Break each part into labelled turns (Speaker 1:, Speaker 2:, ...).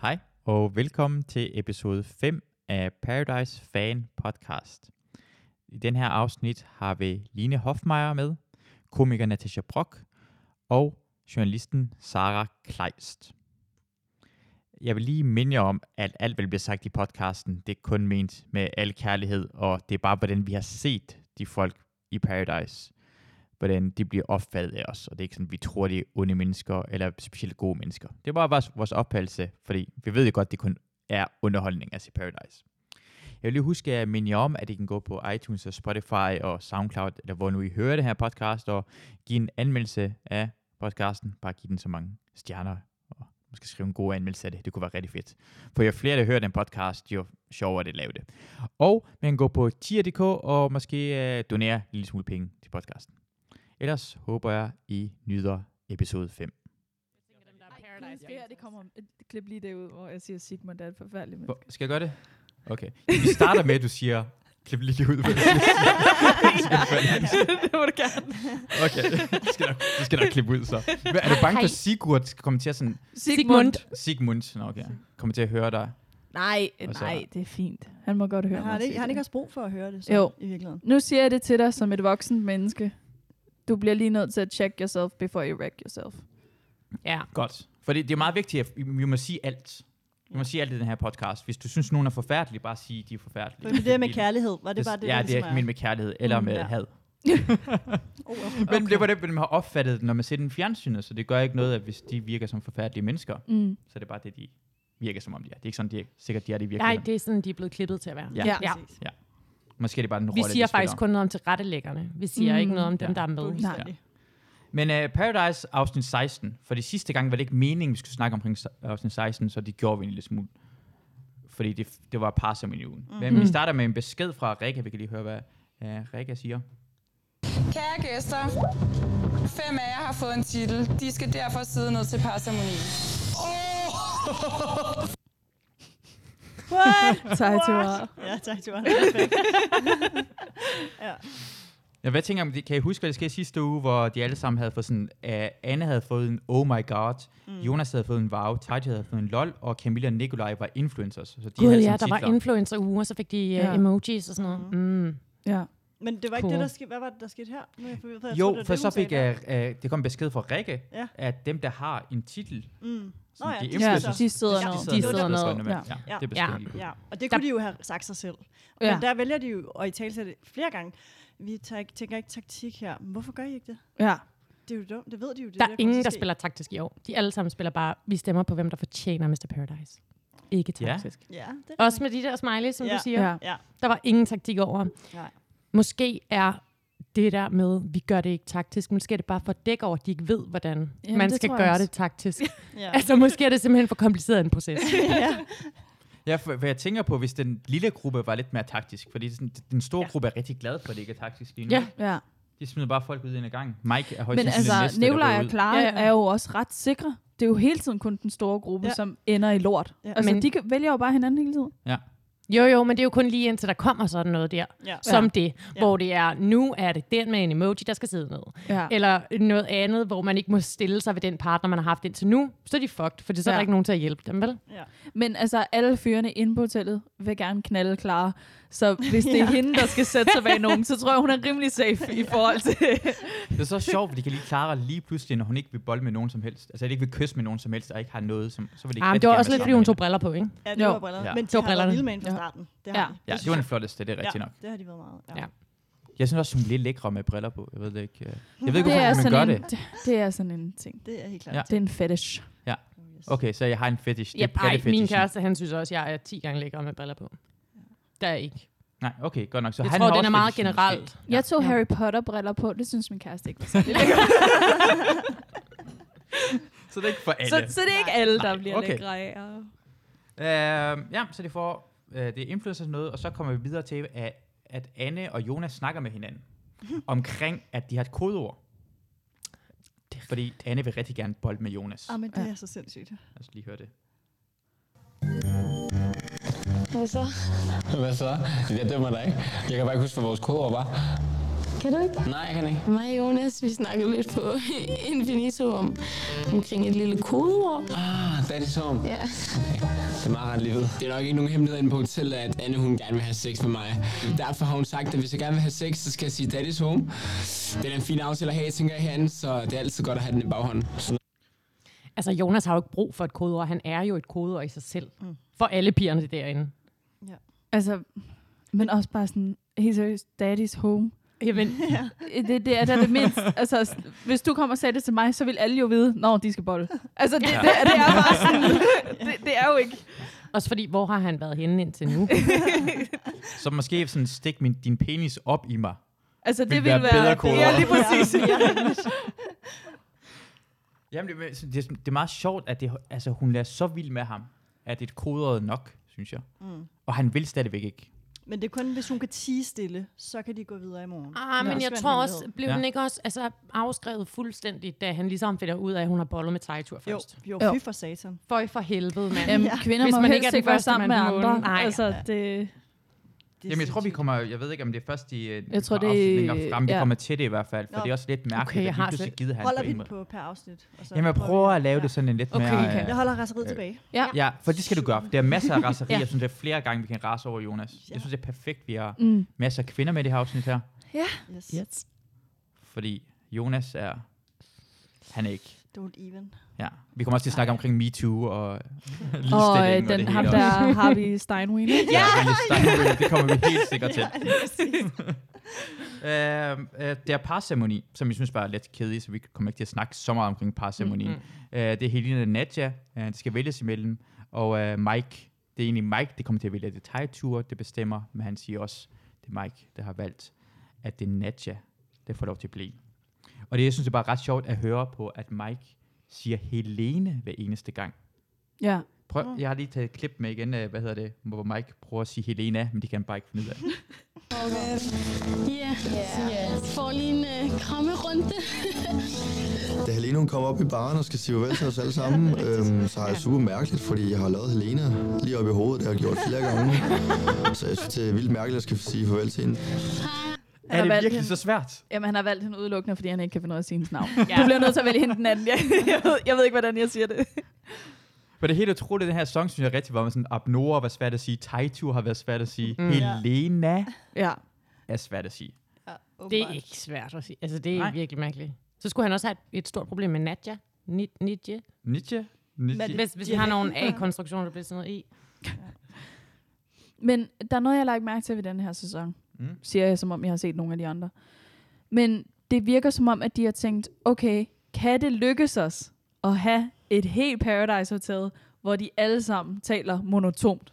Speaker 1: Hej og velkommen til episode 5 af Paradise Fan Podcast. I den her afsnit har vi Line Hofmeier med, komiker Natasha Brock og journalisten Sara Kleist. Jeg vil lige minde jer om, at alt, hvad der bliver sagt i podcasten, det er kun ment med al kærlighed, og det er bare, hvordan vi har set de folk i Paradise. Hvordan de bliver opfattet af os, og det er ikke sådan, vi tror, de er onde mennesker, eller specielt gode mennesker. Det er bare vores, vores opfattelse, fordi vi ved jo godt, det kun er underholdning, altså i Paradise. Jeg vil lige huske at minde jer om, at I kan gå på iTunes og Spotify og SoundCloud, eller hvor nu I hører det her podcast, og give en anmeldelse af podcasten. Bare give den så mange stjerner, og måske skrive en god anmeldelse af det. Det kunne være rigtig fedt. For jo flere, der hører den podcast, jo sjovere det at lave det. Og man kan gå på tier.dk og måske øh, donere en lille smule penge til podcasten. Ellers håber jeg, I nyder episode 5.
Speaker 2: tænker, dem, der er
Speaker 3: Ej,
Speaker 2: Paradise
Speaker 3: Paradise. Det her,
Speaker 2: Gangsters.
Speaker 3: det kommer et klip lige derud, hvor jeg siger, at Sigmund er et forfærdeligt menneske.
Speaker 1: Hvor- Skal jeg gøre det? Okay. Vi starter med, at du siger, klip lige ud. hvad du siger.
Speaker 3: det må du gerne.
Speaker 1: Okay, det skal, nok, det skal nok klippe ud så. Hvad, er du bange for, at Sigurd skal komme til at sådan,
Speaker 3: Sigmund.
Speaker 1: Sigmund, nå okay, kommer til at høre dig?
Speaker 3: Nej,
Speaker 1: Og så-
Speaker 3: nej, det er fint. Han må godt høre
Speaker 4: Har
Speaker 3: mig
Speaker 4: han, ikke,
Speaker 3: sige
Speaker 4: har han
Speaker 3: det.
Speaker 4: ikke også brug for at høre det, så,
Speaker 3: Jo.
Speaker 4: i virkeligheden?
Speaker 3: Nu siger jeg det til dig som et voksent menneske. Du bliver lige nødt til at check yourself, before you wreck yourself.
Speaker 2: Ja.
Speaker 1: Godt. For det, det er meget vigtigt, at vi vi må sige alt. Vi må sige alt i den her podcast. Hvis du synes, nogen er forfærdelige, bare sige, de er
Speaker 4: For
Speaker 1: forfærdelige.
Speaker 4: det der med kærlighed, var det bare det,
Speaker 1: ja,
Speaker 4: der
Speaker 1: det er
Speaker 4: ligesom
Speaker 1: ikke min med kærlighed, eller
Speaker 3: Mm,
Speaker 1: med
Speaker 3: ja.
Speaker 1: had.
Speaker 4: Oh,
Speaker 1: Men det var det, man har opfattet, det, når man ser den i fjernsynet, så det gør ikke noget, at hvis de virker som forfærdelige mennesker,
Speaker 3: Mm.
Speaker 1: så er det bare det, de virker som om de er. Det er ikke sådan, de er, sikkert de er det i
Speaker 2: Nej,
Speaker 1: virkeligheden.
Speaker 2: det er sådan, de er blevet klippet til at være.
Speaker 1: Ja.
Speaker 3: Ja.
Speaker 2: ja.
Speaker 4: præcis.
Speaker 1: Måske er det bare den
Speaker 2: Vi
Speaker 1: rolle,
Speaker 2: siger
Speaker 1: de spiller.
Speaker 2: faktisk kun noget om tilrettelæggerne. Vi siger
Speaker 3: Mm.
Speaker 2: ikke noget om dem,
Speaker 1: Ja.
Speaker 2: der er med.
Speaker 4: Fuldstændig.
Speaker 1: Men uh, Paradise afsnit 16, for det sidste gang var det ikke meningen, vi skulle snakke omkring s- afsnit 16, så det gjorde vi en lille smule. Fordi det, det var par som i ugen. Mm. Men vi
Speaker 2: Mhm.
Speaker 1: starter med en besked fra Rikke, vi kan lige høre, hvad uh, Rikke siger.
Speaker 5: Kære gæster, fem af jer har fået en titel. De skal derfor sidde ned til parceremonien.
Speaker 4: What?
Speaker 3: Tak til mig.
Speaker 4: ja, tak, du var ja.
Speaker 1: Ja, hvad tænker jeg om det? Kan I huske, hvad der skete sidste uge, hvor de alle sammen havde fået sådan, uh, Anne havde fået en oh my god, mm. Jonas havde fået en wow, Taji havde fået en lol, og Camilla og Nikolaj var influencers. Så de
Speaker 2: Gud,
Speaker 1: havde
Speaker 2: ja,
Speaker 1: sådan
Speaker 2: der var
Speaker 1: titler.
Speaker 2: influencer-uger, og så fik de uh,
Speaker 3: Ja.
Speaker 2: emojis og sådan noget. Mm.
Speaker 3: Ja.
Speaker 4: Men det var ikke
Speaker 2: Cool.
Speaker 4: det, der skete. Hvad var det, der skete her? Nu er jeg forvirret, jeg troede, det
Speaker 1: Jo,
Speaker 4: var
Speaker 1: for
Speaker 4: det,
Speaker 1: så
Speaker 4: hun sagde
Speaker 1: fik jeg, uh, det kom en besked fra Rikke,
Speaker 4: Ja.
Speaker 1: at dem, der har en titel,
Speaker 4: der. Mm. Nå
Speaker 1: som
Speaker 4: ja,
Speaker 1: altså, de
Speaker 4: de
Speaker 3: Ja,
Speaker 1: influencers,
Speaker 4: sidder-
Speaker 3: de sidder
Speaker 4: Ja,
Speaker 3: noget.
Speaker 4: de
Speaker 3: De
Speaker 4: sidder
Speaker 3: sidder
Speaker 4: ned.
Speaker 3: noget. Ja.
Speaker 1: Ja,
Speaker 4: Ja.
Speaker 1: det er
Speaker 2: Ja.
Speaker 1: beskeden.
Speaker 4: Ja, og det
Speaker 2: Der-
Speaker 4: kunne de jo have sagt sig selv. Men
Speaker 3: Ja.
Speaker 4: der vælger de jo at i tale det flere gange. Vi tager, tænker ikke taktik her. Men Hvorfor gør I ikke det?
Speaker 3: Ja.
Speaker 4: Det er jo dumt. Det ved de jo. Det
Speaker 2: Der er
Speaker 4: kommer
Speaker 2: ingen,
Speaker 4: til
Speaker 2: der
Speaker 4: at ske.
Speaker 2: spiller taktisk i år. De alle sammen spiller bare, vi stemmer på, hvem der fortjener Mr. Paradise. Ikke
Speaker 1: Ja.
Speaker 2: taktisk.
Speaker 4: Ja, det er
Speaker 2: Også med de der smiley, som
Speaker 4: Ja.
Speaker 2: du siger.
Speaker 3: Ja.
Speaker 4: Ja.
Speaker 2: Der var ingen taktik over.
Speaker 4: Nej.
Speaker 2: Måske er det der med, vi gør det ikke taktisk, måske er det bare for at dække over, at de ikke ved, hvordan
Speaker 3: Jamen,
Speaker 2: man
Speaker 3: det
Speaker 2: skal
Speaker 3: tror jeg
Speaker 2: gøre
Speaker 3: også.
Speaker 2: det taktisk.
Speaker 4: Ja.
Speaker 2: altså, måske er det simpelthen for kompliceret en proces.
Speaker 4: ja.
Speaker 1: Ja, for, for jeg tænker på, hvis den lille gruppe var lidt mere taktisk, fordi sådan, d- den store ja. gruppe er rigtig glad for, at det ikke er taktisk lige nu.
Speaker 2: Ja.
Speaker 3: ja.
Speaker 1: De smider bare folk ud en ad gangen. Mike er højst
Speaker 3: Men
Speaker 1: sandsynligt den
Speaker 3: altså,
Speaker 1: næste, der
Speaker 3: Nikolaj
Speaker 1: ryger
Speaker 3: og
Speaker 1: ud.
Speaker 3: Clara ja,
Speaker 4: Ja,
Speaker 3: ja.
Speaker 4: ja.
Speaker 3: er jo også ret sikre. Det er jo hele tiden kun den store gruppe, ja.
Speaker 4: Ja.
Speaker 3: som ender i lort. Ja.
Speaker 4: Ja.
Speaker 3: Altså, men,
Speaker 2: Men-
Speaker 3: de kan- vælger jo bare hinanden hele tiden.
Speaker 1: Ja.
Speaker 2: Jo, jo, men det er jo kun lige indtil der kommer sådan noget der,
Speaker 4: ja.
Speaker 2: som
Speaker 3: Ja.
Speaker 2: det, hvor det er, nu er det den med en emoji, der skal sidde ned.
Speaker 3: Ja.
Speaker 2: Eller noget andet, hvor man ikke må stille sig ved den partner, man har haft indtil nu, så er de fucked, for så er
Speaker 3: Ja.
Speaker 2: der ikke nogen til at hjælpe dem, vel?
Speaker 4: ja.
Speaker 3: Men altså, alle fyrene inde på hotellet vil gerne knalde Clara. Så hvis det er hende, der skal sætte sig bag nogen, så tror jeg, hun er rimelig safe i forhold til...
Speaker 1: Det er så sjovt, at de kan lige Clara lige pludselig, når hun ikke vil bolde med nogen som helst. Altså, at de ikke vil kysse med nogen som helst, og ikke har noget, som, så vil de ikke
Speaker 2: Ah, men
Speaker 1: rigtig
Speaker 2: det var
Speaker 1: gerne
Speaker 2: også
Speaker 1: være
Speaker 2: lidt, fordi
Speaker 1: sammen
Speaker 2: hun
Speaker 1: med
Speaker 2: tog briller på, ikke?
Speaker 4: Ja, det
Speaker 3: Jo.
Speaker 4: var brillerne.
Speaker 1: Ja.
Speaker 4: Men
Speaker 2: Det
Speaker 4: de
Speaker 2: var
Speaker 4: har
Speaker 2: brillerne.
Speaker 4: været vilde med en fra
Speaker 3: Ja.
Speaker 4: starten. Det
Speaker 3: Ja.
Speaker 4: har de.
Speaker 1: hende. Ja, det var den flotteste, det er rigtigt
Speaker 4: ja,
Speaker 1: nok.
Speaker 4: det har de været meget. Ja.
Speaker 2: Ja.
Speaker 4: ja.
Speaker 1: Jeg synes også, hun er lidt lækre med briller på. Jeg ved det ikke. øh. Jeg ved ikke,
Speaker 3: Det er,
Speaker 1: hvorfor man gør
Speaker 3: sådan en,
Speaker 1: det.
Speaker 3: det er sådan en ting.
Speaker 4: Det er helt klart.
Speaker 1: Ja.
Speaker 4: Ja.
Speaker 3: Det er en fetish.
Speaker 1: Okay, så jeg har en fetish.
Speaker 2: Ja,
Speaker 1: det er
Speaker 2: ej, min
Speaker 1: pattefetishen.
Speaker 2: kæreste, han synes også, at jeg er 10 gange lækkere med briller på. Der er ikke.
Speaker 1: Nej, okay, godt nok. Så
Speaker 2: Jeg
Speaker 1: han
Speaker 2: tror,
Speaker 1: har
Speaker 2: den
Speaker 1: også
Speaker 2: er meget
Speaker 1: fetishen, måske.
Speaker 2: generelt.
Speaker 3: Ja. Jeg tog
Speaker 2: Ja.
Speaker 3: Harry Potter-briller på. Det synes min kæreste ikke var så
Speaker 1: Så det er ikke for alle.
Speaker 3: så, så det er ikke alle, der
Speaker 1: Nej,
Speaker 3: bliver
Speaker 1: okay.
Speaker 3: okay. lækre af. at-
Speaker 1: Øh, ja, så de får øh, det er influencers noget, og så kommer vi videre til, at, at Anne og Jonas snakker med hinanden omkring, at de har et kodeord. Fordi Anne vil rigtig gerne bolde med Jonas.
Speaker 4: Ah, men det
Speaker 3: Ja.
Speaker 4: er så sindssygt.
Speaker 1: Lad os lige høre det.
Speaker 6: Hvad
Speaker 7: Altså,
Speaker 6: så?
Speaker 8: Hvad så? Jeg dømmer dig ikke. Jeg kan bare ikke huske, hvad vores kodeord var.
Speaker 6: Kan du ikke?
Speaker 8: Nej, jeg kan ikke.
Speaker 6: Mig og Jonas, vi snakkede lidt på Infinito om, omkring et lille kodeord.
Speaker 8: Ah, stadig sovn?
Speaker 6: Ja.
Speaker 8: Det er meget rart lige ved. Det er nok ikke nogen hemmelighed inde på hotellet, at Anne hun gerne vil have sex med mig. Derfor har hun sagt, at hvis jeg gerne vil have sex, så skal jeg sige daddy's home. Det er en fin aftale at have, tænker jeg herinde, så det er altid godt at have den i baghånden. Så
Speaker 2: Altså, Jonas har jo ikke brug for et kodeord. Han er jo et kodeord i sig selv. Mm. For alle pigerne derinde.
Speaker 3: Altså, men også bare sådan, helt seriøst, daddy's home.
Speaker 2: Jamen,
Speaker 3: Det, det er da det mindst. Altså, s- hvis du kommer og sagde det til mig, så vil alle jo vide, når de skal bolle. Altså, det, det, det er bare sådan, det, det er jo ikke.
Speaker 2: også fordi, hvor har han været henne indtil nu?
Speaker 1: Så måske sådan, stik min, din penis op i mig.
Speaker 3: Altså, det
Speaker 1: Vil
Speaker 3: vil være...
Speaker 1: være bedre koder.
Speaker 3: ja, lige præcis.
Speaker 1: Jamen, det, men sådan, det, er sådan- det er meget sjovt, at det, altså, hun er så vild med ham, at det er koderet nok, synes jeg. Mm. Og han vil stadigvæk ikke.
Speaker 4: Men det er kun, hvis hun kan tige stille, så kan de gå videre i morgen.
Speaker 2: Ah, men
Speaker 4: Det
Speaker 2: jeg
Speaker 4: skal
Speaker 2: tror
Speaker 4: være en
Speaker 2: også, blev
Speaker 1: Ja.
Speaker 2: den ikke også altså, afskrevet fuldstændig, da han ligesom finder ud af, at hun har bollet med Tejtur
Speaker 4: Jo,
Speaker 2: først?
Speaker 4: jo,
Speaker 3: Jo.
Speaker 4: fy for satan.
Speaker 2: Føj for helvede, mand.
Speaker 3: Jamen, kvinder
Speaker 2: Hvis
Speaker 3: må
Speaker 2: man
Speaker 3: helst
Speaker 2: ikke er
Speaker 3: ikke,
Speaker 2: den
Speaker 3: være
Speaker 2: første,
Speaker 3: sammen med
Speaker 2: man måler.
Speaker 3: andre.
Speaker 2: Nej.
Speaker 3: Altså, det,
Speaker 4: Det er
Speaker 1: Jamen, jeg tror, vi
Speaker 4: sindssygt.
Speaker 1: kommer... Jeg ved ikke, om det er først i øh,
Speaker 3: Jeg tror,
Speaker 1: et par
Speaker 3: det er-
Speaker 1: afsnitninger frem, vi
Speaker 3: ja.
Speaker 1: kommer til det i hvert fald, for
Speaker 4: Nå.
Speaker 1: det er også lidt mærkeligt,
Speaker 2: Okay, jeg
Speaker 1: at
Speaker 2: har
Speaker 1: lige pludselig
Speaker 2: slet-
Speaker 1: gider han
Speaker 4: Holder
Speaker 1: på en
Speaker 4: vi
Speaker 1: måde.
Speaker 4: på per afsnit? Og så
Speaker 1: Jamen, jeg
Speaker 4: prøver
Speaker 1: prøver
Speaker 4: vi-
Speaker 1: at lave
Speaker 4: ja.
Speaker 1: det sådan en lidt
Speaker 2: Okay,
Speaker 1: mere...
Speaker 2: Michael.
Speaker 4: Jeg holder raseriet
Speaker 8: Øh.
Speaker 4: tilbage.
Speaker 1: Ja, for det skal du gøre. Der er masser af raseri.
Speaker 2: Ja.
Speaker 1: ja. Jeg synes, der er flere gange, vi kan rase over Jonas.
Speaker 4: Ja.
Speaker 1: Jeg synes, det er perfekt, vi har
Speaker 3: mm.
Speaker 1: masser af kvinder med i det her afsnit her.
Speaker 4: Yes.
Speaker 2: Yes.
Speaker 1: Fordi Jonas er... Han er ikke...
Speaker 4: Don't even.
Speaker 1: Ja. Vi kommer også til at snakke omkring MeToo og ligestilling
Speaker 3: Og øh,
Speaker 1: og
Speaker 3: den,
Speaker 1: det
Speaker 3: ham
Speaker 1: hele
Speaker 3: der
Speaker 1: også.
Speaker 3: har vi Steinway.
Speaker 1: Ja, Willy Steinbrück, det kommer vi helt sikkert til. Øhm, øh, det er parceremoni, som jeg synes var lidt kedelig, så vi kommer ikke til at snakke så meget omkring parceremonien. Mm-hmm. Øh, det er Helena og Nadja, øh, det skal vælges imellem, og øh, Mike, det er egentlig Mike, det kommer til at vælge detaljture, det bestemmer, men han siger også, det er Mike, der har valgt, at det er Nadja, der får lov til at blive. Og det, jeg synes, det er bare ret sjovt at høre på, at Mike siger Helene hver eneste gang.
Speaker 3: Ja.
Speaker 1: Prøv, jeg har lige taget et klip med igen, øh, hvad hedder det, hvor Mike prøver at sige Helena, men det kan han bare ikke finde ud af.
Speaker 6: Ja. Yeah. Får lige en øh, krammerunde.
Speaker 9: Da Helene hun kom op i baren og skal sige farvel til os alle sammen, øhm, så har jeg super mærkeligt, fordi jeg har lavet Helena lige op i hovedet, det har jeg gjort flere gange. Så jeg synes, det er vildt mærkeligt, at jeg skal sige farvel til hende.
Speaker 3: har
Speaker 1: Er det
Speaker 3: valgt
Speaker 1: virkelig
Speaker 3: hende.
Speaker 1: så svært?
Speaker 3: Jamen, han har valgt hende udelukkende, fordi han ikke kan finde ud af at sige hendes navn. ja. Du bliver nødt til at vælge hende den anden. Jeg, jeg, ved, jeg ved ikke, hvordan jeg siger det.
Speaker 1: For det er helt utroligt, den her sang, synes jeg rigtig var sådan, Abnora var svært at sige, Taito har været svært at sige, mm. Helena
Speaker 3: Ja.
Speaker 1: er svært at sige.
Speaker 4: Ja,
Speaker 2: Det er ikke svært at sige. Altså, det er
Speaker 1: Nej.
Speaker 2: Nej. virkelig mærkeligt. Så skulle han også have et, et stort problem med Nadja. Ni- Nidje.
Speaker 1: Nietzsche? Nietzsche?
Speaker 2: Hvis, hvis vi har nogle A-konstruktioner, der bliver sådan noget E. i.
Speaker 3: Men der er noget, jeg har lagt mærke til ved den her sæson. Mm. Siger jeg, som om jeg har set nogle af de andre. Men det virker som om, at de har tænkt, okay, kan det lykkes os at have et helt Paradise Hotel, hvor de alle sammen taler monotont?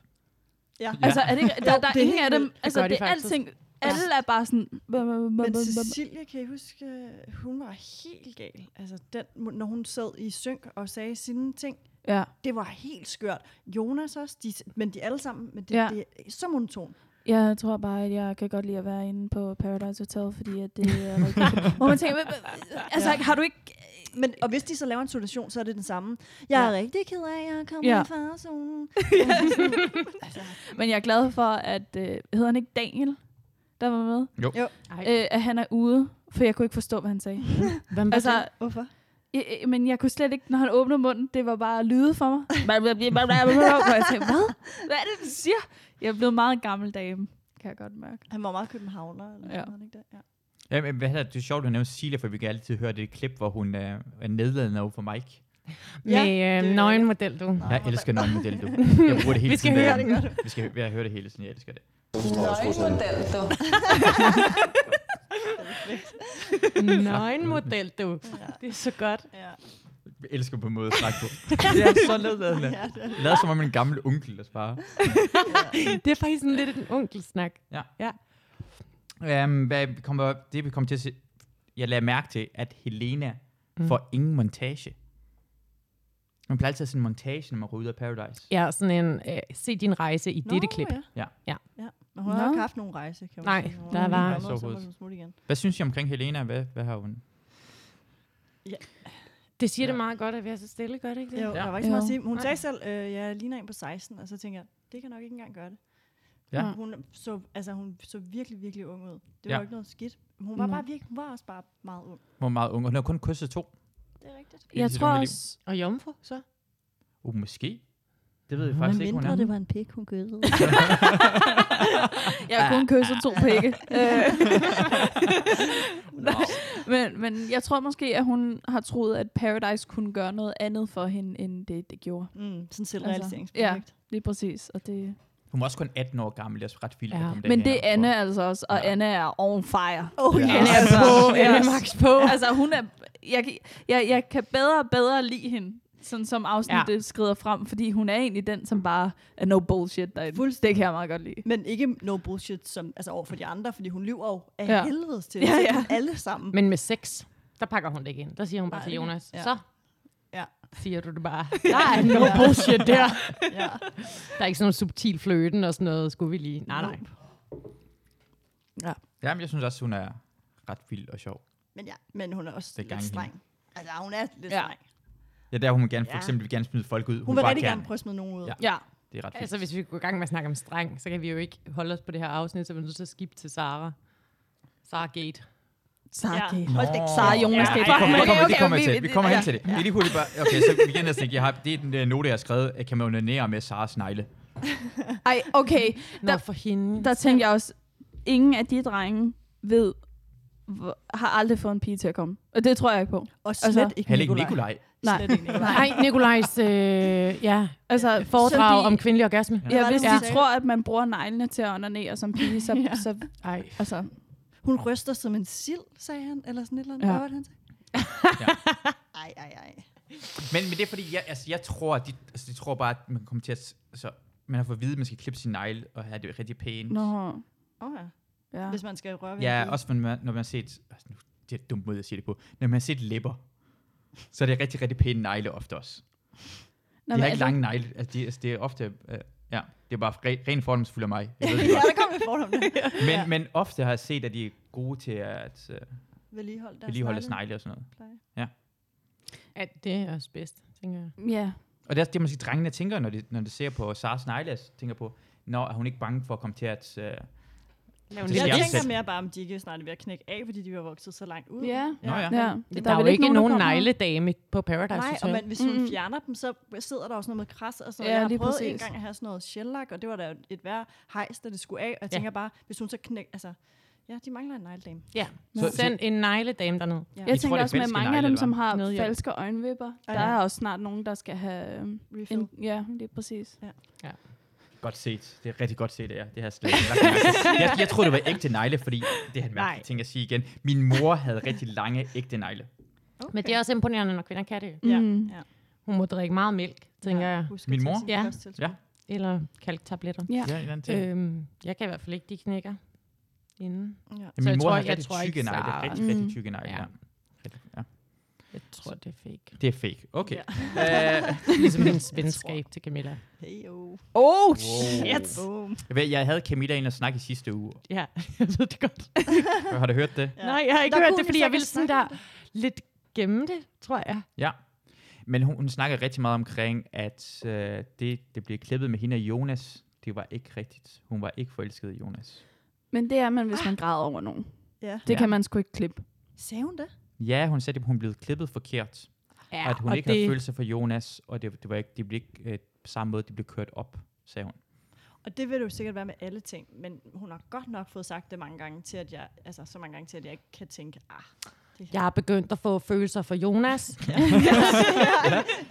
Speaker 4: Ja.
Speaker 3: Ja. Altså, er det, ikke- der, der er
Speaker 4: det er
Speaker 3: ingen
Speaker 4: helt
Speaker 3: af dem,
Speaker 4: vildt.
Speaker 2: Det
Speaker 3: altså,
Speaker 2: gør de
Speaker 3: det er
Speaker 2: faktisk.
Speaker 3: alting, alle er bare sådan...
Speaker 4: Men Cecilia, kan I huske, øh, hun var helt gal. Altså, den, når hun sad i synk og sagde sine ting,
Speaker 3: Ja.
Speaker 4: det var helt skørt. Jonas også, de, men de alle sammen, men det,
Speaker 3: Ja.
Speaker 4: ja. det er så monoton.
Speaker 3: Jeg tror bare, at jeg kan godt lide at være inde på Paradise Hotel, fordi at det er rigtig... Hvor man tænker, "Hvad- hvad- altså, har du ikke...
Speaker 4: øh, Men, og hvis de så laver en situation, så er det den samme. Jeg er ja. rigtig ked af, at jeg er kommet
Speaker 3: Ja.
Speaker 4: ja. i farezonen.
Speaker 3: Men jeg er glad for, at... Øh, hedder han ikke Daniel, der var med?
Speaker 2: Ej,
Speaker 3: Øh, at han er ude, for jeg kunne ikke forstå, hvad han sagde.
Speaker 2: hvad med
Speaker 3: altså,
Speaker 2: det?
Speaker 4: Hvorfor?
Speaker 3: jeg, jeg- men jeg kunne slet ikke, når han åbnede munden, det var bare lyde for mig. Hvor jeg tænkte, hvad? Hvad er det, du siger? Jeg er blevet meget gammel dame, kan jeg godt mærke.
Speaker 4: Han var meget københavner. Eller
Speaker 3: Ja.
Speaker 4: ja. Noget, ikke det? Ja.
Speaker 1: Ja, men hvad hedder det? det er sjovt, at du nævner Cecilia, for vi kan altid høre det klip, hvor hun øh, er nedladende over for Mike.
Speaker 4: Ja,
Speaker 2: Med øh,
Speaker 4: det-
Speaker 2: nøgenmodel, du.
Speaker 1: Jeg elsker nøgenmodel, du. Jeg bruger det hele
Speaker 2: Vi skal
Speaker 1: tiden
Speaker 2: høre
Speaker 1: derhjemme. Vi skal jeg hører det hele tiden, jeg elsker det.
Speaker 5: Nøgenmodel, du.
Speaker 2: Nøgenmodel, du. Det er så godt.
Speaker 4: Ja.
Speaker 1: Jeg elsker på en måde at snakke på. Det er så nedladende. Lad som om en gammel onkel, der sparer.
Speaker 2: Det er faktisk sådan lidt en onkelsnak.
Speaker 1: Um, hvad vi kommer, det vi kommer til at se, jeg lader mærke til, at Helena mm. får ingen montage. Man plejer altid at have sådan en montage, når man ryger ud af Paradise.
Speaker 2: Ja, sådan en, øh, se din rejse i dette klip.
Speaker 4: Ja.
Speaker 1: Ja.
Speaker 2: Ja.
Speaker 4: ja. Men hun har
Speaker 3: Nå.
Speaker 4: ikke haft nogen rejse, kan man
Speaker 2: Nej,
Speaker 4: sige. Hun
Speaker 2: der
Speaker 4: er
Speaker 2: var-
Speaker 4: kommet,
Speaker 1: Så
Speaker 4: og så var
Speaker 1: overhovedet.
Speaker 4: hun smut igen.
Speaker 1: Hvad synes I omkring Helena? Hvad, hvad har hun?
Speaker 2: Det siger
Speaker 1: Ja.
Speaker 2: det meget godt, at vi er så stille, gør det ikke det?
Speaker 4: Jo,
Speaker 1: Ja.
Speaker 4: der var ikke så meget at
Speaker 3: Jo.
Speaker 4: sige. Hun
Speaker 2: Nej.
Speaker 4: sagde selv, øh, jeg ligner en på 16, og så tænker jeg, det kan nok ikke engang gøre det.
Speaker 1: Ja.
Speaker 4: Hun, så, altså, hun så virkelig, virkelig ung ud. Det
Speaker 1: Ja.
Speaker 4: var ikke noget skidt. Hun var,
Speaker 3: Nej.
Speaker 4: bare virkelig, hun var også bare meget ung.
Speaker 1: Hun er meget ung, og hun har kun kysset to.
Speaker 4: Det er rigtigt.
Speaker 1: Hele
Speaker 3: Jeg
Speaker 1: sit
Speaker 3: tror
Speaker 1: unge liv.
Speaker 3: også...
Speaker 2: Og jomfru, så?
Speaker 1: Uh, måske. Det ved vi
Speaker 7: Men
Speaker 1: faktisk ikke, hun
Speaker 7: mindre
Speaker 1: er.
Speaker 7: det var en pik, hun gyldede.
Speaker 3: Jeg har kun kysset to pikke. Øh. men, men jeg tror måske, at hun har troet, at Paradise kunne gøre noget andet for hende, end det, det gjorde.
Speaker 4: Mm, sådan et
Speaker 3: ja,
Speaker 4: selvrealiseringsprojekt.
Speaker 3: lige præcis. Og det,
Speaker 1: Hun var også kun 18 år gammel, det er også ret vildt.
Speaker 2: Ja,
Speaker 1: at komme
Speaker 3: men det
Speaker 1: derhen
Speaker 3: er
Speaker 1: og-
Speaker 3: Anne altså også, og
Speaker 1: Ja.
Speaker 3: Anna er on fire.
Speaker 4: Åh, oh,
Speaker 1: Ja.
Speaker 4: ja.
Speaker 1: Anne
Speaker 2: er på,
Speaker 3: Yes.
Speaker 2: Anne er max på.
Speaker 3: Altså, hun er... Jeg, kan- jeg, jeg kan bedre og bedre lide hende, sådan som afsnittet ja. skrider frem, fordi hun er egentlig den, som bare er no bullshit derinde.
Speaker 4: Fuldstændig.
Speaker 3: Det kan jeg meget godt lide.
Speaker 4: Men ikke no bullshit som, altså over for de andre, fordi hun lyver jo af
Speaker 3: Ja.
Speaker 4: ja. helvedes til
Speaker 3: Ja,
Speaker 4: ja,
Speaker 3: ja.
Speaker 4: ja. alle sammen.
Speaker 2: Men med sex, der pakker hun det ikke ind. Der siger hun bare
Speaker 4: Nej,
Speaker 2: til
Speaker 4: det-
Speaker 2: Jonas,
Speaker 4: ja.
Speaker 2: så
Speaker 4: Ja.
Speaker 2: siger du det bare. Der er no bullshit der.
Speaker 4: ja.
Speaker 2: Der er ikke sådan noget subtil fløten og sådan noget, skulle vi lige. Nej, nej.
Speaker 1: Jamen, jeg synes også, hun er ret vild og sjov.
Speaker 4: Men, ja. men hun er også
Speaker 1: Det er
Speaker 4: lidt
Speaker 1: gangen.
Speaker 4: streng. Altså, hun er lidt
Speaker 3: Ja.
Speaker 4: ja. streng.
Speaker 1: Ja, der hun gerne, for
Speaker 4: Ja.
Speaker 1: eksempel vil gerne smide folk ud.
Speaker 4: Hun, vil
Speaker 1: bare
Speaker 4: rigtig
Speaker 1: gerne.
Speaker 4: gerne prøve at smide nogen ud.
Speaker 1: Ja.
Speaker 4: Ja.
Speaker 3: Ja,
Speaker 1: Det er ret vildt.
Speaker 2: Altså, hvis vi går i gang med at snakke om streng, så kan vi jo ikke holde os på det her afsnit, så vi er nødt til at skifte til Sara. Sara Gate.
Speaker 3: Sarah
Speaker 4: Ja.
Speaker 3: Gate.
Speaker 4: Hold da
Speaker 1: Nå.
Speaker 3: Sara
Speaker 4: kæft.
Speaker 3: Jonas,
Speaker 1: Ja,
Speaker 3: det
Speaker 1: det
Speaker 3: er
Speaker 1: kommer, det
Speaker 3: Okay,
Speaker 1: kommer, det
Speaker 3: okay,
Speaker 1: kommer
Speaker 3: vi-
Speaker 1: til. Vi
Speaker 3: vi-
Speaker 1: kommer hen
Speaker 3: ja.
Speaker 1: til det. Vi er lige hurtigt bare... Okay, så vi kan næsten ikke... Jeg har, det er den øh, note, jeg har skrevet. øh, Kan man onanere med Saras negle?
Speaker 3: Ej, okay.
Speaker 2: Nå,
Speaker 3: Der-
Speaker 2: for hende.
Speaker 3: Der tænkte jeg også, ingen af de drenge ved, hvor- har aldrig fået en pige til at komme. Og det tror jeg ikke på.
Speaker 4: Og slet altså,
Speaker 3: Altså,
Speaker 4: ikke
Speaker 1: Heller ikke
Speaker 4: Nikolaj.
Speaker 1: Nikolaj.
Speaker 3: Nej.
Speaker 4: Slet ikke Nikolaj.
Speaker 2: Nej, Nikolajs øh, ja,
Speaker 3: Altså,
Speaker 2: foredrag
Speaker 3: Så de-
Speaker 2: om kvindelig orgasme.
Speaker 3: Ja,
Speaker 4: var
Speaker 3: hvis
Speaker 4: det,
Speaker 3: de
Speaker 4: hun sagde?
Speaker 3: tror, at man bruger neglene til at onanere som pige, så...
Speaker 4: Ja.
Speaker 3: så
Speaker 2: Ej.
Speaker 3: altså,
Speaker 1: Mm.
Speaker 4: Hun ryster som en sild, sagde han, eller sådan et eller andet.
Speaker 3: Ja.
Speaker 4: Ja. Hvad var det, han sagde?
Speaker 1: Ja.
Speaker 4: Ej, ej, ej.
Speaker 1: Men, men det er fordi, jeg, altså, jeg tror, at de, altså, de tror bare, at man kommer til at... s- Altså, man har fået at vide, at man skal klippe sin negle og have det rigtig pænt.
Speaker 3: nå,
Speaker 4: Oh, ja.
Speaker 3: ja.
Speaker 4: Hvis man skal røre ved en
Speaker 1: Ja,
Speaker 4: pige.
Speaker 1: også når man, når man har set... Altså, nu, det er et dumt måde at sige det på. Når man har set læber, så er det rigtig, rigtig pæne negle ofte også.
Speaker 3: Nå,
Speaker 1: de
Speaker 3: men
Speaker 1: har ikke
Speaker 3: altså-
Speaker 1: lange negle. Altså, de, altså, det er ofte... Øh, ja, det er bare re, ren fordomsfuld af mig. Jeg ved det
Speaker 4: Ja,
Speaker 1: godt.
Speaker 4: der kom en fordom der.
Speaker 1: Men, men ofte har jeg set, at de er gode til at øh,
Speaker 4: Vedligehold der.
Speaker 1: vedligeholde snegle og sådan noget.
Speaker 2: Ja, det er også bedst, tænker jeg.
Speaker 3: Ja.
Speaker 1: Og det er også det, man siger, drengene tænker, når de, når de ser på Sara Snejlas, tænker på, når er hun ikke bange for at komme til at... Øh,
Speaker 2: Lav en
Speaker 1: Det
Speaker 4: Jeg
Speaker 1: er
Speaker 2: lille
Speaker 1: de
Speaker 4: tænker
Speaker 1: også
Speaker 4: mere bare, om de ikke snart er ved at knække af, fordi de har vokset så langt ud.
Speaker 3: Ja.
Speaker 1: Nå ja. altså
Speaker 3: ja.
Speaker 2: Der,
Speaker 3: er
Speaker 2: der er jo
Speaker 3: vel
Speaker 2: ikke nogen
Speaker 3: kommer-
Speaker 2: negledame på Paradise
Speaker 4: Nej,
Speaker 2: Hotel.
Speaker 4: og man, hvis hun
Speaker 3: Mm.
Speaker 4: mm. fjerner dem, så sidder der også noget med kras og sådan
Speaker 3: Ja,
Speaker 4: noget. Jeg
Speaker 3: lige
Speaker 4: har prøvet
Speaker 3: præcis.
Speaker 4: en gang at have sådan noget shellac, og det var da et værre hejs, da det skulle af. Og jeg
Speaker 2: Ja.
Speaker 4: tænker bare, hvis hun så knækker... Altså, ja, de mangler en negledame.
Speaker 2: Ja,
Speaker 1: Så-
Speaker 2: så, send en negledame derned.
Speaker 3: Jeg,
Speaker 1: Jeg tror,
Speaker 3: tænker
Speaker 1: det er
Speaker 3: også med
Speaker 1: falske
Speaker 3: mange af
Speaker 1: negle,
Speaker 3: dem,
Speaker 1: eller
Speaker 3: som har
Speaker 2: Nødhjælp.
Speaker 3: falske øjenvipper.
Speaker 4: Ja.
Speaker 3: Der er også snart nogen, der skal have... øhm,
Speaker 4: Refill.
Speaker 3: en, ja, det er præcis.
Speaker 1: Godt set. Det er rigtig godt set, det er. Det har jeg slet ikke lagt mærke til. jeg, jeg troede, det var ægte negle, fordi det er en mærkelig
Speaker 2: Nej.
Speaker 1: ting at sige igen. Min mor havde rigtig lange ægte negle.
Speaker 4: Okay.
Speaker 2: Men det er også imponerende, når kvinder kan det.
Speaker 4: Ja,
Speaker 3: Mm.
Speaker 4: ja.
Speaker 2: Hun må drikke meget mælk, tænker jeg.
Speaker 4: Husk
Speaker 1: Min
Speaker 4: at tage
Speaker 1: mor?
Speaker 4: sit
Speaker 2: Ja.
Speaker 4: kosttilskud.
Speaker 1: Ja.
Speaker 2: Eller kalktabletter.
Speaker 3: Ja.
Speaker 1: Ja, en eller anden ting. Øh,
Speaker 2: Øhm, jeg kan i hvert fald ikke, de knækker inden.
Speaker 4: Ja.
Speaker 1: Min
Speaker 2: så jeg
Speaker 1: mor
Speaker 2: tror-
Speaker 1: havde
Speaker 2: jeg
Speaker 1: rigtig
Speaker 2: tror ikke,
Speaker 1: tykke negle.
Speaker 2: Sara-
Speaker 1: Rigtig, rigtig
Speaker 3: Mm.
Speaker 1: tykke negle,
Speaker 2: Ja.
Speaker 1: ja. Rigtig- ja.
Speaker 2: Jeg tror, det er fake.
Speaker 1: Det er fake. Okay. Øh,
Speaker 4: Ja.
Speaker 1: Ja.
Speaker 2: Ligesom hendes venskab til Camilla.
Speaker 4: Hey, oh.
Speaker 3: Oh,
Speaker 1: shit!
Speaker 4: Boom.
Speaker 1: Øh, jeg havde Camilla ind og snakke i sidste uge.
Speaker 2: Ja, jeg ved det godt.
Speaker 1: Har du hørt det?
Speaker 2: Ja. Nej, jeg har ikke
Speaker 4: Der
Speaker 2: hørt
Speaker 4: kunne
Speaker 2: det,
Speaker 4: vi
Speaker 2: fordi jeg
Speaker 4: sikkert
Speaker 2: ville sådan der
Speaker 4: snakke
Speaker 2: lidt gemme det, tror jeg.
Speaker 1: Ja, men hun, hun snakker rigtig meget omkring, at øh, det, det blev klippet med hende og Jonas. Det var ikke rigtigt. Hun var ikke forelsket i Jonas.
Speaker 3: Men det er man, hvis man græder over nogen.
Speaker 4: Ja.
Speaker 3: Det
Speaker 1: Ja.
Speaker 3: kan man sgu ikke klippe.
Speaker 4: Sagde hun det?
Speaker 1: Ja, hun sagde, at hun blev klippet forkert.
Speaker 2: Ja,
Speaker 1: Ja, at hun
Speaker 2: og
Speaker 1: ikke det...
Speaker 2: det,
Speaker 1: havde følelser for Jonas, og det, det var ikke, det blev ikke øh, på samme måde, det blev kørt op, sagde hun.
Speaker 4: Og det vil det jo sikkert være med alle ting, men hun har godt nok fået sagt det mange gange til, at jeg, altså så mange gange til, at jeg ikke kan tænke, ah,
Speaker 2: Jeg er begyndt at få følelser for Jonas.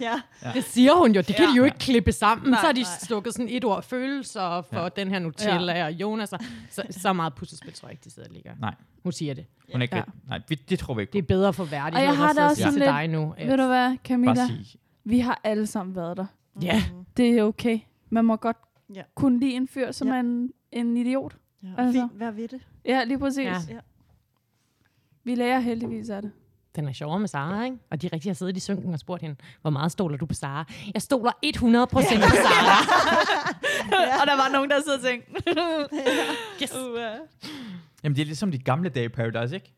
Speaker 4: ja,
Speaker 2: Det siger hun jo. Det kan
Speaker 4: Ja.
Speaker 2: de jo ikke klippe sammen.
Speaker 4: Nej,
Speaker 2: så har de
Speaker 4: nej.
Speaker 2: stukket sådan et ord følelser for
Speaker 1: Ja.
Speaker 2: den her Nutella og Jonas. Og så, så meget puslespil tror jeg ikke, de sidder og ligger.
Speaker 1: Nej.
Speaker 2: Hun siger det.
Speaker 1: Hun er ikke
Speaker 2: Ja.
Speaker 1: ja. Nej, vi, det tror vi ikke
Speaker 2: Det er
Speaker 1: på.
Speaker 2: bedre for værdighed
Speaker 3: Og jeg har
Speaker 2: at
Speaker 3: da
Speaker 2: sidde og
Speaker 3: også
Speaker 2: sige til
Speaker 3: sådan
Speaker 2: dig nu.
Speaker 3: Ved du hvad, Camilla?
Speaker 1: Bare sige.
Speaker 3: Vi har alle sammen været der.
Speaker 2: Ja.
Speaker 3: Det er okay. Man må godt
Speaker 4: Ja.
Speaker 3: kunne lide en fyr, som
Speaker 4: Ja.
Speaker 3: er en, en idiot.
Speaker 4: ja.
Speaker 3: Altså.
Speaker 4: Altså. fint, vær ved det.
Speaker 3: Ja, lige præcis.
Speaker 2: Ja.
Speaker 4: Ja.
Speaker 3: Vi lærer heldigvis af det.
Speaker 2: Den er sjovere med Sara, ikke? Og de rigtig har siddet i synken og spurgt hende, hvor meget stoler du på Sara? Jeg stoler 100 procent på Sara.
Speaker 3: og der var nogen, der sidder og tænkte,
Speaker 2: "Mm." Yes.
Speaker 1: Jamen, det er ligesom de gamle dage i Paradise, ikke?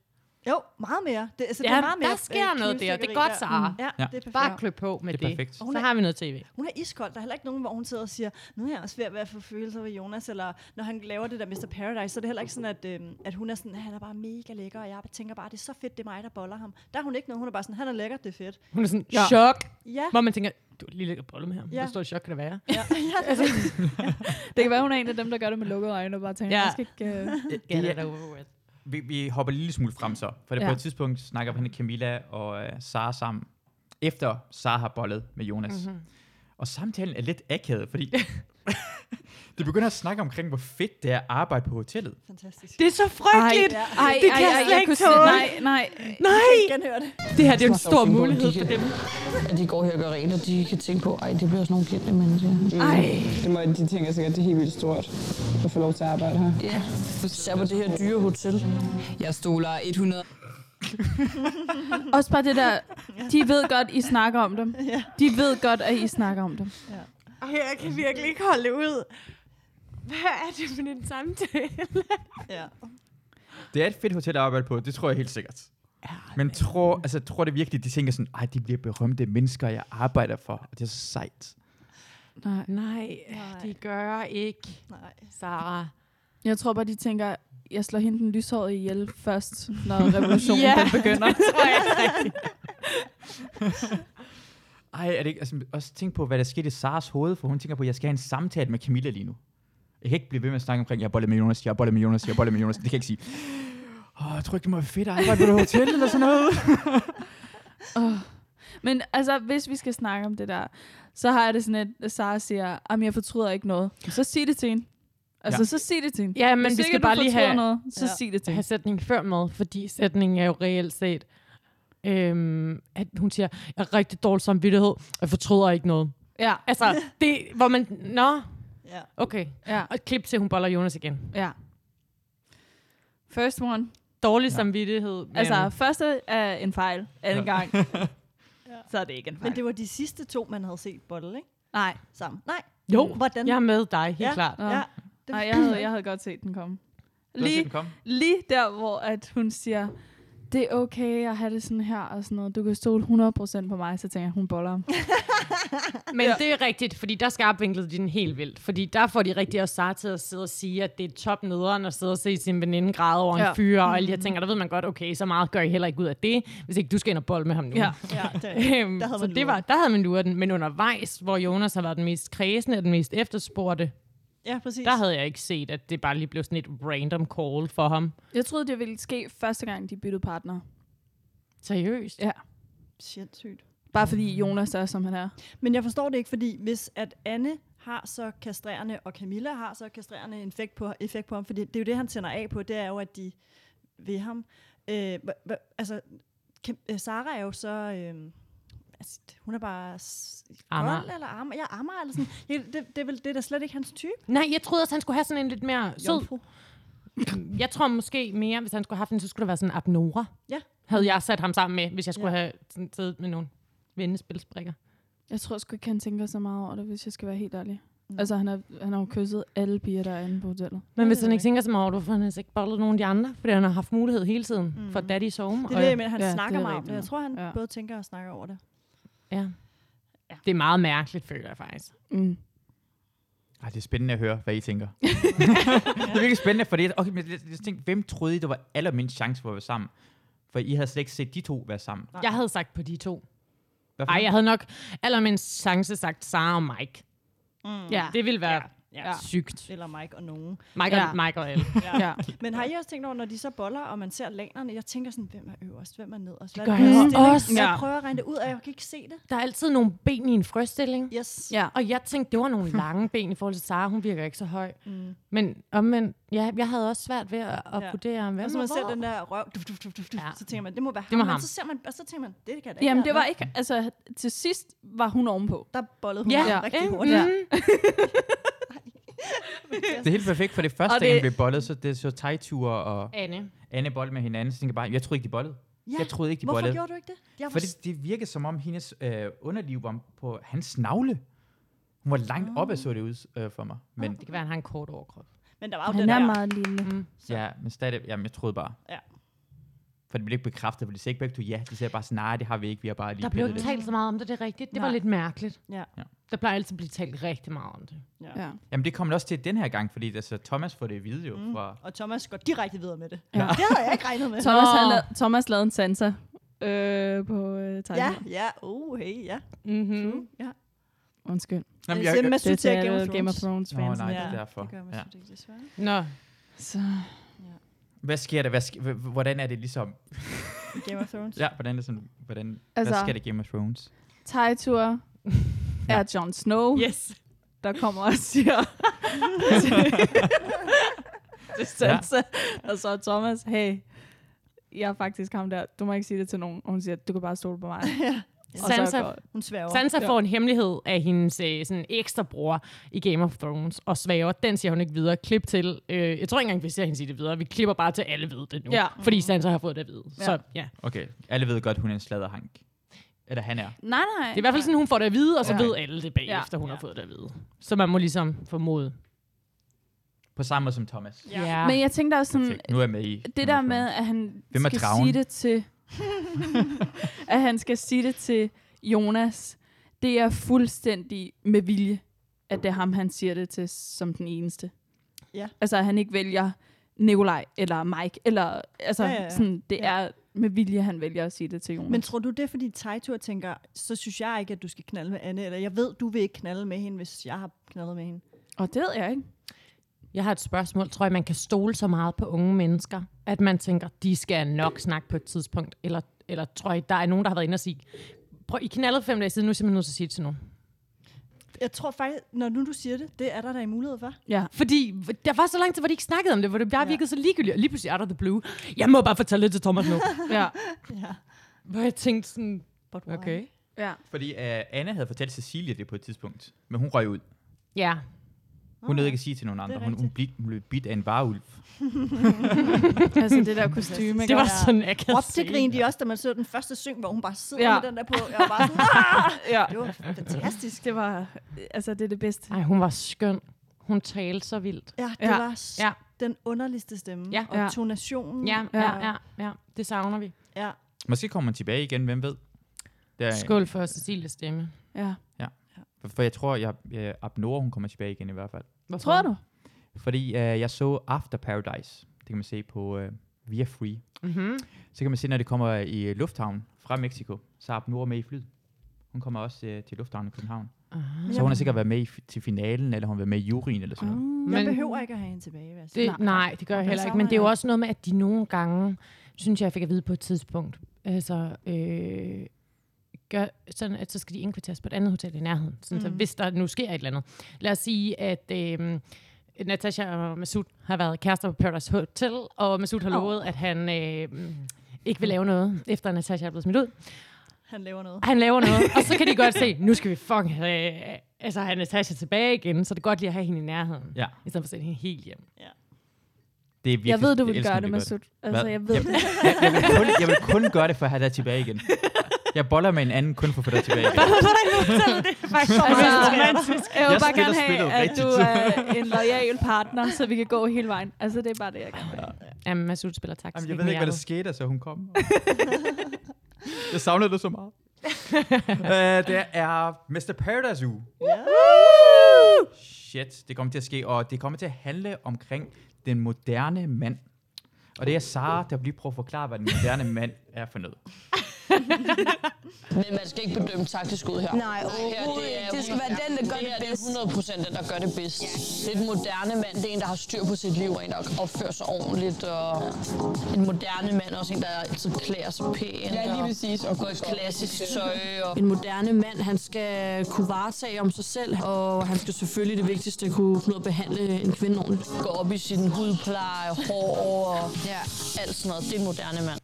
Speaker 4: Jo, meget mere. Det, altså, det
Speaker 2: Ja,
Speaker 4: er meget mere
Speaker 2: der sker
Speaker 4: øh,
Speaker 2: noget der. Det er
Speaker 4: knivstikkeri
Speaker 2: godt, Sara.
Speaker 4: Ja,
Speaker 1: Ja.
Speaker 4: ja, det er perfekt.
Speaker 2: Bare klø på med
Speaker 1: Det
Speaker 2: det.
Speaker 1: er perfekt.
Speaker 2: Så har vi noget tv.
Speaker 4: Hun er iskold. Der er heller ikke nogen, hvor hun sidder og siger, nu er jeg også ved at være for følelser ved Jonas, eller når han laver det der Mr. Paradise, så er det heller ikke sådan, at, øhm, at hun er sådan, han er bare mega lækker, og jeg tænker bare, det er så fedt, det er mig, der boller ham. Der er hun ikke noget. Hun er bare sådan, han er lækker, det er fedt.
Speaker 2: Hun er sådan,
Speaker 3: Ja.
Speaker 2: chok.
Speaker 4: Ja,
Speaker 2: Hvor man tænker, du har lige lægger bolle med ham.
Speaker 4: Ja.
Speaker 2: Ja. Hvor stort chok kan det være?
Speaker 4: Ja, ja,
Speaker 3: Altså, det kan være, hun er en af dem, der gør det med lukkede øjne og bare tænker,
Speaker 2: Ja.
Speaker 3: ja. jeg skal ikke... Uh...
Speaker 2: Ja, det
Speaker 1: det
Speaker 2: er
Speaker 1: er-
Speaker 2: da over with.
Speaker 1: Vi, vi hopper en lille smule frem så, for det ja.
Speaker 3: Ja.
Speaker 1: på et tidspunkt snakker han Camilla og øh, Sara sammen, efter Sara har bollet med
Speaker 2: Mhm.
Speaker 1: Jonas. Mm-hmm. Og samtalen er lidt akavet, fordi de begynder at snakke omkring, hvor fedt det er at arbejde på hotellet.
Speaker 4: fantastisk.
Speaker 2: Det er så frygteligt!
Speaker 4: Ja.
Speaker 3: Ej,
Speaker 2: Det kan jeg slet ikke
Speaker 3: kunne se-
Speaker 2: tåle.
Speaker 3: Nej, nej.
Speaker 2: Nej!
Speaker 4: Jeg kan høre det.
Speaker 2: Det her det er jo en
Speaker 5: Stor
Speaker 2: stor
Speaker 5: symbol.
Speaker 2: mulighed for
Speaker 5: Kigge.
Speaker 2: dem.
Speaker 5: At de går her og gør rent, og de kan tænke på, ej, det bliver sådan nogle kendte mennesker.
Speaker 7: Det må, de tænker sikkert, det er helt vildt stort at få lov til at arbejde her.
Speaker 5: Ja, især på det her dyre hotel. Jeg stoler 100.
Speaker 3: Også bare det der, de ved godt, I snakker om dem.
Speaker 4: Ja.
Speaker 3: De ved godt, at I snakker om dem.
Speaker 2: Ej, jeg kan virkelig ikke holde det ud. Hvad er det for en samtale?
Speaker 4: Ja.
Speaker 1: Det er et fedt hotel at arbejde på, det tror jeg helt sikkert. Men tror, altså, tror det virkelig, de tænker sådan, ej, de bliver berømte mennesker, jeg arbejder for, og det er så sejt.
Speaker 3: Nej.
Speaker 2: Nej,
Speaker 4: Nej.
Speaker 2: de gør ikke,
Speaker 4: Nej.
Speaker 2: Sarah.
Speaker 3: Jeg tror bare, de tænker, jeg slår hende den lyshårede ihjel først, når revolutionen
Speaker 2: Ja.
Speaker 3: den begynder.
Speaker 1: Ej, er det ikke, altså, også tænk på, hvad der skete i Saras hoved, for hun tænker på, at jeg skal have en samtale med Camilla lige nu. Jeg kan ikke blive ved med at snakke omkring, jeg har bollet med Jonas, jeg har bollet med Jonas, jeg har bollet med Jonas. Det kan jeg ikke sige. Åh, jeg tror ikke, det må være fedt at arbejde på et hotel eller sådan noget.
Speaker 3: Åh. Men altså, hvis vi skal snakke om det der, så har jeg det sådan, at Sara siger, at jeg fortryder ikke noget. Så sig det til hende. Altså,
Speaker 1: Ja.
Speaker 3: ja. så sig det til hende.
Speaker 2: Ja, men
Speaker 3: Hvis
Speaker 2: vi
Speaker 3: ikke
Speaker 2: skal
Speaker 3: du
Speaker 2: bare lige
Speaker 3: fortryder
Speaker 2: have,
Speaker 3: noget, så
Speaker 4: Ja.
Speaker 3: ja. sig det til
Speaker 2: have
Speaker 3: hende.
Speaker 2: sætningen før med, fordi sætningen er jo reelt set, øhm, at hun siger, jeg har rigtig dårlig samvittighed, og jeg fortryder ikke noget.
Speaker 3: Ja,
Speaker 2: Altså, det, hvor man, nå,
Speaker 4: Ja.
Speaker 2: okay.
Speaker 3: ja,
Speaker 2: Og et klip til, hun boller Jonas igen.
Speaker 3: ja. First one.
Speaker 2: Dårlig
Speaker 1: Ja.
Speaker 2: ja. samvittighed. Men,
Speaker 3: Altså, første er en fejl. Anden gang. Så er det ikke en fejl.
Speaker 4: Men det var de sidste to, man havde set bolle, ikke?
Speaker 3: Nej,
Speaker 4: Sammen. Nej.
Speaker 2: jo,
Speaker 4: Hvordan?
Speaker 2: jeg er med dig, helt
Speaker 4: Ja.
Speaker 2: ja. klart.
Speaker 3: Nå.
Speaker 4: Ja. Det-
Speaker 3: Nej jeg, havde, jeg havde godt set den komme. Lige, lige der, hvor at hun siger, det er okay at have det sådan her og sådan noget. Du kan stole 100% på mig, så tænker jeg, hun boller ham.
Speaker 2: Men det er rigtigt, fordi der skarpvinklede de den helt vildt. Fordi der får de rigtig også Sara til at sidde og sige, at det er top nederen at sidde og se sin veninde græde over ja.
Speaker 3: Ja.
Speaker 2: en fyr og alle
Speaker 4: Mhm.
Speaker 2: de her ting. Og der ved man godt, okay, så meget gør I heller ikke ud af det, hvis ikke du skal ind og bolle med ham nu.
Speaker 3: Ja.
Speaker 4: Ja, det er rigtigt.
Speaker 2: Øhm,
Speaker 4: Der havde
Speaker 2: så
Speaker 4: man
Speaker 2: det
Speaker 4: luret.
Speaker 2: var, der havde man luret den. Men undervejs, hvor Jonas har været den mest kredsende og den mest efterspurgte,
Speaker 4: ja, præcis.
Speaker 2: der havde jeg ikke set, at det bare lige blev sådan et random call for ham.
Speaker 3: Jeg troede, det ville ske første gang, de byttede partner.
Speaker 2: Seriøst?
Speaker 3: Ja.
Speaker 4: Sindssygt.
Speaker 3: Bare fordi Jonas er, som han er.
Speaker 4: Men jeg forstår det ikke, fordi hvis at Anne har så kastrerende, og Camilla har så kastrerende effekt på, effekt på ham, fordi det er jo det, han tænder af på, det er jo, at de ved ham. Øh, hva- hva- altså, Cam- øh, Sarah er jo så... Øh, altså, hun er bare... s-
Speaker 2: Amager.
Speaker 4: Gold, eller Amager. Ja, Amager eller sådan. Ja, det, det, er vel, det er da slet ikke hans type.
Speaker 2: Nej, jeg troede også, han skulle have sådan en lidt mere sød...
Speaker 4: Jomfru.
Speaker 2: Jeg tror måske mere, hvis han skulle have haft en, så skulle der være sådan en Abnora.
Speaker 4: Ja.
Speaker 2: Havde jeg sat ham sammen med, hvis jeg skulle
Speaker 4: Ja.
Speaker 2: ja. have sådan siddet med nogle vennespilsbrikker.
Speaker 3: Jeg tror sgu ikke, han tænker så meget over det, hvis jeg skal være helt ærlig. Mm. Altså, han har, han har jo kysset alle piger, der er inde på hotellet.
Speaker 2: Men
Speaker 4: ved
Speaker 2: hvis han
Speaker 4: jeg
Speaker 2: ikke tænker så meget over, det, hvorfor har han altså ikke bollet nogen af de andre? Fordi han har haft mulighed hele tiden mm. for daddy's home.
Speaker 4: Det er
Speaker 2: og-
Speaker 4: det, jeg mener, han ja,
Speaker 3: Ja,
Speaker 4: snakker
Speaker 3: det er
Speaker 4: meget om
Speaker 3: rigtigt
Speaker 4: det. Jeg
Speaker 3: nok.
Speaker 4: tror, han ja.
Speaker 3: Ja.
Speaker 4: både tænker og snakker over det.
Speaker 2: ja. Det er meget mærkeligt, føler jeg faktisk.
Speaker 3: Mm.
Speaker 1: Ej, det er spændende at høre, hvad I tænker. det er virkelig spændende, fordi okay, men jeg, jeg tænkte, hvem troede I, der var allermindst chance for at være sammen? For I havde slet ikke set de to være sammen.
Speaker 4: Nej.
Speaker 2: Jeg havde sagt på de to.
Speaker 1: Hvad for
Speaker 2: Ej,
Speaker 1: noget?
Speaker 2: jeg havde nok allermindst chance sagt Sara og Mike.
Speaker 4: Mm.
Speaker 2: Ja. Det ville være
Speaker 4: Ja.
Speaker 2: ja. sygt.
Speaker 4: Eller Mike og nogen.
Speaker 2: Mike,
Speaker 3: Ja.
Speaker 2: og, Mike og Elle.
Speaker 3: Ja.
Speaker 4: Men har I også tænkt over, når de så boller, og man ser lanerne, jeg tænker sådan, hvem er øverst, hvem er nederst? Hvad
Speaker 2: gør
Speaker 4: er deres
Speaker 2: jeg
Speaker 4: stilling?
Speaker 2: også.
Speaker 4: Jeg
Speaker 2: Ja.
Speaker 4: prøver at regne det ud, og jeg kan ikke se det.
Speaker 2: Der er altid nogle ben i en frøstilling.
Speaker 4: Yes.
Speaker 3: ja.
Speaker 2: Og jeg tænkte, det var nogle lange ben i forhold til Sara. Hun virker ikke så høj. Mm. Men omvendt, ja, jeg havde også svært ved at, at
Speaker 4: Ja.
Speaker 2: ja. vurdere, hvem
Speaker 4: Og så man ser
Speaker 2: var
Speaker 4: den der røv, duf, duf, duf, duf, duf,
Speaker 2: Ja.
Speaker 4: så tænker man, det må være
Speaker 2: Det var
Speaker 4: Men
Speaker 2: ham.
Speaker 4: Så ser man, og så tænker man, det kan da
Speaker 3: Jamen,
Speaker 4: ikke
Speaker 3: det
Speaker 4: være
Speaker 3: var ikke... Altså, til sidst var hun ovenpå.
Speaker 4: ham. Der bollede hun
Speaker 2: Ja.
Speaker 4: ja.
Speaker 3: Ja.
Speaker 4: rigtig
Speaker 2: Mm,
Speaker 4: hurtigt.
Speaker 3: Ja.
Speaker 1: Det er helt perfekt, for det første,
Speaker 3: Og
Speaker 1: det... han
Speaker 3: det-
Speaker 1: blev bollet, så det så tegture og
Speaker 2: Anne.
Speaker 1: Anne bold med hinanden. Så tænker jeg bare, jeg troede ikke, de bollede.
Speaker 4: Ja.
Speaker 1: Jeg troede ikke, de
Speaker 4: Hvorfor
Speaker 1: bollede.
Speaker 4: gjorde du ikke det? Jeg var
Speaker 1: Fordi det virkede som om, hendes øh, underliv var på hans navle. Hun var langt oppe, så det ud øh, for mig. Men,
Speaker 2: Det kan være, han har en kort overkrop.
Speaker 4: Men der var jo den
Speaker 3: Han er
Speaker 4: der.
Speaker 3: meget lille.
Speaker 1: ja, men stadig, jamen, jeg troede bare.
Speaker 4: Ja.
Speaker 1: For det blev ikke bekræftet, for de sagde ikke begge to ja. De sagde bare, sådan, nej, det har vi ikke, vi har bare lige
Speaker 2: Der blev
Speaker 1: pillet
Speaker 2: ikke
Speaker 1: det.
Speaker 2: talt så meget om det, det er rigtigt. Det
Speaker 4: Nej.
Speaker 2: var lidt mærkeligt.
Speaker 4: Ja.
Speaker 1: Ja.
Speaker 2: Der plejer altid at blive talt rigtig meget om det.
Speaker 3: Ja.
Speaker 1: Jamen det kom det også til den her gang, fordi altså, Thomas får det at vide jo mm. fra...
Speaker 4: Og Thomas går direkte videre med det.
Speaker 3: Ja.
Speaker 4: Det havde jeg ikke regnet med.
Speaker 3: Thomas,
Speaker 2: Nå.
Speaker 3: han la- Thomas lavede en Sansa øh, på øh, tegnet.
Speaker 4: Ja, ja, uh, hey, ja.
Speaker 2: Mm-hmm.
Speaker 4: Ja.
Speaker 10: Undskyld.
Speaker 1: Jamen,
Speaker 4: jeg- Jamen, jeg synes,
Speaker 10: det
Speaker 4: jeg er Game of
Speaker 10: Game of
Speaker 4: Thrones.
Speaker 10: Thrones
Speaker 1: Nå,
Speaker 10: fans.
Speaker 1: nej, det er
Speaker 4: Ja,
Speaker 1: derfor.
Speaker 4: det gør man
Speaker 1: Ja.
Speaker 4: ja. ikke, desværre.
Speaker 2: Nå.
Speaker 10: Så
Speaker 1: Hvad sker der? Hvad sk- h- h- hvordan er det ligesom?
Speaker 4: Game of Thrones.
Speaker 1: Ja, hvordan er det sådan? Hvordan, altså,
Speaker 3: Altså-
Speaker 1: hvad sker der i Game of Thrones?
Speaker 3: Tejtur er Jon Snow,
Speaker 4: Uh.
Speaker 2: Yes.
Speaker 3: der kommer og siger... til Sansa, og så er Thomas, hey, jeg er faktisk ham der. Du må ikke sige det til nogen. Og hun siger, du kan bare stole på mig.
Speaker 4: ja.
Speaker 3: Og så
Speaker 2: Sansa-
Speaker 3: går-
Speaker 4: Hun sværger.
Speaker 2: Sansa
Speaker 3: Ja.
Speaker 2: får en hemmelighed af hendes øh, sådan ekstra bror i Game of Thrones, og svæver, den siger hun ikke videre. Klip til, øh, jeg tror ikke engang, vi ser hende sige det videre. Vi klipper bare til, alle ved det nu.
Speaker 3: Ja.
Speaker 4: Mm-hmm.
Speaker 2: Fordi Sansa har fået det at vide. Ja. Så ja.
Speaker 1: Okay, alle ved godt, hun er en sladderhank. Eller han er.
Speaker 3: Nej, nej.
Speaker 2: Det er i hvert fald sådan, hun får det at vide, og så
Speaker 1: Ja.
Speaker 2: ved alle det bagefter, hun
Speaker 3: Ja.
Speaker 2: har fået det at vide. Så man må ligesom formode.
Speaker 1: På samme måde som Thomas.
Speaker 4: Ja.
Speaker 3: Men jeg tænkte også sådan,
Speaker 1: Perfekt. Nu er jeg med i.
Speaker 3: det
Speaker 1: Game
Speaker 3: der
Speaker 1: of
Speaker 3: med,
Speaker 1: Thrones.
Speaker 3: at han
Speaker 1: Hvem er
Speaker 3: skal
Speaker 1: dragen?
Speaker 3: sige det til... at han skal sige det til Jonas, det er fuldstændig med vilje, at det er ham, han siger det til som den eneste.
Speaker 4: Ja.
Speaker 3: Altså, at han ikke vælger Nikolaj eller Mike, eller altså,
Speaker 4: Ja, ja, ja.
Speaker 3: Sådan, det
Speaker 4: Ja.
Speaker 3: er med vilje, han vælger at sige det til Jonas.
Speaker 4: Men tror du, det er fordi Tejtur tænker, så synes jeg ikke, at du skal knalde med Anne, eller jeg ved, du vil ikke knalde med hende, hvis jeg har knaldet med hende.
Speaker 3: Og det ved jeg ikke.
Speaker 2: Jeg har et spørgsmål. Tror jeg, man kan stole så meget på unge mennesker, at man tænker, de skal nok snakke på et tidspunkt? Eller, eller tror jeg, der er nogen, der har været inde og sige, prøv, I knaldede for fem dage siden, nu er jeg simpelthen nødt til at sige det til nogen.
Speaker 4: Jeg tror faktisk, når nu du siger det, det er der da en mulighed for.
Speaker 3: Ja.
Speaker 2: Fordi der var så lang tid, hvor de ikke snakkede om det, hvor det bare virkede så ligegyldigt. Og lige pludselig out of the blue. Jeg må bare fortælle det til Thomas nu.
Speaker 3: ja.
Speaker 4: Ja.
Speaker 2: hvor jeg tænkte sådan,
Speaker 4: But why?
Speaker 2: okay.
Speaker 3: ja.
Speaker 1: Fordi uh, Anna havde fortalt Cecilie det på et tidspunkt, men hun røg ud.
Speaker 2: Ja,
Speaker 1: Hun nåede ikke at sige til nogen andre. Hun, hun,
Speaker 4: rigtigt.
Speaker 1: blev, hun blev bidt af en varulv.
Speaker 3: Altså, det der kostyme.
Speaker 2: det var
Speaker 4: Ja.
Speaker 2: sådan, jeg kan
Speaker 4: Råbte grinede de også, da man så den første syng, hvor hun bare sidder
Speaker 3: Ja.
Speaker 4: ja. med den der på. Jeg var bare sådan,
Speaker 3: ja.
Speaker 4: "Ah!" det var fantastisk.
Speaker 3: Det var, altså, det er det bedste.
Speaker 2: Nej, hun var skøn. Hun talte så vildt.
Speaker 4: Ja, det
Speaker 3: Ja.
Speaker 4: ja. var s-
Speaker 2: Ja.
Speaker 4: ja. den underligste stemme.
Speaker 2: Ja.
Speaker 4: Ja.
Speaker 3: Ja.
Speaker 4: Og tonationen.
Speaker 2: Ja,
Speaker 3: Ja.
Speaker 2: ja, ja, ja. Det savner vi.
Speaker 4: ja.
Speaker 1: Måske kommer man tilbage igen, hvem ved? Der,
Speaker 2: Skål for Cecilies stemme.
Speaker 3: Ja.
Speaker 1: For, for jeg tror, jeg, jeg Abnora, hun kommer tilbage igen i hvert fald.
Speaker 2: Hvorfor?
Speaker 3: Tror du?
Speaker 1: Fordi øh, jeg så After Paradise. Det kan man se på øh, Via Free.
Speaker 2: Mm-hmm.
Speaker 1: Så kan man se, når det kommer i øh, lufthavnen fra Mexico, så er Abnora med i flyet. Hun kommer også øh, til lufthavnen i København. Så hun har sikkert været med i, fi- til finalen, eller hun har været med i juryen eller sådan
Speaker 3: Ah.
Speaker 1: noget.
Speaker 4: Jeg
Speaker 2: Men
Speaker 4: behøver ikke at have hende tilbage. vil jeg sige.
Speaker 2: det, nej, det gør jeg
Speaker 4: Den
Speaker 2: heller ikke.
Speaker 4: savner
Speaker 2: Men det er jo
Speaker 4: jeg.
Speaker 2: også noget med, at de nogle gange, synes jeg, jeg fik at vide på et tidspunkt, altså, øh, gør sådan, at så skal de indkvarteres på et andet hotel i nærheden. Sådan, mm. så
Speaker 4: Mm.
Speaker 2: hvis der nu sker et eller andet. Lad os sige, at øh, Natasha og Masud har været kærester på Paradise Hotel, og Masud har
Speaker 3: Åh.
Speaker 2: lovet, at han øh, ikke vil lave noget, efter at Natasha er blevet smidt ud.
Speaker 4: Han laver noget.
Speaker 2: Han laver noget, og så kan de godt se, nu skal vi fucking have, altså have Natasha tilbage igen, så det er godt lige at have hende i nærheden,
Speaker 1: Ja,
Speaker 2: i stedet for at sende hende helt hjem.
Speaker 1: det er virkelig,
Speaker 3: Jeg ved, du
Speaker 1: jeg
Speaker 3: vil
Speaker 1: elsker,
Speaker 3: gøre
Speaker 1: når
Speaker 3: det,
Speaker 1: de gør
Speaker 3: Masud. Altså,
Speaker 1: Hvad?
Speaker 3: jeg ved det.
Speaker 1: Jeg, jeg, vil kun, jeg vil kun gøre det, for at have dig tilbage igen. Jeg boller med en anden, kun for at få dig tilbage igen.
Speaker 2: Faktisk,
Speaker 3: Altså, jeg vil
Speaker 1: Jeg
Speaker 3: bare
Speaker 1: spiller
Speaker 3: gerne have,
Speaker 1: spillet
Speaker 3: at
Speaker 1: rigtigt.
Speaker 3: du er en lojal partner, så vi kan gå hele vejen. Altså, det er bare det, jeg gerne vil.
Speaker 2: Jamen, Masud spiller taktisk.
Speaker 1: Jamen, jeg ved ikke, hvad der skete, så hun kom. jeg savnede det så meget. uh, det er Mr. Paradise Uge.
Speaker 4: Ja.
Speaker 1: Shit, det kommer til at ske, og det kommer til at handle omkring den moderne mand. Og det er Sara, der lige prøver at forklare, hvad den moderne mand er for noget.
Speaker 7: Men man skal ikke bedømme taktisk ud her.
Speaker 5: Nej, overhovedet ikke. Det skal være den, der gør det bedst.
Speaker 7: 100% den, der gør det bedst. Det er en moderne mand, det er en, der har styr på sit liv, og en, der opfører sig ordentligt. Og en moderne mand er også en, der altid klæder sig pænt. Ja, lige præcis. Og går i klassisk tøj. Og... En moderne mand, han skal kunne varetage om sig selv, og han skal selvfølgelig det vigtigste kunne finde ud af at behandle en kvinde ordentligt. Gå op i sin hudpleje, hår og ja. alt sådan noget. Det er en moderne mand.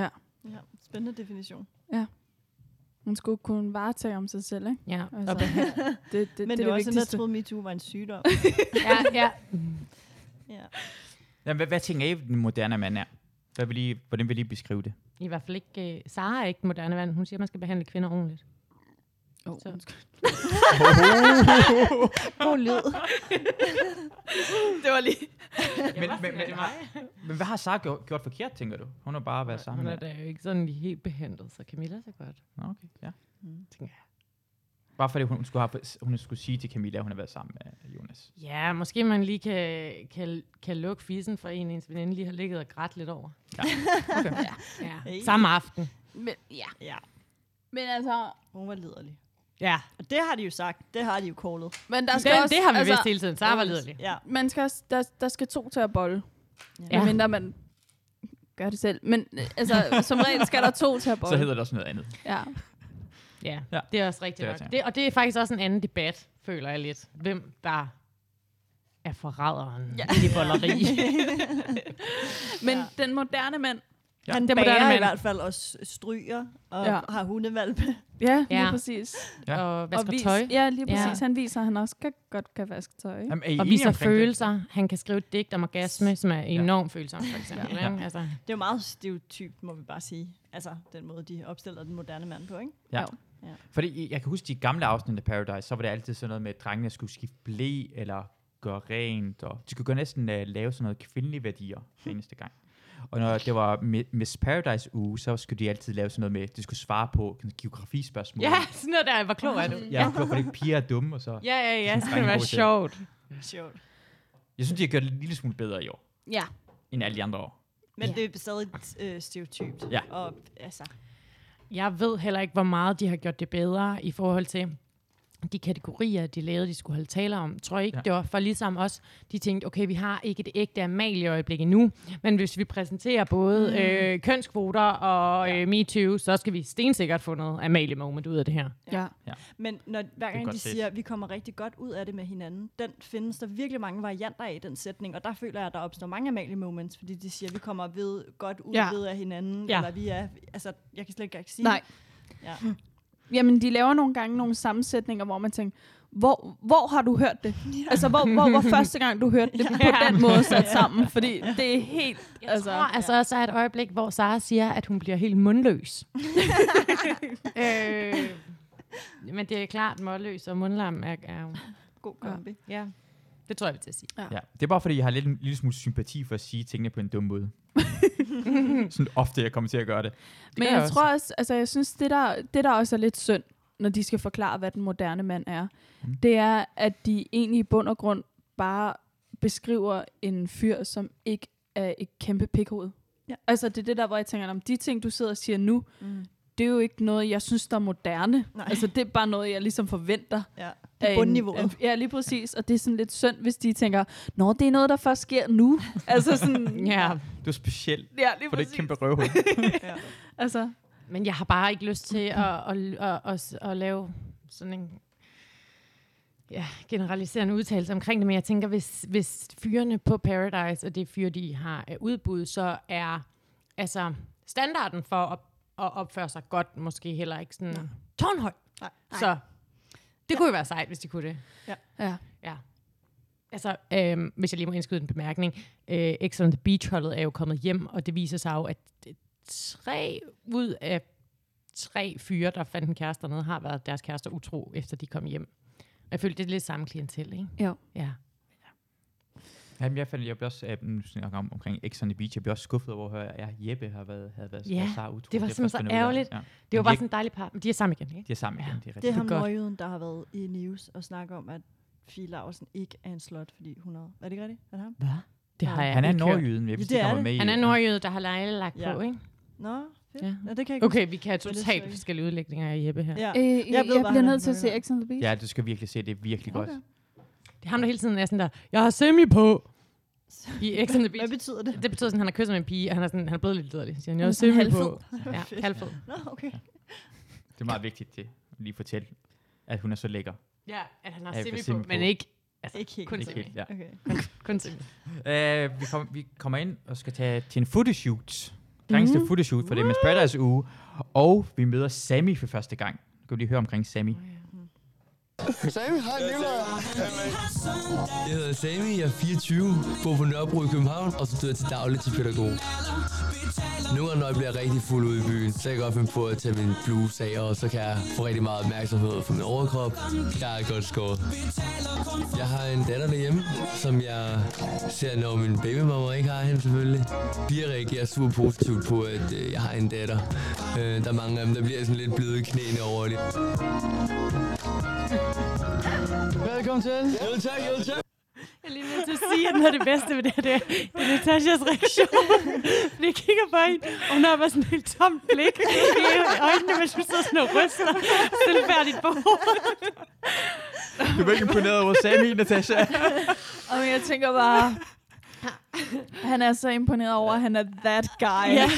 Speaker 3: Ja.
Speaker 4: ja. Spændende definition.
Speaker 3: Hun skulle kunne varetage om sig selv, ikke?
Speaker 2: Ja,
Speaker 3: Altså,
Speaker 2: og behag-
Speaker 3: det, det, det,
Speaker 4: Men det, var
Speaker 3: er det
Speaker 4: også en, der
Speaker 3: vigtigste.
Speaker 4: troede, MeToo var en sygdom.
Speaker 2: ja, ja.
Speaker 4: ja.
Speaker 1: Jamen, hvad, hvad tænker I, den moderne mand er? Hvad vil I, hvordan vil I beskrive det?
Speaker 2: I hvert fald ikke, øh, Sara er ikke moderne vand. Hun siger, at man skal behandle kvinder ordentligt.
Speaker 3: Oh,
Speaker 2: Så.
Speaker 4: God lyd.
Speaker 3: det var lige...
Speaker 1: Men, men, men, men, men hvad har Sara gjort, gjort forkert, tænker du? Hun har bare været sammen
Speaker 2: Hun er
Speaker 1: med...
Speaker 2: da jo ikke sådan lige helt behandlet, så Camilla er så godt.
Speaker 1: Nå, okay, ja.
Speaker 2: Tænker jeg.
Speaker 1: Bare fordi hun skulle, have, hun skulle sige til Camilla, at hun har været sammen med øh, Jonas.
Speaker 2: Ja, måske man lige kan, kan, kan lukke fisen for en, ens veninde lige har ligget og grædt lidt over.
Speaker 1: Ja.
Speaker 2: Okay. ja. ja. Samme aften.
Speaker 3: Men, ja.
Speaker 4: Ja.
Speaker 3: Men altså,
Speaker 4: Hun var liderlig.
Speaker 2: Ja,
Speaker 4: Og det har de jo sagt. Det har de jo callet.
Speaker 3: Men der
Speaker 2: den,
Speaker 3: skal også,
Speaker 2: det har vi altså, vidst hele tiden. Sara var lidelig.
Speaker 4: Ja.
Speaker 3: Man skal også, der, der skal to til at bolle.
Speaker 2: Ja.
Speaker 3: Ja. Mindre man gør det selv. Men øh, altså, som regel skal der to til at bolle.
Speaker 1: Så hedder det også noget
Speaker 2: Mm.
Speaker 1: andet.
Speaker 3: ja.
Speaker 2: Ja,
Speaker 1: Ja.
Speaker 2: det er også rigtigt
Speaker 1: Det er
Speaker 2: det nok.
Speaker 1: rigtigt.
Speaker 2: Det, og det er faktisk også en anden debat, føler jeg lidt. Hvem der er forræderen ja. i det bolleri.
Speaker 3: Men ja. den moderne mand.
Speaker 1: Ja.
Speaker 4: Han
Speaker 2: Det
Speaker 4: det
Speaker 2: må der
Speaker 4: bager
Speaker 2: være.
Speaker 4: i hvert fald og s- stryger og
Speaker 3: Ja.
Speaker 4: ja. har hundevalpe.
Speaker 3: Ja, lige
Speaker 2: Ja.
Speaker 3: præcis.
Speaker 1: Ja.
Speaker 2: Og vasker
Speaker 3: og vis,
Speaker 2: tøj.
Speaker 3: Ja, lige
Speaker 2: Ja.
Speaker 3: præcis. Ja. Han viser, at han også kan, godt kan vaske tøj. ikke?
Speaker 1: Jamen, er I
Speaker 2: Og
Speaker 1: enige
Speaker 2: viser
Speaker 1: omkring det?
Speaker 2: følelser. Han kan skrive et digt om orgasme, som er enormt følsom, for eksempel.
Speaker 1: Ja.
Speaker 2: Ja. Altså,
Speaker 4: Det er jo meget stereotypt, må vi bare sige. Altså, den måde, de opstiller den moderne mand på, ikke?
Speaker 1: Ja.
Speaker 3: Jo.
Speaker 1: ja.
Speaker 4: Ja.
Speaker 1: Fordi jeg kan huske de gamle afsnit af Paradise, så var det altid sådan noget med, at drengene skulle skifte blæ eller gøre rent, og de skulle gøre næsten uh, lave sådan noget kvindelige værdier
Speaker 2: Hm.
Speaker 1: hver eneste gang. Og når det var Mi- Miss Paradise uge, så skulle de altid lave sådan noget med, at de skulle svare på geografispørgsmål.
Speaker 2: ja, sådan noget der. Hvor klog er du?
Speaker 1: Ja, for fordi piger er dumme, og så... Ja.
Speaker 2: Ja, ja, ja.
Speaker 1: Det
Speaker 2: Så
Speaker 1: er
Speaker 2: kan det
Speaker 1: en
Speaker 2: være
Speaker 1: god idé.
Speaker 2: sjovt.
Speaker 4: Sjovt.
Speaker 1: Jeg synes, de har gjort det en lille smule bedre i år,
Speaker 2: Ja.
Speaker 1: end alle de andre år.
Speaker 4: Men
Speaker 2: Ja.
Speaker 4: ja. det er stadig øh, stereotypt.
Speaker 1: Ja.
Speaker 4: Og, altså,
Speaker 2: Jeg ved heller ikke, hvor meget de har gjort det bedre i forhold til de kategorier, de lavede, de skulle holde taler om. Tror jeg ikke,
Speaker 1: Ja.
Speaker 2: ja. det var for ligesom os, de tænkte, okay, vi har ikke et ægte Amalie-øjeblik endnu, men hvis vi præsenterer både mm. øh, kønskvoter og ja. øh, MeToo, så skal vi stensikkert få noget Amalie-moment ud af det her.
Speaker 3: Ja.
Speaker 4: men når, hver gang
Speaker 1: godt
Speaker 4: de
Speaker 1: set.
Speaker 4: siger, at vi kommer rigtig godt ud af det med hinanden, den findes der virkelig mange varianter af i den sætning, og der føler jeg, at der opstår mange amalie moments, fordi de siger, at vi kommer ved, godt ud
Speaker 3: Ja.
Speaker 4: ja. ved af hinanden,
Speaker 2: Ja.
Speaker 4: ja. eller vi er, altså, jeg kan slet ikke sige
Speaker 3: Nej.
Speaker 4: Ja.
Speaker 3: Jamen, de laver nogle gange nogle sammensætninger, hvor man tænker, hvor, hvor har du hørt det? Ja. Altså, hvor, hvor var første gang, du hørte det ja. på den måde sat sammen? Fordi det er helt...
Speaker 2: Jeg altså, tror altså også, der er et øjeblik, hvor Sara siger, at hun bliver helt mundløs. øh, men det er klart, mundløs og mundlam er, er jo...
Speaker 4: god kombi. Ja.
Speaker 2: Ja, det tror jeg, vi til at sige.
Speaker 1: Ja. Det er bare, fordi jeg har lidt en lille smule sympati for at sige tingene på en dum måde. sådan ofte, jeg kommer til at gøre det.
Speaker 3: Men
Speaker 1: gør
Speaker 3: jeg,
Speaker 1: jeg
Speaker 3: tror også, altså jeg synes, det der, det der også er lidt synd, når de skal forklare, hvad den moderne mand er, mm. det er, at de egentlig i bund og grund bare beskriver en fyr, som ikke er et kæmpe pikhoved.
Speaker 4: Ja.
Speaker 3: Altså det er det der, hvor jeg tænker, om de ting, du sidder og siger nu, mm. det er jo ikke noget, jeg synes, der er moderne.
Speaker 4: Nej.
Speaker 3: Altså det er bare noget, jeg ligesom forventer.
Speaker 4: ja.
Speaker 3: af
Speaker 4: Det er
Speaker 3: en-
Speaker 4: bundniveauet.
Speaker 3: af- Ja, lige præcis. Og det er sådan lidt synd, hvis de tænker, nå, det er noget, der først sker nu. altså sådan,
Speaker 2: Ja,
Speaker 1: Det var specielt,
Speaker 3: ja, lige
Speaker 1: for det er et
Speaker 3: præcis.
Speaker 1: kæmpe røvhul.
Speaker 3: Altså,
Speaker 2: men jeg har bare ikke lyst til at, at, at, at, at lave sådan en ja, generaliserende udtalelse omkring det, men jeg tænker, hvis, hvis fyrene på Paradise, og det fyre, de har af udbud, så er altså standarden for at, at opføre sig godt måske heller ikke sådan tårnhøj.
Speaker 4: Nej.
Speaker 2: Så det kunne jo være sejt, hvis de kunne det.
Speaker 3: ja.
Speaker 2: Ja. Altså, øhm, hvis jeg lige må indskyde en bemærkning. Øh, X on the Beach-holdet er jo kommet hjem, og det viser sig jo, at øh, tre ud af tre fyre, der fandt en kæreste dernede, har været deres kærester utro, efter de kom hjem. Og Jeg følte, det er lidt samme klientel, ikke?
Speaker 3: Jo.
Speaker 2: Ja.
Speaker 1: Jamen, jeg, fandt, jeg blev også, øh, nu snakker jeg om, omkring X on the Beach, jeg blev også skuffet over, at høre, at jeg, Jeppe har været, havde været
Speaker 2: Ja,
Speaker 1: været Sara utro.
Speaker 2: det var
Speaker 1: er
Speaker 2: simpelthen
Speaker 1: først
Speaker 2: så
Speaker 1: fundet ud af.
Speaker 2: ærgerligt.
Speaker 1: Ja.
Speaker 2: Det var
Speaker 1: Men
Speaker 2: bare
Speaker 1: de-
Speaker 2: sådan en dejlig par. Men de er sammen igen, ikke?
Speaker 1: De er sammen igen, det er
Speaker 4: Det er
Speaker 1: rigtigt.
Speaker 4: ham
Speaker 2: godt.
Speaker 4: Nordjyden, der har været i News og snakker om, at Fie Larsen ikke er en slot, fordi hun er... Er det ikke rigtigt? Er det ham?
Speaker 2: Hvad? Det har jeg
Speaker 1: Han er
Speaker 2: ikke hørt.
Speaker 1: nordjyden, jeg
Speaker 4: Ja,
Speaker 1: vidste,
Speaker 4: det
Speaker 1: ikke,
Speaker 4: er
Speaker 1: han var
Speaker 4: det.
Speaker 1: med i.
Speaker 2: Han er nordjyde, der har lejle lagt
Speaker 4: Ja.
Speaker 2: på, ikke?
Speaker 4: Nå, fedt.
Speaker 2: Ja.
Speaker 4: Ja. Nå, det kan jeg ikke
Speaker 2: Okay, vi kan have
Speaker 4: Det er lidt
Speaker 2: totalt
Speaker 4: sørgeligt.
Speaker 2: forskellige udlægninger af Jeppe her.
Speaker 4: huske. Ja.
Speaker 3: Øh, jeg, jeg,
Speaker 4: ved bare,
Speaker 3: bliver
Speaker 4: han er
Speaker 3: nødt til at
Speaker 4: mørkhåret.
Speaker 3: se X on the Beach.
Speaker 1: Ja, du skal virkelig se, det er virkelig godt.
Speaker 2: Det er ham, der hele tiden er sådan der, jeg har semi på i X on the Beach.
Speaker 4: Hvad betyder det?
Speaker 2: Det betyder sådan, at han har kysset med en pige, og han er, sådan, han er blevet lidt liderlig. Siger han, jeg er
Speaker 3: er sådan
Speaker 2: simpelthen på.
Speaker 3: halvfed."
Speaker 2: Ja, halvfed.
Speaker 4: Nå, okay.
Speaker 1: Det er meget vigtigt, det at lige fortælle, at hun er så lækker.
Speaker 2: Ja, at han har
Speaker 1: Ja,
Speaker 2: semi
Speaker 1: semi
Speaker 2: på,
Speaker 1: på.
Speaker 2: men ikke altså,
Speaker 4: Ikke helt.
Speaker 2: kun
Speaker 1: Ikke
Speaker 2: semi.
Speaker 1: helt, ja.
Speaker 4: Okay.
Speaker 2: Kun semi.
Speaker 1: Øh, vi, kom, vi kommer ind og skal tage til en photoshoot. Drengens mm-hmm. photoshoot for det med Spreaders uge. Og vi møder Sammy for første gang. Nu kan vi lige høre omkring Sammy.
Speaker 8: Sami, hej Nicolaj. Jeg hedder Sami, jeg er 24, bor på Nørrebro i København og studerer til daglig til pædagog. Nogle gange, når jeg bliver rigtig fuld ude i byen, så kan jeg godt finde på at tage min bluse af, og så kan jeg få rigtig meget opmærksomhed fra min overkrop. Jeg er godt skåret. Jeg har en datter derhjemme, som jeg ser, når min babymamma ikke har hende selvfølgelig. De reagerer super positivt på, at øh, jeg har en datter. Øh, Der er mange af dem, der bliver sådan lidt bløde i knæene over det. Velkommen til. Jo tak, jo tak.
Speaker 2: Jeg er lige nødt til at sige, at noget af det bedste ved det her, det er, det er Natashas reaktion. Fordi jeg kigger på hende, og hun har bare sådan et helt tomt blik i øjnene, mens hun sidder sådan og ryster stilfærdigt på hovedet.
Speaker 1: Du var ikke imponeret over Sami, Natasha.
Speaker 3: Og jeg tænker bare, han er så imponeret over, at han er that guy.
Speaker 2: Ja.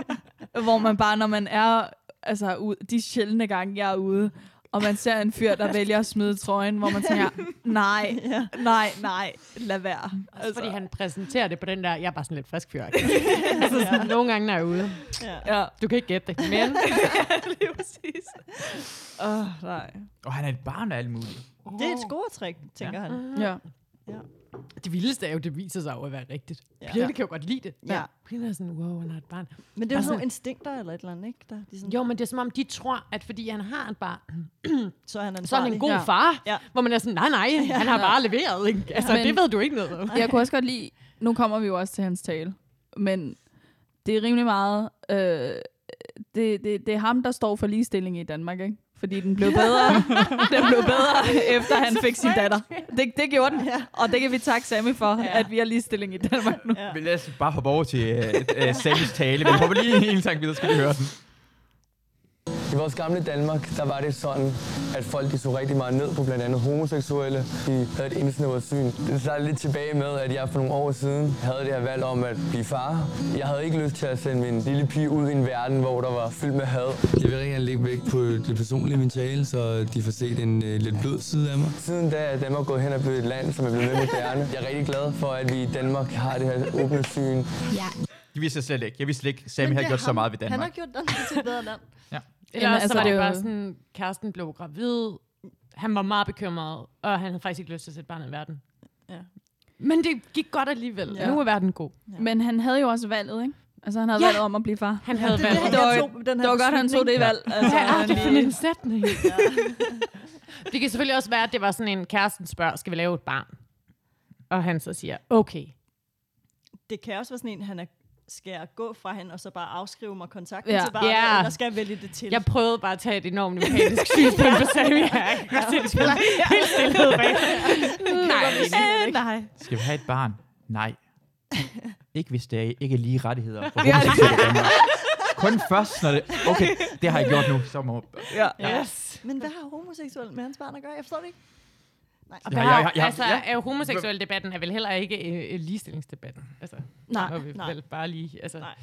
Speaker 3: Hvor man bare, når man er, altså ud, de sjældne gange, jeg er ude, og man ser en fyr, der vælger at smide trøjen, hvor man tænker, nej,
Speaker 4: Ja.
Speaker 3: nej, nej, lad være.
Speaker 2: Altså. Fordi han præsenterer det på den der, jeg er bare sådan lidt frisk fyr. ikke? altså sådan, nogle gange, når jeg er ude.
Speaker 4: Ja.
Speaker 3: Ja,
Speaker 2: Du kan ikke gætte det, men...
Speaker 3: lige præcis. Åh, oh, nej.
Speaker 1: Og han er et barn af alt muligt.
Speaker 4: Det er et scoretræk, tænker han.
Speaker 3: Ja.
Speaker 2: Det vildeste er jo, det viser sig jo at være rigtigt. Ja.
Speaker 4: Ja.
Speaker 2: Pigerne kan jo godt lide det.
Speaker 4: Ja.
Speaker 2: Pigerne er sådan, wow, han har et barn.
Speaker 4: Men det er jo
Speaker 2: Altså-
Speaker 4: sådan nogle instinkter eller et eller andet, ikke? Der, de sådan,
Speaker 2: Jo, men det er som om, de tror, at fordi han har et barn,
Speaker 4: så er han
Speaker 2: så er han en
Speaker 4: ansvarlig.
Speaker 2: god
Speaker 3: Ja.
Speaker 2: far.
Speaker 4: Ja.
Speaker 2: Hvor man er sådan, nej, nej, han har bare leveret. Ikke? Altså,
Speaker 3: Men-
Speaker 2: det ved du ikke noget om.
Speaker 3: Jeg kunne også godt lide, nu kommer vi jo også til hans tale, men det er rimelig meget, øh, det, det, det er ham, der står for ligestilling i Danmark, ikke? Fordi den blev bedre, den blev bedre efter han fik sin datter. Det, det gjorde den, og det kan vi takke Sammy for, ja. at vi har ligestilling i Danmark nu.
Speaker 1: Men lad os bare hoppe over til uh, uh, Samis tale. Vi hopper lige en sang videre, skal vi høre den.
Speaker 8: I vores gamle Danmark, der var det sådan, at folk de så rigtig meget ned på blandt andet homoseksuelle. De havde et indsnævret syn. Det startede lidt tilbage med, at jeg for nogle år siden havde det her valg om at blive far. Jeg havde ikke lyst til at sende min lille pige ud i en verden, hvor der var fyldt med had. Jeg vil rigtig gerne lægge vægt på det personlige i min tale, så de får set en øh, lidt blød side af mig. Siden da er Danmark gået hen og blevet et land, som er blevet mere moderne. Jeg er rigtig glad for, at vi i Danmark har det her åbne syn.
Speaker 1: Det vidste jeg slet ikke. Jeg vidste slet ikke, Sami havde gjort så meget ved
Speaker 10: Han har
Speaker 1: Danmark.
Speaker 10: gjort Danmark til et bedre land.
Speaker 2: Eller
Speaker 3: Jamen,
Speaker 2: også,
Speaker 3: altså,
Speaker 2: så var
Speaker 3: det
Speaker 2: det
Speaker 3: er
Speaker 2: bare
Speaker 3: jo-
Speaker 2: sådan, kæresten blev gravid, han var meget bekymret, og han havde faktisk ikke lyst til at sætte barnet i verden.
Speaker 4: Ja.
Speaker 2: Men det gik godt alligevel. Ja.
Speaker 4: Ja.
Speaker 2: Nu er verden god.
Speaker 3: Men han havde jo også valget, ikke? Altså han havde
Speaker 2: Ja.
Speaker 3: ja. valget om at blive far.
Speaker 2: Han havde
Speaker 4: Det er
Speaker 2: valgt.
Speaker 4: det,
Speaker 3: Det var
Speaker 4: han
Speaker 3: jo-
Speaker 4: tog, den her
Speaker 3: Det var godt, han tog det
Speaker 4: beslutning.
Speaker 3: valg. Altså,
Speaker 2: Ja,
Speaker 3: han
Speaker 2: det er
Speaker 3: lige-
Speaker 2: en sætning. det kan selvfølgelig også være, at det var sådan en kæresten spørger, skal vi lave et barn? Og han så siger, okay.
Speaker 4: Det kan også være sådan en, han er skal jeg gå fra hende og så bare afskrive mig kontakten
Speaker 3: Ja.
Speaker 4: til barnet,
Speaker 2: Ja.
Speaker 4: eller skal jeg vælge det til?
Speaker 2: Jeg prøvede bare at tage et enormt mekanisk synspunkt på Sammy her. Jeg kan godt se, det spiller helt stillhed bag. Nej,
Speaker 3: Øh, nej.
Speaker 1: Skal vi have et barn? Nej. Ikke hvis det er ikke er lige rettigheder for homoseksuelle i Danmark. Kun først, når det... Okay, det har jeg gjort nu. Så må...
Speaker 3: Ja.
Speaker 2: yes.
Speaker 4: Men hvad har homoseksuel med hans barn at gøre? Jeg forstår det ikke.
Speaker 2: Og
Speaker 1: Ja,
Speaker 2: hvad
Speaker 1: ja,
Speaker 2: har,
Speaker 1: ja, ja,
Speaker 2: altså,
Speaker 1: ja.
Speaker 2: er jo homoseksuel debatten er vel heller ikke øh, øh, ligestillingsdebatten. Altså,
Speaker 4: Nej,
Speaker 2: må vi
Speaker 4: nej.
Speaker 2: vel bare lige... Altså,
Speaker 4: Nej.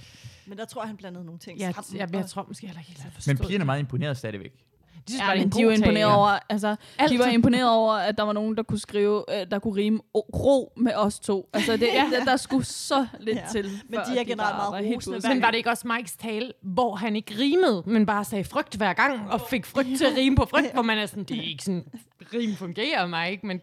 Speaker 4: Men der tror jeg, han blandede nogle ting
Speaker 2: jeg,
Speaker 4: sammen.
Speaker 2: jeg, jeg
Speaker 4: og-
Speaker 2: tror måske heller ikke helt, jeg forstod
Speaker 1: Men pigerne er meget imponeret stadigvæk.
Speaker 2: det. De synes bare,
Speaker 3: Ja,
Speaker 2: det er en
Speaker 3: men de er jo
Speaker 2: god tale.
Speaker 3: imponeret over, altså, de var
Speaker 2: Altid.
Speaker 3: imponeret over, at der var nogen, der kunne skrive, øh, der kunne rime o- ro med os to. Altså, det, ja. der, der skulle så lidt ja.
Speaker 4: Ja.
Speaker 3: til.
Speaker 4: Men
Speaker 3: før
Speaker 4: de er generelt
Speaker 3: var-
Speaker 4: meget
Speaker 3: var helt
Speaker 4: rosende
Speaker 3: ude.
Speaker 4: hver
Speaker 2: Men var det ikke også Mikes tale, hvor han ikke rimede, men bare sagde frygt hver gang, og fik frygt til at rime på frygt, hvor man er sådan, det er ikke sådan, rim fungerer, Mike, men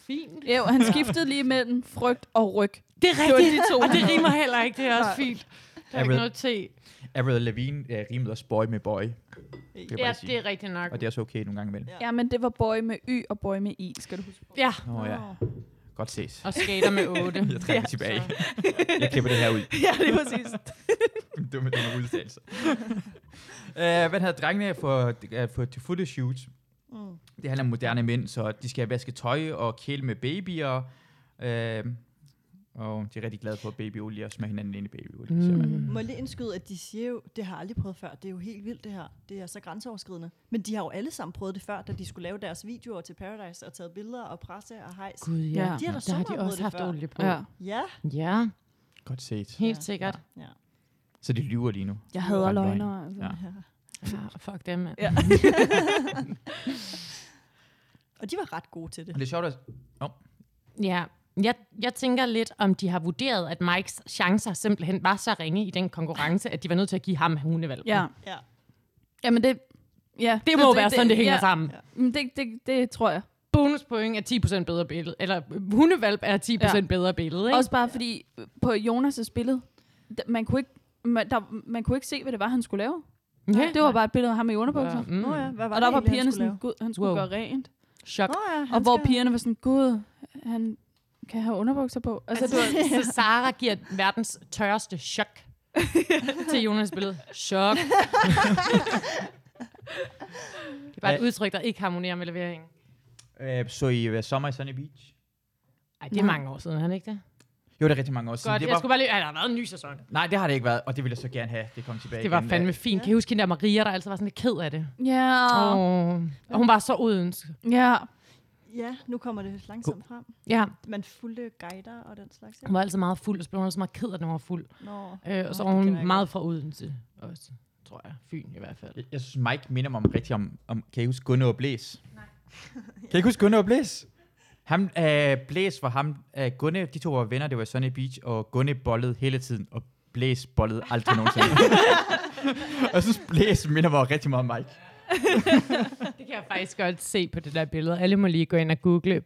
Speaker 2: fint.
Speaker 3: Jo, han skiftede lige mellem frygt og ryg.
Speaker 2: Det er
Speaker 3: Det var
Speaker 2: rigtigt,
Speaker 3: de to.
Speaker 2: og det rimer heller ikke, det er også
Speaker 3: Nej.
Speaker 2: fint. Der er
Speaker 1: Jeg
Speaker 2: ikke
Speaker 1: ved-
Speaker 2: noget til.
Speaker 1: Avril Lavigne uh, rimede også boy med boy. Det kan jeg
Speaker 2: Ja,
Speaker 1: bare sige.
Speaker 2: det er rigtigt nok.
Speaker 1: Og det er også okay nogle gange imellem.
Speaker 4: Ja.
Speaker 3: Ja, men det var bøj med y og bøj med i, skal du huske.
Speaker 2: Ja,
Speaker 1: Nå oh, ja, godt ses.
Speaker 2: og altså- skater med 8.
Speaker 1: Jeg trækker ja, tilbage. jeg klipper det her ud.
Speaker 3: Ja, det er præcis.
Speaker 1: Dumme, dumme udtalelser. uh, hvad hedder drengene for, uh, for til photoshoot?
Speaker 4: Mm.
Speaker 1: Det handler om moderne mænd, så de skal vaske tøj og kæle med babyer. Uh, og de er rigtig glade for babyolie og smage hinanden ind i babyolie. Mm.
Speaker 4: Må jeg lige indskyde, at de siger jo, det har jeg aldrig prøvet før. Det er jo helt vildt, det her. Det er så grænseoverskridende. Men de har jo alle sammen prøvet det før, da de skulle lave deres videoer til Paradise og taget billeder og presse og hejs.
Speaker 2: Gud, ja.
Speaker 3: Ja.
Speaker 2: ja.
Speaker 4: De har da så
Speaker 2: Der har
Speaker 4: meget
Speaker 2: de
Speaker 4: prøvet
Speaker 2: også
Speaker 4: det
Speaker 2: haft
Speaker 4: før.
Speaker 2: olie på.
Speaker 3: Ja.
Speaker 2: Ja,
Speaker 4: Ja.
Speaker 2: ja Mm.
Speaker 1: Godt set.
Speaker 2: helt
Speaker 4: Ja.
Speaker 2: sikkert.
Speaker 4: ja.
Speaker 1: Så de lyver lige nu.
Speaker 3: Jeg hader
Speaker 1: Fuck
Speaker 3: løgner. Altså.
Speaker 1: Ja.
Speaker 2: Ja, fuck dem, mand.
Speaker 3: Ja.
Speaker 4: Og de var ret gode til det.
Speaker 1: Og det er sjovt, at
Speaker 2: Ja, jeg, jeg tænker lidt, om de har vurderet, at Mikes chancer simpelthen var så ringe i den konkurrence, at de var nødt til at give ham hundevalg.
Speaker 3: ja.
Speaker 4: Ja.
Speaker 3: Jamen, det... Ja,
Speaker 2: Det må det, være sådan, det, hænger
Speaker 3: ja.
Speaker 2: sammen. Ja.
Speaker 3: Men Det, det, det tror jeg.
Speaker 2: Bonuspoint er 10% bedre billede. Eller øh, hundevalp er 10% ja.
Speaker 3: Ja.
Speaker 2: bedre billede, ikke?
Speaker 3: Også bare fordi øh, på Jonas' billede, d- man kunne ikke, man, der, man kunne ikke se, hvad det var, han skulle lave.
Speaker 2: ja.
Speaker 3: Det var bare et billede af ham i underbukser.
Speaker 2: Mm.
Speaker 4: Nå ja, hvad var
Speaker 3: Og
Speaker 4: det
Speaker 3: der var
Speaker 4: egentlig,
Speaker 3: pigerne
Speaker 4: han
Speaker 3: sådan,
Speaker 4: skulle lave?
Speaker 3: gud, han skulle
Speaker 2: Wow.
Speaker 3: wow. gøre rent.
Speaker 2: Chok.
Speaker 4: Nå ja,
Speaker 3: Og
Speaker 4: han
Speaker 3: hvor
Speaker 4: skal-
Speaker 3: pigerne var sådan, gud, han kan have underbukser på. Altså, du,
Speaker 2: Så Sara giver verdens tørreste chok til Jonas billede. Chok. det er bare et udtryk, der ikke harmonerer med leveringen.
Speaker 1: øh, så I uh, Sommer i Sunny Beach.
Speaker 2: Ej, det er mange år siden, er det ikke det?
Speaker 1: Jo, det er rigtig mange år siden.
Speaker 2: Godt,
Speaker 1: det
Speaker 2: jeg skulle bare lige... Ej, der har været en ny sæson.
Speaker 1: Nej, det har det ikke været, og det ville jeg så gerne have. Det kom tilbage
Speaker 2: Det var
Speaker 1: igen.
Speaker 2: fandme fint. Kan I huske hende der Maria, der altid var sådan lidt ked af det?
Speaker 3: Ja.
Speaker 2: Oh. Og hun var så udensk.
Speaker 3: Ja.
Speaker 4: Ja, nu kommer det langsomt frem.
Speaker 2: Ja,
Speaker 4: Man fulgte guider og den slags. Ja.
Speaker 2: hun var altid meget fuld, og så blev hun også meget ked af, når hun var fuld.
Speaker 4: Nå.
Speaker 2: Øh, og så
Speaker 4: Nå,
Speaker 2: var
Speaker 4: det kender jeg
Speaker 2: hun meget fra Odense også, tror jeg. Fyn i hvert fald.
Speaker 1: Jeg, jeg synes, Mike minder mig om rigtig om, om kan I huske Gunnar Blæs? Nej. kan I huske Gunnar Blæs? Ham, øh, Blæs var ham, øh, Gunne, de to var venner, det var i Sunny Beach, og Gunne bollede hele tiden, og Blæs bollede aldrig nogensinde. og jeg synes, Blæs minder mig rigtig meget om Mike.
Speaker 2: Det kan jeg faktisk godt se på det der billede. Alle må lige gå ind og google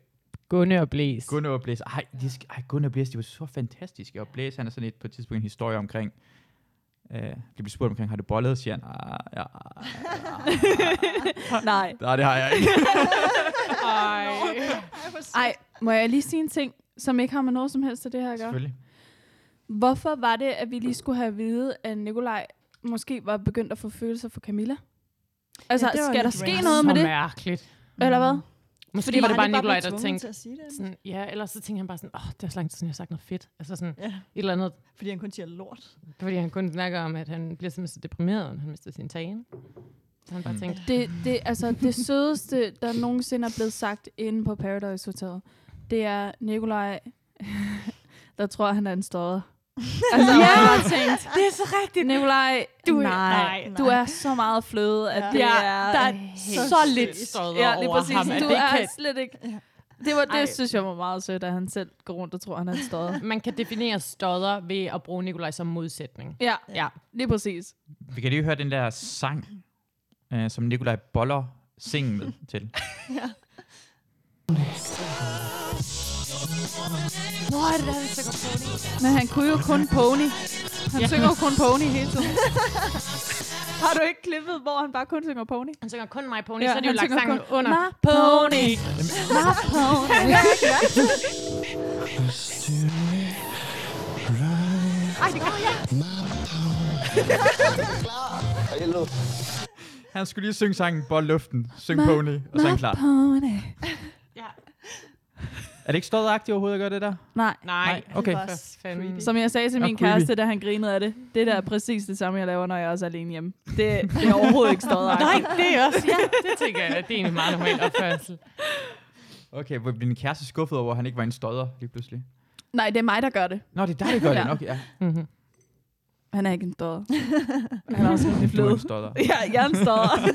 Speaker 2: Gunne og Blæs.
Speaker 1: Gunne og Blæs, ej, de, sk- ej Gunne og Blæs, de var så fantastiske, og Blæs, han er sådan lidt på et tidspunkt en historie omkring, øh, de bliver spurgt omkring, har du bollet, siger han, ah, ja, ah,
Speaker 3: Nej.
Speaker 1: nej, det har jeg ikke.
Speaker 2: Ej.
Speaker 3: Ej, må jeg lige sige en ting, som ikke har med noget som helst til det her at gøre?
Speaker 1: Selvfølgelig.
Speaker 3: Hvorfor var det, at vi lige skulle have at vide, at Nikolaj måske var begyndt at få følelser for Camilla? Altså,
Speaker 4: Ja, det
Speaker 3: ja,
Speaker 4: var
Speaker 3: skal
Speaker 4: lidt
Speaker 3: der ske
Speaker 4: random.
Speaker 3: noget med
Speaker 2: Så
Speaker 3: det,
Speaker 2: mærkeligt.
Speaker 3: eller hvad?
Speaker 2: Måske Fordi var det
Speaker 4: han
Speaker 2: bare
Speaker 4: ikke
Speaker 2: Nikolaj,
Speaker 4: blevet
Speaker 2: der
Speaker 4: tvunget
Speaker 2: tænkte,
Speaker 4: Til at sige det?
Speaker 2: sådan, ja, eller så tænkte han bare sådan, åh, oh, det er så lang tid, siden, jeg har sagt noget fedt. Altså sådan
Speaker 4: Ja,
Speaker 2: et eller andet,
Speaker 4: fordi han kun siger lort.
Speaker 2: fordi han kun snakker om, at han bliver simpelthen så deprimeret, når han mister sin tagene. Så han bare
Speaker 1: Mm.
Speaker 2: tænkte,
Speaker 3: Det, det, altså, det sødeste, der nogensinde er blevet sagt inde på Paradise Hotel, det er Nikolaj, der tror, han er en stodder. Altså, ja! jeg har tænkt,
Speaker 2: det er så rigtigt.
Speaker 3: Nikolaj,
Speaker 2: Du er-
Speaker 3: du, nej,
Speaker 4: nej,
Speaker 3: nej, du
Speaker 4: nej.
Speaker 3: er så meget fløde, at
Speaker 4: Ja.
Speaker 3: ja. det
Speaker 2: Ja,
Speaker 3: er...
Speaker 2: der er
Speaker 3: helt
Speaker 2: så
Speaker 4: sødt.
Speaker 2: lidt stået
Speaker 3: Ja, lige
Speaker 2: over
Speaker 3: præcis.
Speaker 2: ham. at
Speaker 3: du
Speaker 2: det
Speaker 3: er
Speaker 2: kan,
Speaker 3: slet ikke... Det, var,
Speaker 4: Ej.
Speaker 3: det synes jeg var meget sødt, at han selv går rundt og tror, han er en stodder.
Speaker 2: man kan definere stodder ved at bruge Nikolaj som modsætning.
Speaker 3: ja,
Speaker 2: Ja.
Speaker 3: lige præcis.
Speaker 1: Vi kan lige høre den der sang, øh, som Nikolaj Boller singen med til.
Speaker 3: Men han kunne jo kun pony. Han synger jo kun pony hele tiden. Har du ikke klippet, hvor han bare kun synger pony?
Speaker 2: Han synger kun My Pony,
Speaker 3: Ja,
Speaker 2: ja, så er det jo
Speaker 3: han
Speaker 2: lagt
Speaker 3: synger
Speaker 2: sangen
Speaker 3: kun-
Speaker 2: under.
Speaker 3: My
Speaker 2: Pony.
Speaker 1: Han skulle lige synge sangen Bold Luften, Syng Pony, og så er han klar.
Speaker 3: Pony.
Speaker 1: Er det ikke stodderagtigt overhovedet at gøre det der?
Speaker 3: Nej.
Speaker 2: Nej,
Speaker 1: Nej, okay.
Speaker 4: var
Speaker 2: for
Speaker 4: også
Speaker 2: fanden.
Speaker 4: creepy.
Speaker 3: Som jeg sagde til
Speaker 1: Nå,
Speaker 3: min
Speaker 1: creepy.
Speaker 3: kæreste, da han grinede af det, det der er præcis det samme, jeg laver, når jeg også er alene hjemme. Det, det er overhovedet ikke stået
Speaker 2: det er også, ja. Det tænker jeg, det er en meget normal opførsel.
Speaker 1: Okay, hvor blev din kæreste skuffet over, at han ikke var en stodder lige pludselig?
Speaker 3: Nej, det er mig, der gør det.
Speaker 1: Nå, det er dig, der gør det
Speaker 3: Ja.
Speaker 1: nok. Ja,
Speaker 2: Mm-hmm.
Speaker 3: Han er ikke en stodder. Han er også en
Speaker 1: du er
Speaker 3: fløde.
Speaker 1: en stodder.
Speaker 3: Ja, jeg er en stodder.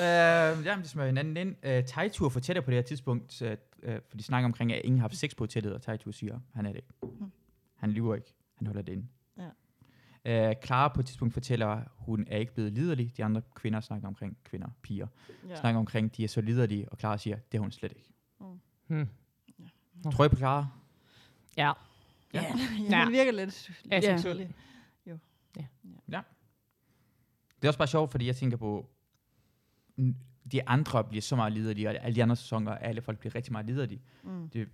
Speaker 1: Øh, jamen, de smører hinanden ind. Øh, Taitur fortæller på det her tidspunkt, øh, øh, for de snakker omkring, at ingen har haft sex på hotellet, og Taitur siger, han er det ikke. Han lyver ikke. Han holder det inde. Ja. Øh, Clara på et tidspunkt fortæller, hun er ikke blevet liderlig. De andre kvinder snakker omkring kvinder, piger. Ja. Mm. Snakker omkring, de er så liderlige, og Clara siger, det er hun slet ikke.
Speaker 2: Hmm.
Speaker 1: Tror I på Clara?
Speaker 2: Ja.
Speaker 4: Ja, ja,
Speaker 2: Ja.
Speaker 4: han virker lidt.
Speaker 2: Ja.
Speaker 4: seksuel.
Speaker 1: Det er også bare sjovt, fordi jeg tænker på, n- de andre bliver så meget liderlige, og alle de andre sæsoner, alle folk bliver rigtig meget liderlige.
Speaker 4: Mm.
Speaker 1: Det er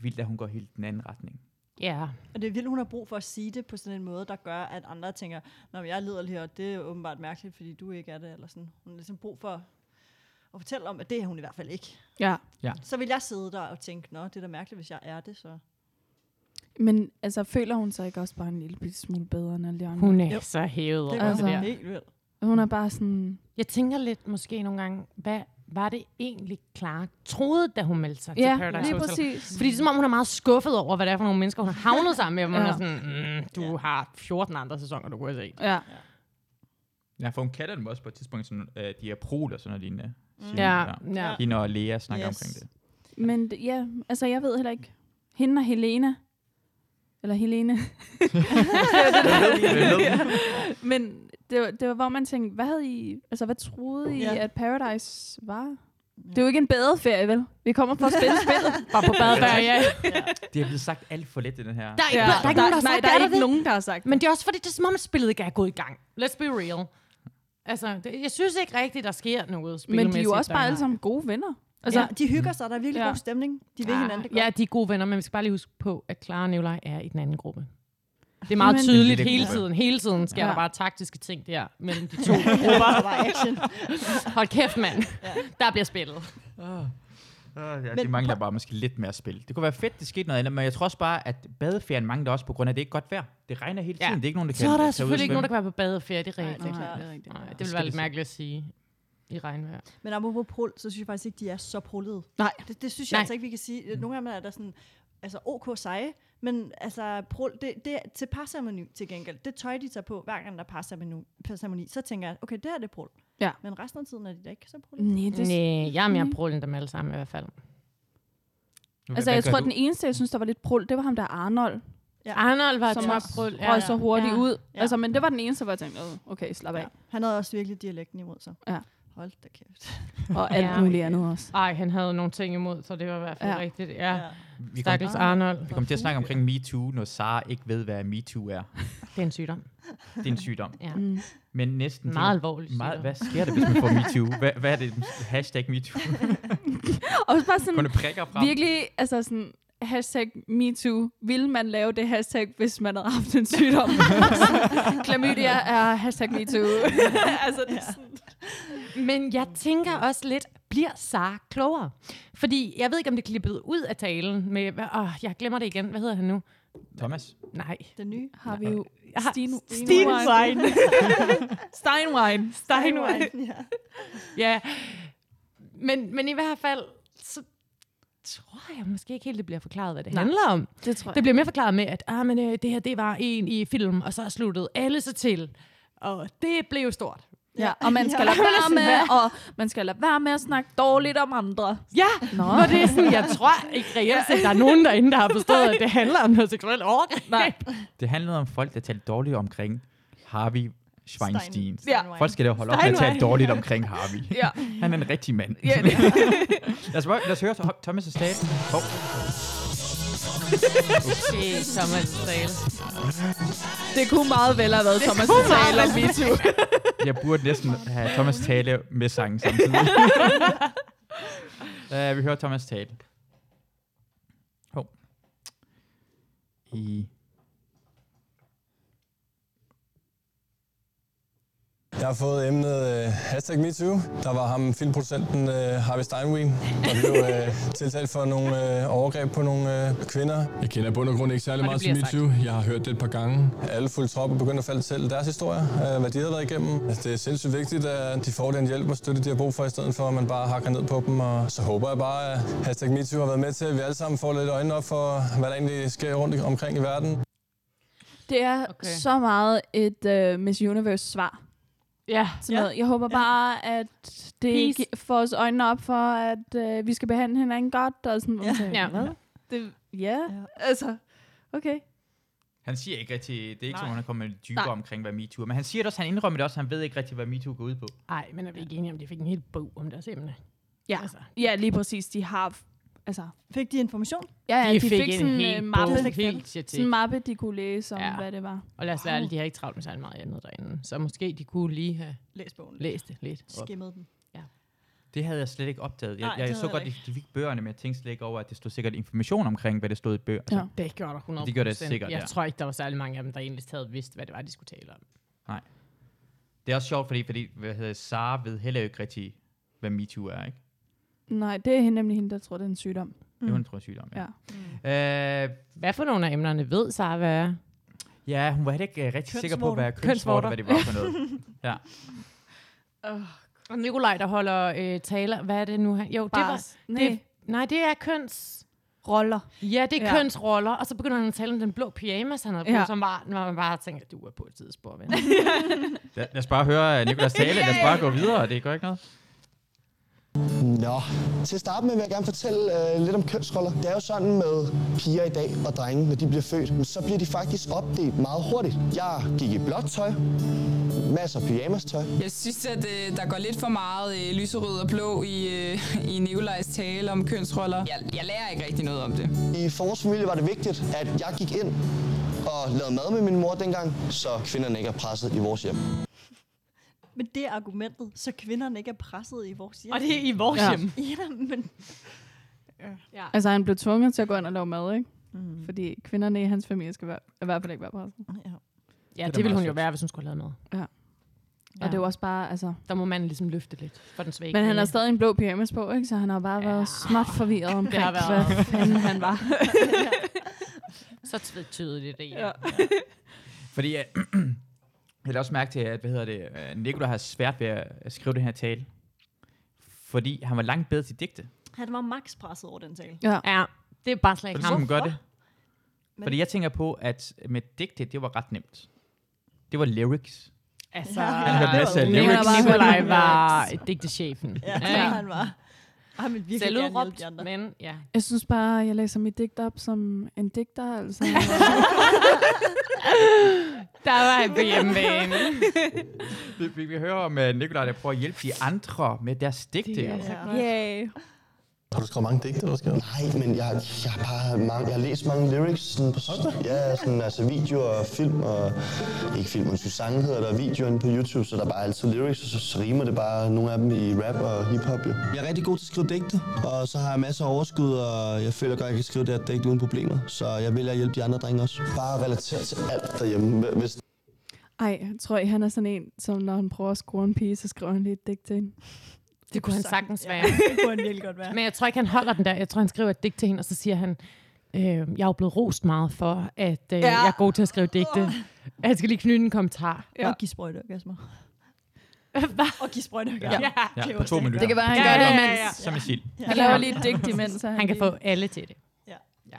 Speaker 1: vildt, at hun går helt den anden retning.
Speaker 2: Ja.
Speaker 4: Og det er vildt, hun har brug for at sige det på sådan en måde, der gør, at andre tænker, når jeg lider lige og det er åbenbart mærkeligt, fordi du ikke er det, eller sådan. Hun har ligesom brug for at fortælle om, at det er hun i hvert fald ikke.
Speaker 3: Ja.
Speaker 4: Så vil jeg sidde der og tænke, nå, det er da mærkeligt, hvis jeg er det, så...
Speaker 3: Men altså, føler hun sig ikke også bare en lille bitte smule bedre end alle de andre?
Speaker 2: Hun er
Speaker 4: Jo.
Speaker 2: så hævet
Speaker 4: Det
Speaker 2: over
Speaker 4: gør
Speaker 3: Altså.
Speaker 2: altså.
Speaker 4: hun
Speaker 2: det der.
Speaker 4: helt vildt.
Speaker 3: Hun er bare sådan...
Speaker 2: Jeg tænker lidt måske nogle gange, hvad var det egentlig Clara troede, da hun meldte sig
Speaker 3: Ja,
Speaker 2: til Paradise
Speaker 3: lige
Speaker 2: Hotel?
Speaker 3: præcis.
Speaker 2: Fordi det er som om, hun er meget skuffet over, hvad det er for nogle mennesker, hun har havnet sammen med. Hun er
Speaker 3: Ja.
Speaker 2: sådan, mm, du har 14 andre sæsoner, du kunne have set.
Speaker 3: Ja.
Speaker 1: Ja, for hun kalder dem også på et tidspunkt, sådan, øh, de er prol og sådan noget lignende. Mm.
Speaker 2: Ja, ja.
Speaker 1: Hende og Lea snakker
Speaker 4: Yes.
Speaker 1: yes. omkring det.
Speaker 3: Men d- ja, altså jeg ved heller ikke. Hende og Helena. Eller Helene. Men det var, det var, hvor man tænkte, hvad havde I, altså hvad troede I,
Speaker 4: Ja.
Speaker 3: ja. at Paradise var? Det er jo ikke en badeferie, vel? Vi kommer for at spille spillet.
Speaker 2: Bare på badebær, ja.
Speaker 1: Det er blevet sagt alt for lidt i den her.
Speaker 2: Der er ikke, der, er ikke nogen, der har
Speaker 3: nej,
Speaker 2: sagt,
Speaker 3: der er
Speaker 2: det,
Speaker 3: ikke
Speaker 2: det?
Speaker 3: nogen, der har sagt
Speaker 2: Men det er også fordi, det er som om, at spillet ikke er gået i gang. Let's be real. Altså, det, jeg synes ikke rigtigt, der sker noget
Speaker 3: det. Men de er jo
Speaker 2: spilmæssigt,
Speaker 3: også
Speaker 2: der
Speaker 3: bare
Speaker 2: er-
Speaker 3: alle sammen gode venner. Altså,
Speaker 4: Altså, ja, de hygger sig, der er virkelig ja.
Speaker 3: Ja.
Speaker 4: god stemning. De vil ja. hinanden det godt.
Speaker 2: Ah. Ja, de er gode venner, men vi skal bare lige huske på, at Clara og Nikolaj er i den anden gruppe. Det er meget
Speaker 3: Men-
Speaker 2: tydeligt
Speaker 1: Den lille
Speaker 2: hele
Speaker 1: gruppe.
Speaker 2: tiden. Hele tiden sker
Speaker 3: Ja.
Speaker 2: der bare taktiske ting der mellem de to.
Speaker 4: der var action.
Speaker 2: Hold kæft, mand. Der bliver spillet.
Speaker 1: Oh, Ah. ja,
Speaker 4: Men
Speaker 1: de mangler
Speaker 4: prøv-
Speaker 1: bare måske lidt mere spil. Det kunne være fedt, det skete noget andet, men jeg tror også bare, at badeferien mangler også på grund af, at det ikke er godt vejr. Det regner hele
Speaker 2: Ja.
Speaker 1: tiden, det er ikke nogen, der
Speaker 2: Så
Speaker 1: kan
Speaker 2: er der
Speaker 1: tage ud og
Speaker 2: selvfølgelig ikke
Speaker 1: svømme.
Speaker 2: nogen, der kan være på badeferie, det er
Speaker 3: Nej,
Speaker 2: rigtigt.
Speaker 3: det er
Speaker 2: Nej,
Speaker 3: klart, det er rigtigt.
Speaker 2: Nej, det
Speaker 1: Så
Speaker 2: vil
Speaker 1: skal
Speaker 2: være
Speaker 1: det
Speaker 2: lidt
Speaker 1: så-
Speaker 2: mærkeligt at sige i regnvejr.
Speaker 4: Men apropos prul, så synes jeg faktisk ikke, de er så prullede.
Speaker 2: Nej.
Speaker 4: Det, det synes jeg
Speaker 2: Nej.
Speaker 4: Nej. altså ikke, vi kan sige. Nogle af dem er der sådan, altså ok seje, men altså prul, det, det er til parceremoni til gengæld. Det tøj, de tager på, hver gang der er parceremoni, parceremoni så tænker jeg, okay, det her det er prul.
Speaker 3: Ja. Mm,
Speaker 4: Men resten af tiden er de da ikke så prullede.
Speaker 3: Nej, det, Mm.
Speaker 2: Nej, jeg er mere brul end dem alle sammen i hvert fald.
Speaker 1: Hvad-
Speaker 3: Altså,
Speaker 1: hvad
Speaker 3: jeg
Speaker 1: gør
Speaker 3: tror,
Speaker 1: du?
Speaker 3: den eneste, jeg synes, der var lidt prul, det var ham der Arnold,
Speaker 2: Arnold var
Speaker 3: Som
Speaker 2: et
Speaker 3: også
Speaker 2: brul.
Speaker 3: ja, og så hurtigt ja, ud. Ja.
Speaker 4: Ja.
Speaker 3: Altså, men det var den eneste, hvor jeg tænkte, "Åh, okay, slap af.
Speaker 4: Ja. Han havde også virkelig dialekten imod sig.
Speaker 3: Ja.
Speaker 4: Hold da kæft.
Speaker 3: Og alt
Speaker 2: Ja.
Speaker 3: ja. muligt andet også.
Speaker 2: Ej, han havde nogle ting imod, så det var i hvert fald
Speaker 3: Ja.
Speaker 2: rigtigt. Ja,
Speaker 1: Vi kom,
Speaker 2: stakkels Arnold.
Speaker 1: vi kom til at snakke omkring MeToo, når Sara ikke ved, hvad MeToo er.
Speaker 2: Det er en sygdom.
Speaker 1: Det er en sygdom.
Speaker 2: Ja.
Speaker 3: Mm.
Speaker 1: Men næsten...
Speaker 2: Meget alvorlig
Speaker 1: meget,
Speaker 2: sygdom.
Speaker 1: hvad sker der, hvis man får MeToo? Hvad, hvad er det? Hashtag MeToo.
Speaker 3: Og så bare sådan,
Speaker 1: Kunne prikker frem?
Speaker 3: virkelig, altså sådan, hashtag MeToo. Vil man lave det hashtag, hvis man havde haft en sygdom? Klamydia er hashtag MeToo. altså, det er sådan,
Speaker 2: Men jeg tænker også lidt, bliver Sara klogere? Fordi jeg ved ikke, om det klippede ud af talen med... hvad- Åh, jeg glemmer det igen. Hvad hedder han nu?
Speaker 1: Thomas?
Speaker 2: Nej.
Speaker 4: Den nye.
Speaker 3: har vi jo
Speaker 2: Jeg har-
Speaker 3: Stine,
Speaker 2: Steinwein.
Speaker 3: Steinwine.
Speaker 2: Steinway.
Speaker 4: Ja.
Speaker 2: Ja. Men, men i hvert fald, så tror jeg måske ikke helt, det bliver forklaret, hvad det Nej.
Speaker 3: Nej.
Speaker 2: handler om.
Speaker 3: Det tror jeg.
Speaker 2: Det bliver mere forklaret med, at ah, men, øh, det her det var en i film, og så sluttede alle sig til. Og det blev stort.
Speaker 3: Ja, og man skal lade være med, og man skal lade være med at snakke dårligt om andre.
Speaker 2: Ja,
Speaker 3: Nå.
Speaker 2: hvor det er sådan, jeg tror ikke reelt set, der er nogen derinde, der har forstået, at det handler om noget seksuelt overgreb.
Speaker 3: Nej.
Speaker 1: Det handlede om folk, der talte dårligt omkring Harvey Schweinstein.
Speaker 3: Ja.
Speaker 4: Steinway.
Speaker 1: Folk skal da holde op med at
Speaker 2: Steinway.
Speaker 1: tale dårligt omkring Harvey.
Speaker 3: Ja.
Speaker 1: Han er en rigtig mand.
Speaker 3: Ja, det,
Speaker 1: lad, os, bare- lad os høre Thomas' tale. Hov.
Speaker 2: Okay, Thomas Dahl.
Speaker 3: det kunne meget vel have været Thomas
Speaker 2: kunne meget
Speaker 3: Tale om
Speaker 2: vel.
Speaker 3: MeToo.
Speaker 1: Jeg burde næsten have Thomas tale med sangen samtidig. uh, vi hører Thomas tale. Hov. I...
Speaker 8: Jeg har fået emnet øh, hashtag MeToo. Der var ham filmproducenten øh, Harvey Steinway, der blev øh, tiltalt for nogle øh, overgreb på nogle øh, kvinder. Jeg kender i bund og grund ikke særlig
Speaker 2: Og det
Speaker 8: meget til
Speaker 2: bliver sagt.
Speaker 8: MeToo. Jeg har hørt det et par gange. Alle fulde tropper begynder at falde selv deres historier, øh, hvad de har været igennem. Altså, det er sindssygt vigtigt, at de får den hjælp og støtte, de har brug for, i stedet for at man bare hakker ned på dem. Og så håber jeg bare, at hashtag MeToo har været med til, at vi alle sammen får lidt øjnene op for, hvad der egentlig sker rundt omkring i verden.
Speaker 3: Det er
Speaker 2: Okay.
Speaker 3: okay. så meget et uh, Miss Universe-svar.
Speaker 2: Ja,
Speaker 3: Sådan
Speaker 4: Ja.
Speaker 3: noget. Jeg håber bare, at det
Speaker 2: Peace.
Speaker 3: gi- får os øjnene op for, at uh, vi skal behandle hinanden godt. Og sådan, hvor man
Speaker 4: Ja.
Speaker 3: tænker,
Speaker 2: Ja.
Speaker 3: Hvad? Det, ja,
Speaker 4: Ja.
Speaker 3: altså, okay.
Speaker 1: Han siger ikke rigtig, det er ikke
Speaker 4: Nej.
Speaker 1: som, om han er kommet dybere
Speaker 3: Nej.
Speaker 1: omkring, hvad MeToo er. Men han siger det også, han indrømmer det også, han ved ikke rigtig, hvad MeToo går ud på.
Speaker 2: Ej, men er vi ikke enige om, de fik en hel bog om deres emne?
Speaker 3: Ja.
Speaker 2: Altså, de,
Speaker 3: Ja, lige præcis. De har, f- altså,
Speaker 4: Fik de information?
Speaker 3: ja, ja, de,
Speaker 2: fik, fik en
Speaker 3: sådan
Speaker 2: hel
Speaker 3: øh,
Speaker 2: bog,
Speaker 3: mappe,
Speaker 2: helt
Speaker 3: sådan en
Speaker 2: shit
Speaker 3: mappe, de kunne læse om,
Speaker 2: Ja.
Speaker 3: ja. hvad det var.
Speaker 2: Og lad os være ærlige, de har ikke travlt med særlig meget andet derinde. Så måske de kunne lige have
Speaker 4: Læs bogen.
Speaker 2: læst det lidt. op.
Speaker 4: Skimmede den.
Speaker 1: Det havde jeg slet ikke opdaget. Jeg,
Speaker 4: Nej,
Speaker 1: Nej,
Speaker 4: det
Speaker 1: jeg, jeg
Speaker 4: havde
Speaker 1: så
Speaker 4: jeg
Speaker 1: godt,
Speaker 4: heller
Speaker 1: de, de fik bøgerne, men jeg tænkte slet ikke over, at det stod sikkert information omkring, hvad det stod i bøger. Altså,
Speaker 3: Ja.
Speaker 2: Det gjorde der 100
Speaker 1: Det gjorde det sikkert,
Speaker 2: Jeg
Speaker 1: ja.
Speaker 2: tror ikke, der var særlig mange af dem, der egentlig havde vidst, hvad det var, de skulle tale om.
Speaker 1: Det er også sjovt, fordi, fordi hvad hedder, Sara ved heller ikke rigtig, hvad MeToo er, ikke?
Speaker 3: Nej, det er hende- nemlig hende, der tror, det er en sygdom.
Speaker 1: Det
Speaker 4: Mm.
Speaker 1: var en tror jeg, sygdom, ja. ja. Øh,
Speaker 2: Hvad for nogle af emnerne ved Sara, hvad er?
Speaker 1: Ja, hun var heller ikke uh, rigtig sikker på,
Speaker 4: Kønsvorter.
Speaker 1: hvad kønsvorter, hvad det var for noget. ja.
Speaker 2: Og Nikolaj, der holder øh, taler, hvad er det nu? Han? Jo, det var...
Speaker 3: Nej,
Speaker 2: Det, nej, det er køns...
Speaker 3: roller.
Speaker 2: Ja, det er ja.
Speaker 3: Ja.
Speaker 2: kønsroller, og så begynder han at tale om den blå pyjamas, han havde på, ja.
Speaker 3: Ja.
Speaker 2: som var, når man bare tænker, du er på et tidsspor, ven.
Speaker 1: Lad, lad os bare høre øh, Nicolas tale, lad os bare gå videre, det gør ikke noget.
Speaker 10: Nå, til at starte med vil jeg gerne fortælle øh, lidt om kønsroller. Det er jo sådan med piger i dag og drenge, når de bliver født, men så bliver de faktisk opdelt meget hurtigt. Jeg gik i blåt tøj, masser af pyjamastøj.
Speaker 5: Jeg synes, at øh, der går lidt for meget øh, lyserød og blå i, øh, i Nikolajs tale om kønsroller. Jeg, jeg lærer ikke rigtig noget om det.
Speaker 10: I vores familie var det vigtigt, at jeg gik ind og lavede mad med min mor dengang, så kvinderne ikke er presset i vores hjem.
Speaker 4: Men det er argumentet, så kvinderne ikke er presset i vores hjem.
Speaker 2: og det er i vores ja.
Speaker 3: Ja.
Speaker 2: hjem.
Speaker 4: Ja, men
Speaker 3: Altså, han blev tvunget til at gå ind og lave mad, ikke? Mm. Fordi kvinderne i hans familie skal være, i hvert fald ikke være presset.
Speaker 4: ja.
Speaker 2: Ja,
Speaker 1: da
Speaker 2: det, ville
Speaker 1: meget
Speaker 2: hun jo
Speaker 1: sødt.
Speaker 2: være, hvis hun skulle have lavet noget.
Speaker 3: Og det var også bare, altså...
Speaker 2: Der må man ligesom løfte lidt for den svage
Speaker 3: Men han
Speaker 2: kvinde.
Speaker 3: har stadig en blå pyjamas på, ikke? Så han har bare været ja. småt forvirret omkring,
Speaker 2: har været.
Speaker 3: hvad fanden han var.
Speaker 2: Så tv- tydeligt det, ja.
Speaker 1: Fordi øh, jeg lader også mærke til, at hvad hedder det, øh, Nicolai har svært ved at at skrive den her tale. Fordi han var langt bedre til digte.
Speaker 4: Han var max presset over den tale.
Speaker 3: Ja.
Speaker 2: ja. det er bare slet
Speaker 1: Og
Speaker 2: ikke
Speaker 1: det er sådan,
Speaker 2: ham.
Speaker 1: hun gør det.
Speaker 4: Men-
Speaker 1: Fordi jeg tænker på, at med digte, det var ret nemt. Det var lyrics.
Speaker 2: Altså,
Speaker 1: Han hørte masser af
Speaker 2: Nikolaj
Speaker 1: lyrics.
Speaker 2: Nikolaj var digtechefen.
Speaker 4: Ja, det var han var. Han ville virkelig Selv gerne hjælpe
Speaker 2: Selvudråbt,
Speaker 4: de andre.
Speaker 2: men ja.
Speaker 3: Jeg synes bare, jeg læser mit digt op som en digter, altså.
Speaker 2: Der var han på hjemmebane.
Speaker 1: Vi, vi, vi hører om uh, Nikolaj, der prøver at hjælpe de andre med deres digte.
Speaker 3: er
Speaker 1: Yeah.
Speaker 3: Yay.
Speaker 10: Har du skrevet mange digte, du skrevet? Nej, men jeg, jeg, har bare mange, jeg har læst mange lyrics sådan på Ja, sådan, altså videoer og film og... Ikke film, men sange hedder der og videoer inde på YouTube, så der er bare altid lyrics, og så, så rimer det bare nogle af dem i rap og hiphop, jo. Jeg er rigtig god til at skrive digte, og så har jeg masser af overskud, og jeg føler godt, jeg kan skrive det her digt uden problemer. Så jeg vil at hjælpe de andre drenge også. Bare relateret til alt derhjemme. Hvis
Speaker 3: Ej, jeg tror I, han er sådan en, som når han prøver at score en pige, så skriver han lige et digt til hende.
Speaker 2: Det kunne han sagtens være.
Speaker 4: Ja, det kunne han virkelig godt være.
Speaker 2: Men jeg tror ikke, han holder den der. Jeg tror, han skriver et digt til hende, og så siger han, øh, jeg er jo blevet rost meget for, at øh, ja. jeg er god til at skrive digte. Jeg skal lige knytte en kommentar.
Speaker 4: ja. Og give sprøjteorgasmer. Og give sprøjteorgasmer.
Speaker 2: Ja.
Speaker 4: det
Speaker 1: Ja,
Speaker 4: er
Speaker 1: på
Speaker 4: jo
Speaker 1: to
Speaker 4: det.
Speaker 1: minutter.
Speaker 3: Det kan være, han
Speaker 2: Ja,
Speaker 3: gør
Speaker 2: ja,
Speaker 3: det,
Speaker 2: ja,
Speaker 3: mens...
Speaker 1: Som en sild.
Speaker 3: Han laver lige et digt imens. så
Speaker 2: Han kan
Speaker 3: lige-
Speaker 2: få alle til det.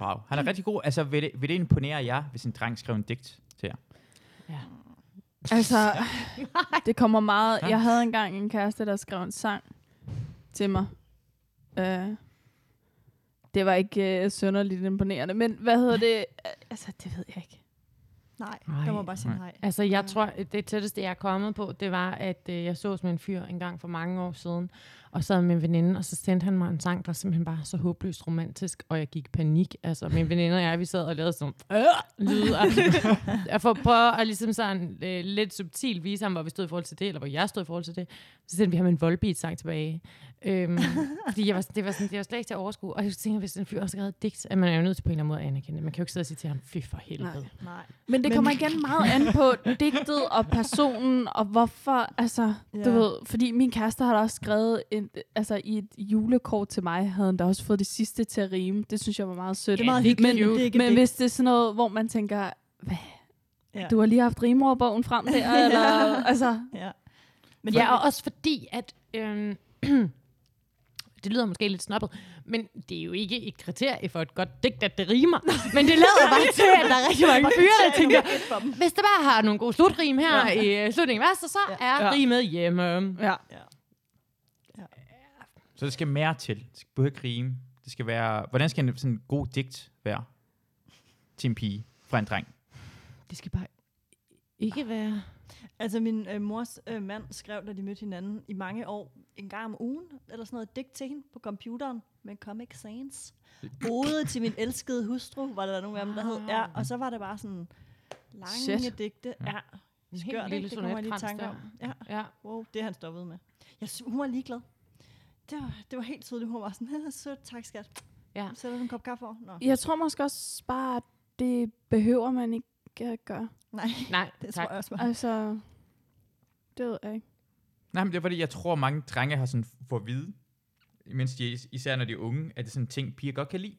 Speaker 1: Wow. Han er rigtig god. Altså, vil det, vil det imponere jer, hvis en dreng skrev en digt til jer?
Speaker 3: Altså, det kommer meget... Jeg havde engang en kæreste, der skrev en sang til mig. Uh, det var ikke uh, sønderligt imponerende, men hvad hedder det? Øh, Altså, det ved jeg ikke.
Speaker 4: Nej,
Speaker 2: Nej.
Speaker 4: der må man bare sige
Speaker 1: Nej.
Speaker 4: nej.
Speaker 2: Altså, jeg tror, det tætteste, jeg er kommet på, det var, at øh, jeg sås med en fyr en gang for mange år siden, og sad med en veninde, og så sendte han mig en sang, der simpelthen var så håbløst romantisk, og jeg gik i panik. Altså, min veninde og jeg, vi sad og lavede sådan, øh, lyd, og jeg får prøve at ligesom sådan øh, lidt subtilt vise ham, hvor vi stod i forhold til det, eller hvor jeg stod i forhold til det. Så sendte vi ham en Volbeat-sang tilbage. Øhm, fordi jeg var, sådan- det, var sådan, det var slet ikke til at overskue. Og jeg tænkte, hvis en fyr også havde digt, at man er jo nødt til på en eller anden måde at anerkende det. Man kan jo ikke sidde og sige til ham, fy for helvede. Nej.
Speaker 4: Nej.
Speaker 3: Men det
Speaker 4: Men-
Speaker 3: kommer igen meget an på digtet og personen, og hvorfor, altså, ja. du
Speaker 4: Ja.
Speaker 3: ved, fordi min kæreste har da også skrevet, en, altså i et julekort til mig, havde han da også fået det sidste til at rime. Det synes jeg var meget sødt.
Speaker 4: Det er meget
Speaker 3: men,
Speaker 4: hyggeligt, det er ikke
Speaker 3: men
Speaker 4: et
Speaker 3: hvis det er sådan noget, hvor man tænker, hvad?
Speaker 4: Ja.
Speaker 3: Ja. Du har lige haft rimordbogen frem der, eller, altså,
Speaker 4: Ja.
Speaker 2: Men ja, og også fordi, at... Øhm, det lyder måske lidt snobbet, men det er jo ikke et kriterie for et godt digt, at det rimer. Men det lader bare til, at der er rigtig mange fyre, der tænker,
Speaker 4: for dem.
Speaker 2: hvis der bare har nogle gode slutrim her ja. i øh, slutningen af verset, så
Speaker 4: Ja.
Speaker 2: er
Speaker 3: Ja.
Speaker 2: rimet hjemme.
Speaker 3: ja.
Speaker 1: Så det skal mere til. Det skal behøver ikke rime. Det skal være... Hvordan skal en sådan god digt være til en pige fra en dreng?
Speaker 2: Det skal bare ikke være...
Speaker 4: Altså min øh, mors øh, mand skrev, da de mødte hinanden i mange år, en gang om ugen, eller sådan noget, et digt til hende på computeren med Comic Sans. Ode til min elskede hustru, var der nogle af dem, der hed. Ja, og så var det bare sådan lange
Speaker 3: Shit.
Speaker 4: Shit. digte. Ja,
Speaker 2: En helt
Speaker 4: skørt,
Speaker 2: lille
Speaker 4: ikke? det kommer jeg lige i
Speaker 2: sonetkrans
Speaker 4: tanke
Speaker 2: der.
Speaker 4: om. Ja,
Speaker 2: Ja.
Speaker 4: wow, det er han stoppet med. Jeg, sy- hun var ligeglad. Det var, det var helt tydeligt, hun var sådan, sødt, tak skat.
Speaker 2: Ja.
Speaker 4: Sætter du en kop kaffe over? Nå,
Speaker 3: Jeg tror måske også bare, at det behøver man ikke at gøre.
Speaker 4: nej,
Speaker 2: Nej,
Speaker 4: det
Speaker 2: tak.
Speaker 4: tror jeg også var.
Speaker 3: Altså, det ved jeg ikke.
Speaker 1: Nej, men det er fordi, jeg tror, mange drenge har sådan for at vide, mens de, især når de er unge, at det er sådan en ting, piger godt kan lide.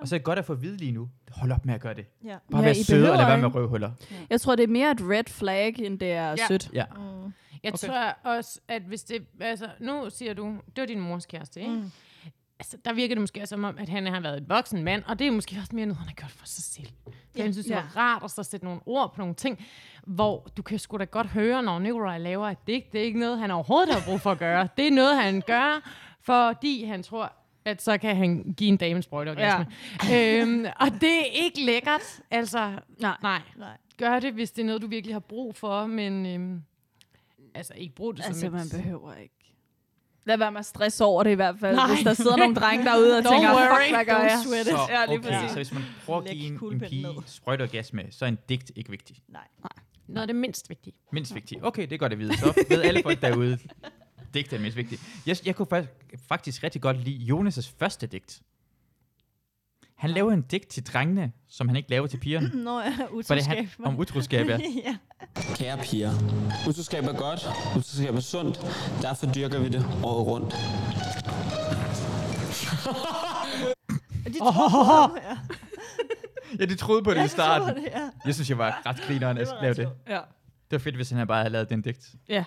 Speaker 1: Og så er det godt at få at vide lige nu. Hold op med at gøre det. Bare
Speaker 4: Ja.
Speaker 3: Ah. Ja,
Speaker 1: ja, være
Speaker 3: I
Speaker 1: søde og lade
Speaker 3: behøver
Speaker 1: være med
Speaker 3: ikke.
Speaker 1: røvhuller.
Speaker 3: Jeg tror, det er mere et red flag, end det er
Speaker 2: Ja.
Speaker 3: ja. sødt.
Speaker 1: Ja.
Speaker 4: Mm.
Speaker 2: Jeg
Speaker 1: Okay.
Speaker 2: okay. tror også, at hvis det... Altså, nu siger du, det var din mors kæreste, ikke? Mm.
Speaker 4: Mm.
Speaker 2: Altså, der virker det måske også som om, at han har været et voksen mand, og det er måske også mere noget, han har gjort for sig selv. Ja. Han synes, det
Speaker 3: Ja.
Speaker 2: var rart at så sætte nogle ord på nogle ting, hvor du kan sgu da godt høre, når Nikolaj laver et digt. Det er ikke noget, han overhovedet har brug for at gøre. Det er noget, han gør, fordi han tror, at så kan han give en dame sprøjt ja. øhm, Og det er ikke lækkert. Altså, nej. nej.
Speaker 4: Nej.
Speaker 2: Gør det, hvis det er noget, du virkelig har brug for, men... Øhm, altså, ikke brug det
Speaker 3: Altså,
Speaker 2: som
Speaker 3: man
Speaker 2: et...
Speaker 3: behøver ikke. Lad være med at stresse over det i hvert fald,
Speaker 2: Nej.
Speaker 3: Nej. hvis der sidder nogle drenge derude og
Speaker 2: Don't
Speaker 3: tænker,
Speaker 2: worry,
Speaker 3: fuck, hvad gør
Speaker 2: don't
Speaker 3: jeg?
Speaker 1: Så,
Speaker 3: Ja, lige
Speaker 1: okay,
Speaker 3: præcis.
Speaker 1: så hvis man prøver at
Speaker 4: Læg
Speaker 1: give en, en
Speaker 4: kuglepennen
Speaker 1: pige
Speaker 4: ned.
Speaker 1: sprøjt og gas med, så er en digt ikke vigtig.
Speaker 2: Noget af det mindst vigtige.
Speaker 1: Mindst vigtigt. Okay, det er godt at vide. Så ved alle folk derude, digt er mindst vigtigt. Jeg, jeg kunne faktisk, faktisk rigtig godt lide Jonas' første digt. Han laver en digt til drengene, som han ikke laver til pigerne.
Speaker 4: Nå ja,
Speaker 1: For det han-
Speaker 4: utroskab.
Speaker 1: om utroskab, ja.
Speaker 4: ja.
Speaker 11: Kære piger, utroskab er godt, utroskab er sundt, derfor dyrker vi det året rundt.
Speaker 4: De
Speaker 1: Åh,
Speaker 4: tror på
Speaker 1: åh, åh.
Speaker 4: ham, ja.
Speaker 1: Ja, de troede på det
Speaker 4: Ja,
Speaker 1: i
Speaker 4: de troede
Speaker 1: starten.
Speaker 4: på det, ja.
Speaker 1: Jeg synes, jeg var ret grineren, at
Speaker 2: Det var
Speaker 1: lave
Speaker 2: ret
Speaker 1: det.
Speaker 2: sjovt. Ja.
Speaker 1: Det var fedt, hvis han bare havde lavet den digt.
Speaker 2: Ja.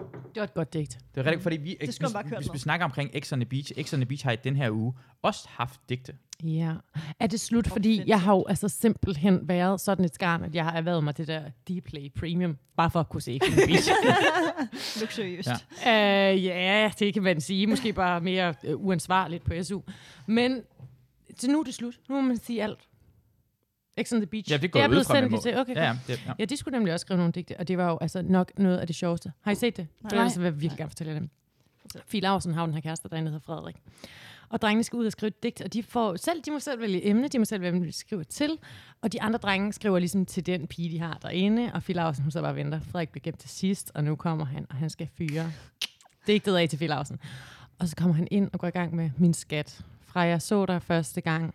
Speaker 2: Det var et godt digt.
Speaker 1: Det er rigtigt, fordi vi,
Speaker 2: Det skulle man bare køre
Speaker 1: hvis vi
Speaker 2: med.
Speaker 1: snakker omkring X on the Beach, X on the Beach har i den her uge også haft digte.
Speaker 2: Ja. Er det slut? Fordi jeg har jo altså simpelthen været sådan et skarn, at jeg har erhvervet mig det der Dplay Premium, bare for at kunne se X on the Beach.
Speaker 4: Luksuriøst.
Speaker 1: Ja.
Speaker 2: Ja, uh, yeah, det kan man sige. Måske bare mere uh, uansvarligt på SU. Men til nu er det slut. Nu må man sige alt. X on the Beach.
Speaker 1: Ja, det går
Speaker 2: det er
Speaker 1: jeg ud
Speaker 2: blevet
Speaker 1: fra, man
Speaker 2: sendt
Speaker 1: må.
Speaker 2: til. Okay,
Speaker 1: Ja, ja,
Speaker 2: godt.
Speaker 1: det- ja.
Speaker 2: ja. de skulle nemlig også skrive nogle digte, og det var jo altså nok noget af det sjoveste. Har I set det?
Speaker 4: Nej.
Speaker 2: Nej. Ellers vil jeg altså virkelig gerne fortælle jer dem. Fie Larsen har jo den her kæreste, der hedder Frederik. Og drengene skal ud og skrive et digt, og de, får selv, de må selv vælge emne, de må selv vælge, hvem de skriver til. Og de andre drenge skriver ligesom til den pige, de har derinde, og Fie Larsen, hun så bare og venter. Frederik bliver gemt til sidst, og nu kommer han, og han skal fyre digtet af til Fie Larsen. Og så kommer han ind og går i gang med min skat. Fra jeg så dig første gang,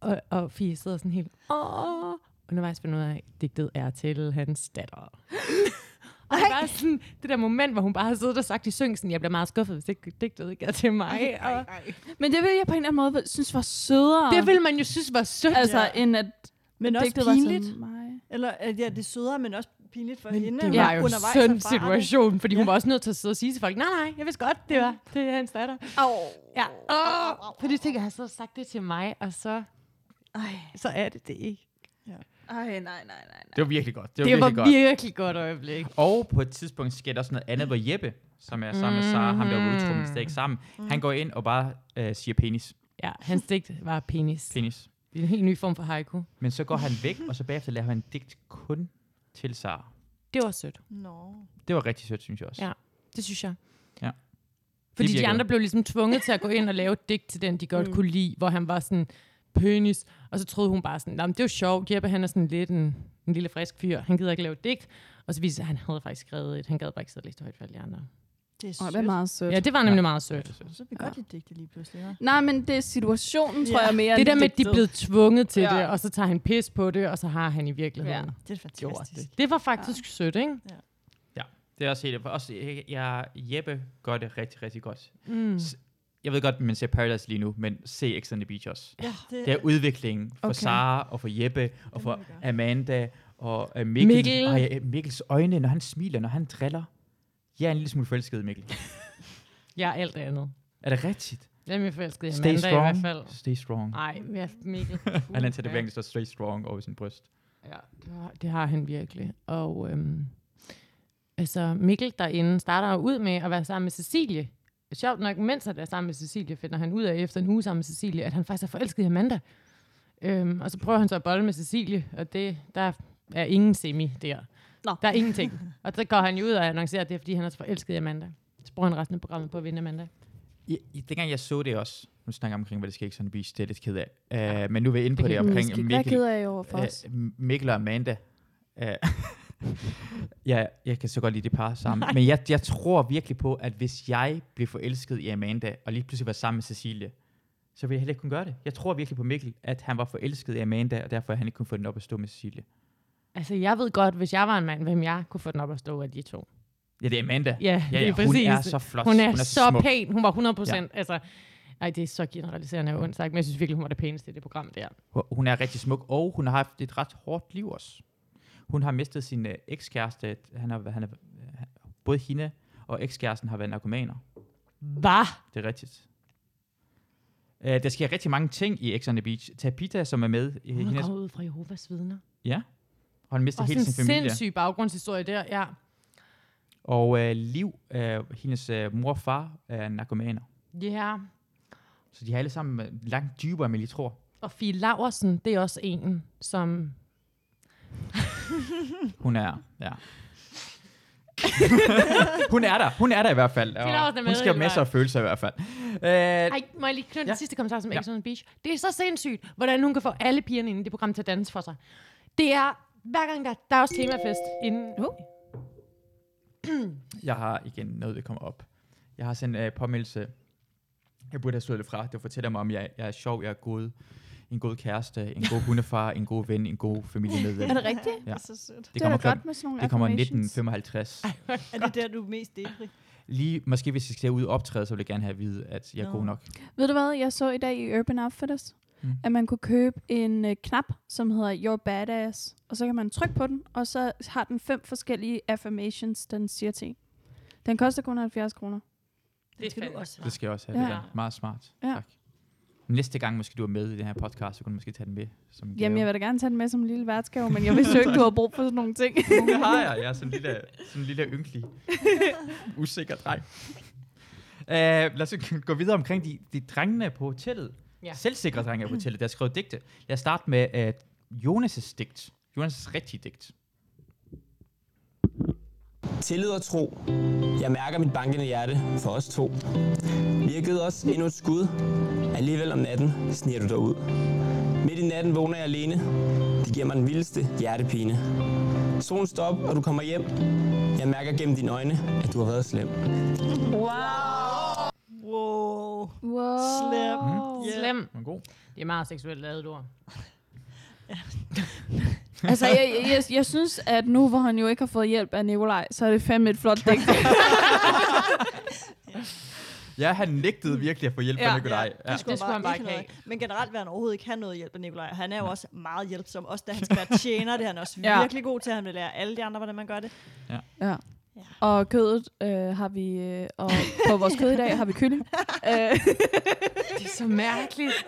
Speaker 2: og, og Fie sidder sådan helt, åh, undervejs finder hun ud af, at digtet er til hans datter. Og det, er bare sådan, det der moment, hvor hun bare har siddet og sagt i syngsen, jeg bliver meget skuffet, hvis ikke digtet ikke er til mig.
Speaker 3: Ej,
Speaker 2: Og
Speaker 3: Men det vil jeg på en eller anden måde synes var sødere.
Speaker 2: det ville man jo synes var sødt.
Speaker 3: Altså, end at
Speaker 4: Men også
Speaker 3: digtet var til
Speaker 4: pinligt.
Speaker 3: mig.
Speaker 4: Eller, at ja, det er sødere, men også pinligt for hende.
Speaker 2: det
Speaker 4: at
Speaker 2: var
Speaker 4: hun
Speaker 2: jo en
Speaker 4: undervejs
Speaker 2: sådan
Speaker 4: erfarer det.
Speaker 2: situation, fordi hun var også nødt til at sidde og sige til folk, nej, nej, jeg vidste godt, det var, det er hans datter.
Speaker 4: Au.
Speaker 2: Ja. Oh, fordi jeg tænker, jeg har så sagt det til mig, og så,
Speaker 4: Ej.
Speaker 2: så er det det ikke.
Speaker 3: Ej, nej, nej, nej.
Speaker 1: Det var virkelig godt. Det var,
Speaker 2: Det var
Speaker 1: virkelig godt.
Speaker 2: virkelig godt øjeblik.
Speaker 1: Og på et tidspunkt sker der også noget andet, hvor Jeppe, som er sammen med Sara, ham der var udtrummet ikke sammen,
Speaker 2: Mm.
Speaker 1: han går ind og bare øh, siger penis.
Speaker 2: Ja, hans digt var penis.
Speaker 1: Penis.
Speaker 2: Det er en helt ny form for haiku.
Speaker 1: Men så går han væk, og så bagefter laver han en digt kun til Sara.
Speaker 2: Det var sødt.
Speaker 4: Nå.
Speaker 1: Det var rigtig sødt, synes jeg også.
Speaker 2: Ja, det synes jeg.
Speaker 1: Ja.
Speaker 2: Fordi de
Speaker 1: virkede.
Speaker 2: andre blev ligesom tvunget til at gå ind og lave et digt til den, de godt mm. kunne lide, hvor han var sådan, penis. Og så troede hun bare sådan, "Nå, men det er jo sjovt, Jeppe han er sådan lidt en, en lille frisk fyr, han gider ikke lave et digt. Og så viser han havde faktisk skrevet et, han gad bare ikke sidde og læse det højt for alle de andre.
Speaker 4: Det er
Speaker 3: Åh,
Speaker 4: sødt.
Speaker 3: det er meget sødt.
Speaker 2: Ja, det var nemlig ja. meget sødt.
Speaker 4: Så vil vi godt lide digte lige pludselig. Ja.
Speaker 3: Nej, men det er situationen, tror
Speaker 4: Ja.
Speaker 3: jeg, mere
Speaker 2: Det der
Speaker 3: end
Speaker 2: med, at de
Speaker 3: digtet.
Speaker 2: blev tvunget til
Speaker 3: Ja.
Speaker 2: det, og så tager han pis på det, og så har han i virkeligheden ja.
Speaker 4: Det er
Speaker 2: gjort
Speaker 4: fantastisk.
Speaker 2: det. Det var faktisk ja. sødt, ikke?
Speaker 1: Det er også helt... Også, jeg, jeg, Jeppe gør det rigtig, rigtig godt.
Speaker 2: Mm.
Speaker 1: S- Jeg ved godt, at man ser Paradise lige nu, men se X on the Beach også.
Speaker 4: Ja, det,
Speaker 1: Det er udviklingen for
Speaker 3: Okay.
Speaker 1: okay. Sara og for Jeppe og
Speaker 4: må
Speaker 1: for
Speaker 4: vi gøre.
Speaker 1: Amanda og øh, Mikkel.
Speaker 2: Mm. Mikkel.
Speaker 1: Ej, øh, Mikkels øjne, når han smiler, når han driller. Jeg er en lille smule forelsket i Mikkel.
Speaker 2: Jeg er alt andet.
Speaker 1: Er det rigtigt?
Speaker 2: Jamen, jeg forelskede
Speaker 1: Stay
Speaker 2: Amanda i
Speaker 1: strong.
Speaker 2: hvert fald. Ah.
Speaker 1: Stay strong.
Speaker 2: Ej, jeg er Mikkel.
Speaker 1: Han er tatovering, der står stay strong over sin bryst.
Speaker 2: Ja, det har, det har han virkelig. Og øhm, altså Mikkel derinde starter jo ud med at være sammen med Cecilie. Sjovt nok, mens han er sammen med Cecilie, finder han ud af efter en uge sammen med Cecilie, at han faktisk er forelsket i Amanda. Øhm, og så prøver han så at bolle med Cecilie, og det, der er ingen semi der.
Speaker 3: Nå.
Speaker 2: Der er ingenting. og så går han jo ud og annoncerer, at det er, fordi han er så forelsket i Amanda. Så bruger han resten af programmet på at vinde Amanda.
Speaker 1: I, i, dengang jeg så det også, nu snakker jeg omkring, hvad det skal X on the Beach, det er jeg lidt ked af. Uh, men nu vil jeg inde på det,
Speaker 2: kan
Speaker 1: omkring
Speaker 3: Skal ikke være
Speaker 1: Mikkel.
Speaker 3: ked af over for os.
Speaker 1: Øh, Mikkel og Amanda. Øh, ja, jeg kan så godt lide det par sammen. Men jeg, jeg tror virkelig på, at hvis jeg blev forelsket i Amanda, og lige pludselig var sammen med Cecilie, så ville jeg heller ikke kunne gøre det. Jeg tror virkelig på Mikkel, at han var forelsket i Amanda, og derfor han ikke kunne få den op at stå med Cecilie.
Speaker 2: Altså, jeg ved godt, hvis jeg var en mand, hvem jeg kunne få den op at stå af de to.
Speaker 1: Ja, det er Amanda.
Speaker 2: Ja,
Speaker 1: ja,
Speaker 2: lige
Speaker 1: ja hun
Speaker 2: præcis.
Speaker 1: er så flot.
Speaker 2: Hun er, hun er
Speaker 1: så
Speaker 2: så
Speaker 1: smuk.
Speaker 2: pæn. Hun var 100 procent. Ja. Altså, ej, det er så generaliserende og ondt sagt, men jeg synes virkelig, hun var det pæneste i det program der.
Speaker 1: Hun- Hun er rigtig smuk, og hun har haft et ret hårdt liv også. Hun har mistet sin øh, ekskæreste. Han har, han er, øh, både hende og ekskæresten har været narkomaner.
Speaker 2: Hvad?
Speaker 1: Det er rigtigt. Uh, der sker rigtig mange ting i X on the Beach. Tabita, som er med, uh,
Speaker 2: Hun er
Speaker 1: hendes,
Speaker 2: kommet ud fra Jehovas vidner.
Speaker 1: og han mister
Speaker 2: Og
Speaker 1: hele
Speaker 2: sådan en
Speaker 1: sin familie.
Speaker 2: sindssyg baggrundshistorie der, ja.
Speaker 1: Og uh, Liv, uh, hendes uh, mor og far, er narkomaner.
Speaker 2: Ja.
Speaker 1: Så de har alle sammen øh, langt dybere, end man lige tror.
Speaker 2: Og Fie Laversen, det er også en, som...
Speaker 1: Hun er, ja. hun er der, hun er der i hvert fald.
Speaker 2: Fie Laursen er
Speaker 1: Og hun
Speaker 2: med
Speaker 1: skal have
Speaker 2: hele
Speaker 1: masser af følelser i hvert fald. Uh,
Speaker 2: Ej, må jeg lige knytte ja.
Speaker 1: Ja.
Speaker 2: den sidste kommentar som
Speaker 1: Ja.
Speaker 2: ja. X on the Beach? Det er så sindssygt, hvordan hun kan få alle pigerne inde i det program til at danse for sig. Det er, hver gang der, der er også temafest inden... Uh.
Speaker 1: jeg har igen noget, der kommer op. Jeg har sendt uh, påmeldelse øh, Jeg burde have slået det fra. Det fortæller mig, om jeg, jeg er sjov, jeg er god, en god kæreste, en god hundefar, en god ven, en god familiemedlem.
Speaker 3: Er det rigtigt?
Speaker 1: Ja.
Speaker 3: Så sødt.
Speaker 1: Det,
Speaker 3: Det er
Speaker 1: kommer
Speaker 3: da godt
Speaker 1: klok-
Speaker 3: med sådan nogle
Speaker 1: Det kommer
Speaker 3: affirmations.
Speaker 1: 1955.
Speaker 4: Er det der, du er mest debrig?
Speaker 1: Lige, måske hvis jeg skal ud og optræde, så vil jeg gerne have at vide, at jeg er
Speaker 4: Nå.
Speaker 1: god nok.
Speaker 3: Ved du hvad, jeg så i dag i Urban Outfitters,
Speaker 1: Mm.
Speaker 3: mm. at man kunne købe en øh, knap, som hedder Your Badass, og så kan man trykke på den, og så har den fem forskellige affirmations, den siger til en. Den koster kun 70 kroner.
Speaker 2: Det skal
Speaker 4: du også
Speaker 1: Det skal jeg også have.
Speaker 3: Ja.
Speaker 1: Ja. Meget smart.
Speaker 3: Ja.
Speaker 1: Tak. Næste gang måske du er med i den her podcast, så kan du måske tage den med som en gave.
Speaker 3: Jamen, jeg vil da gerne tage den med som en lille værtsgave, men jeg vidste jo ikke, du har brug for sådan nogle ting.
Speaker 1: Det har jeg. Jeg er sådan en lille, sådan en lille ynkelig, usikker dreng. Uh, lad os gå videre omkring de, de drengene på hotellet.
Speaker 2: Ja.
Speaker 1: Ja. Selvsikre drenge på hotellet, der har skrevet digte. Lad os starte med uh, Jonas' digt. Jonas' rigtige digt.
Speaker 11: Tillid og tro. Jeg mærker mit bankende hjerte for os to. Vi har givet os endnu et skud. Alligevel om natten sniger du dig ud. Midt i natten vågner jeg alene. Det giver mig den vildeste hjertepine. Solen står op, og du kommer hjem. Jeg mærker gennem dine øjne, at du har været slem.
Speaker 4: Wow. Wow.
Speaker 3: wow.
Speaker 4: Slem.
Speaker 2: Mm.
Speaker 4: Yeah.
Speaker 2: Slem.
Speaker 1: Den er god.
Speaker 2: Det er meget seksuelt lavet et ord.
Speaker 3: altså, jeg, jeg, jeg, jeg synes, at nu, hvor han jo ikke har fået hjælp af Nikolaj, så er det fandme et flot digt.
Speaker 1: Ja, han nægtede virkelig at få hjælp
Speaker 3: Ja,
Speaker 1: af Nikolaj. Ja.
Speaker 2: Det skulle han bare ikke
Speaker 4: noget af. Men generelt vil han overhovedet ikke have noget hjælp af Nikolaj. Han er jo også meget hjælpsom. Også da han skal være tjener, det er han også
Speaker 3: Ja.
Speaker 4: virkelig god til. Han vil lære alle de andre, hvordan man gør det.
Speaker 3: ja. Og kødet øh, har vi, øh, og på vores kød i dag har vi kylling. Øh,
Speaker 2: Det er så mærkeligt.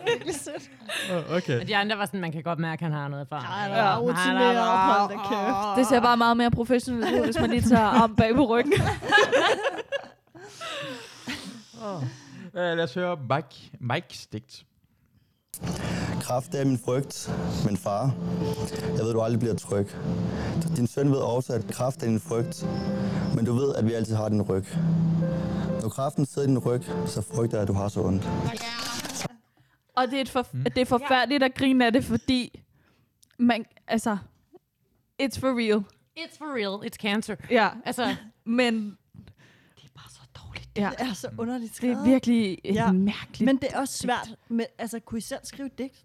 Speaker 1: Uh, okay.
Speaker 2: Og de andre var sådan, man kan godt mærke, at han har noget erfaring.
Speaker 4: Han er ja. rutineret. Hold da kæft.
Speaker 3: det ser bare meget mere professionelt ud, hvis man lige tager armen bag på ryggen.
Speaker 1: Uh, lad os høre Mike, Mike's digt.
Speaker 10: Kraft er min frygt, men far, jeg ved, du aldrig bliver tryg. Din søn ved også, at kraft er din frygt, men du ved, at vi altid har din ryg. Når kraften sidder i din ryg, så frygter jeg, at du har så ondt.
Speaker 3: Og det er, et for, mm. det er forfærdeligt at grine af det, fordi man, altså, it's for real.
Speaker 2: It's for real. It's cancer.
Speaker 3: Ja,
Speaker 2: Altså,
Speaker 3: men
Speaker 4: Ja. Det er så underligt
Speaker 3: det
Speaker 4: skrevet.
Speaker 3: er virkelig et
Speaker 4: Ja.
Speaker 3: ja. mærkeligt.
Speaker 4: Men det er også svært. Men, altså, kunne I selv skrive et digt?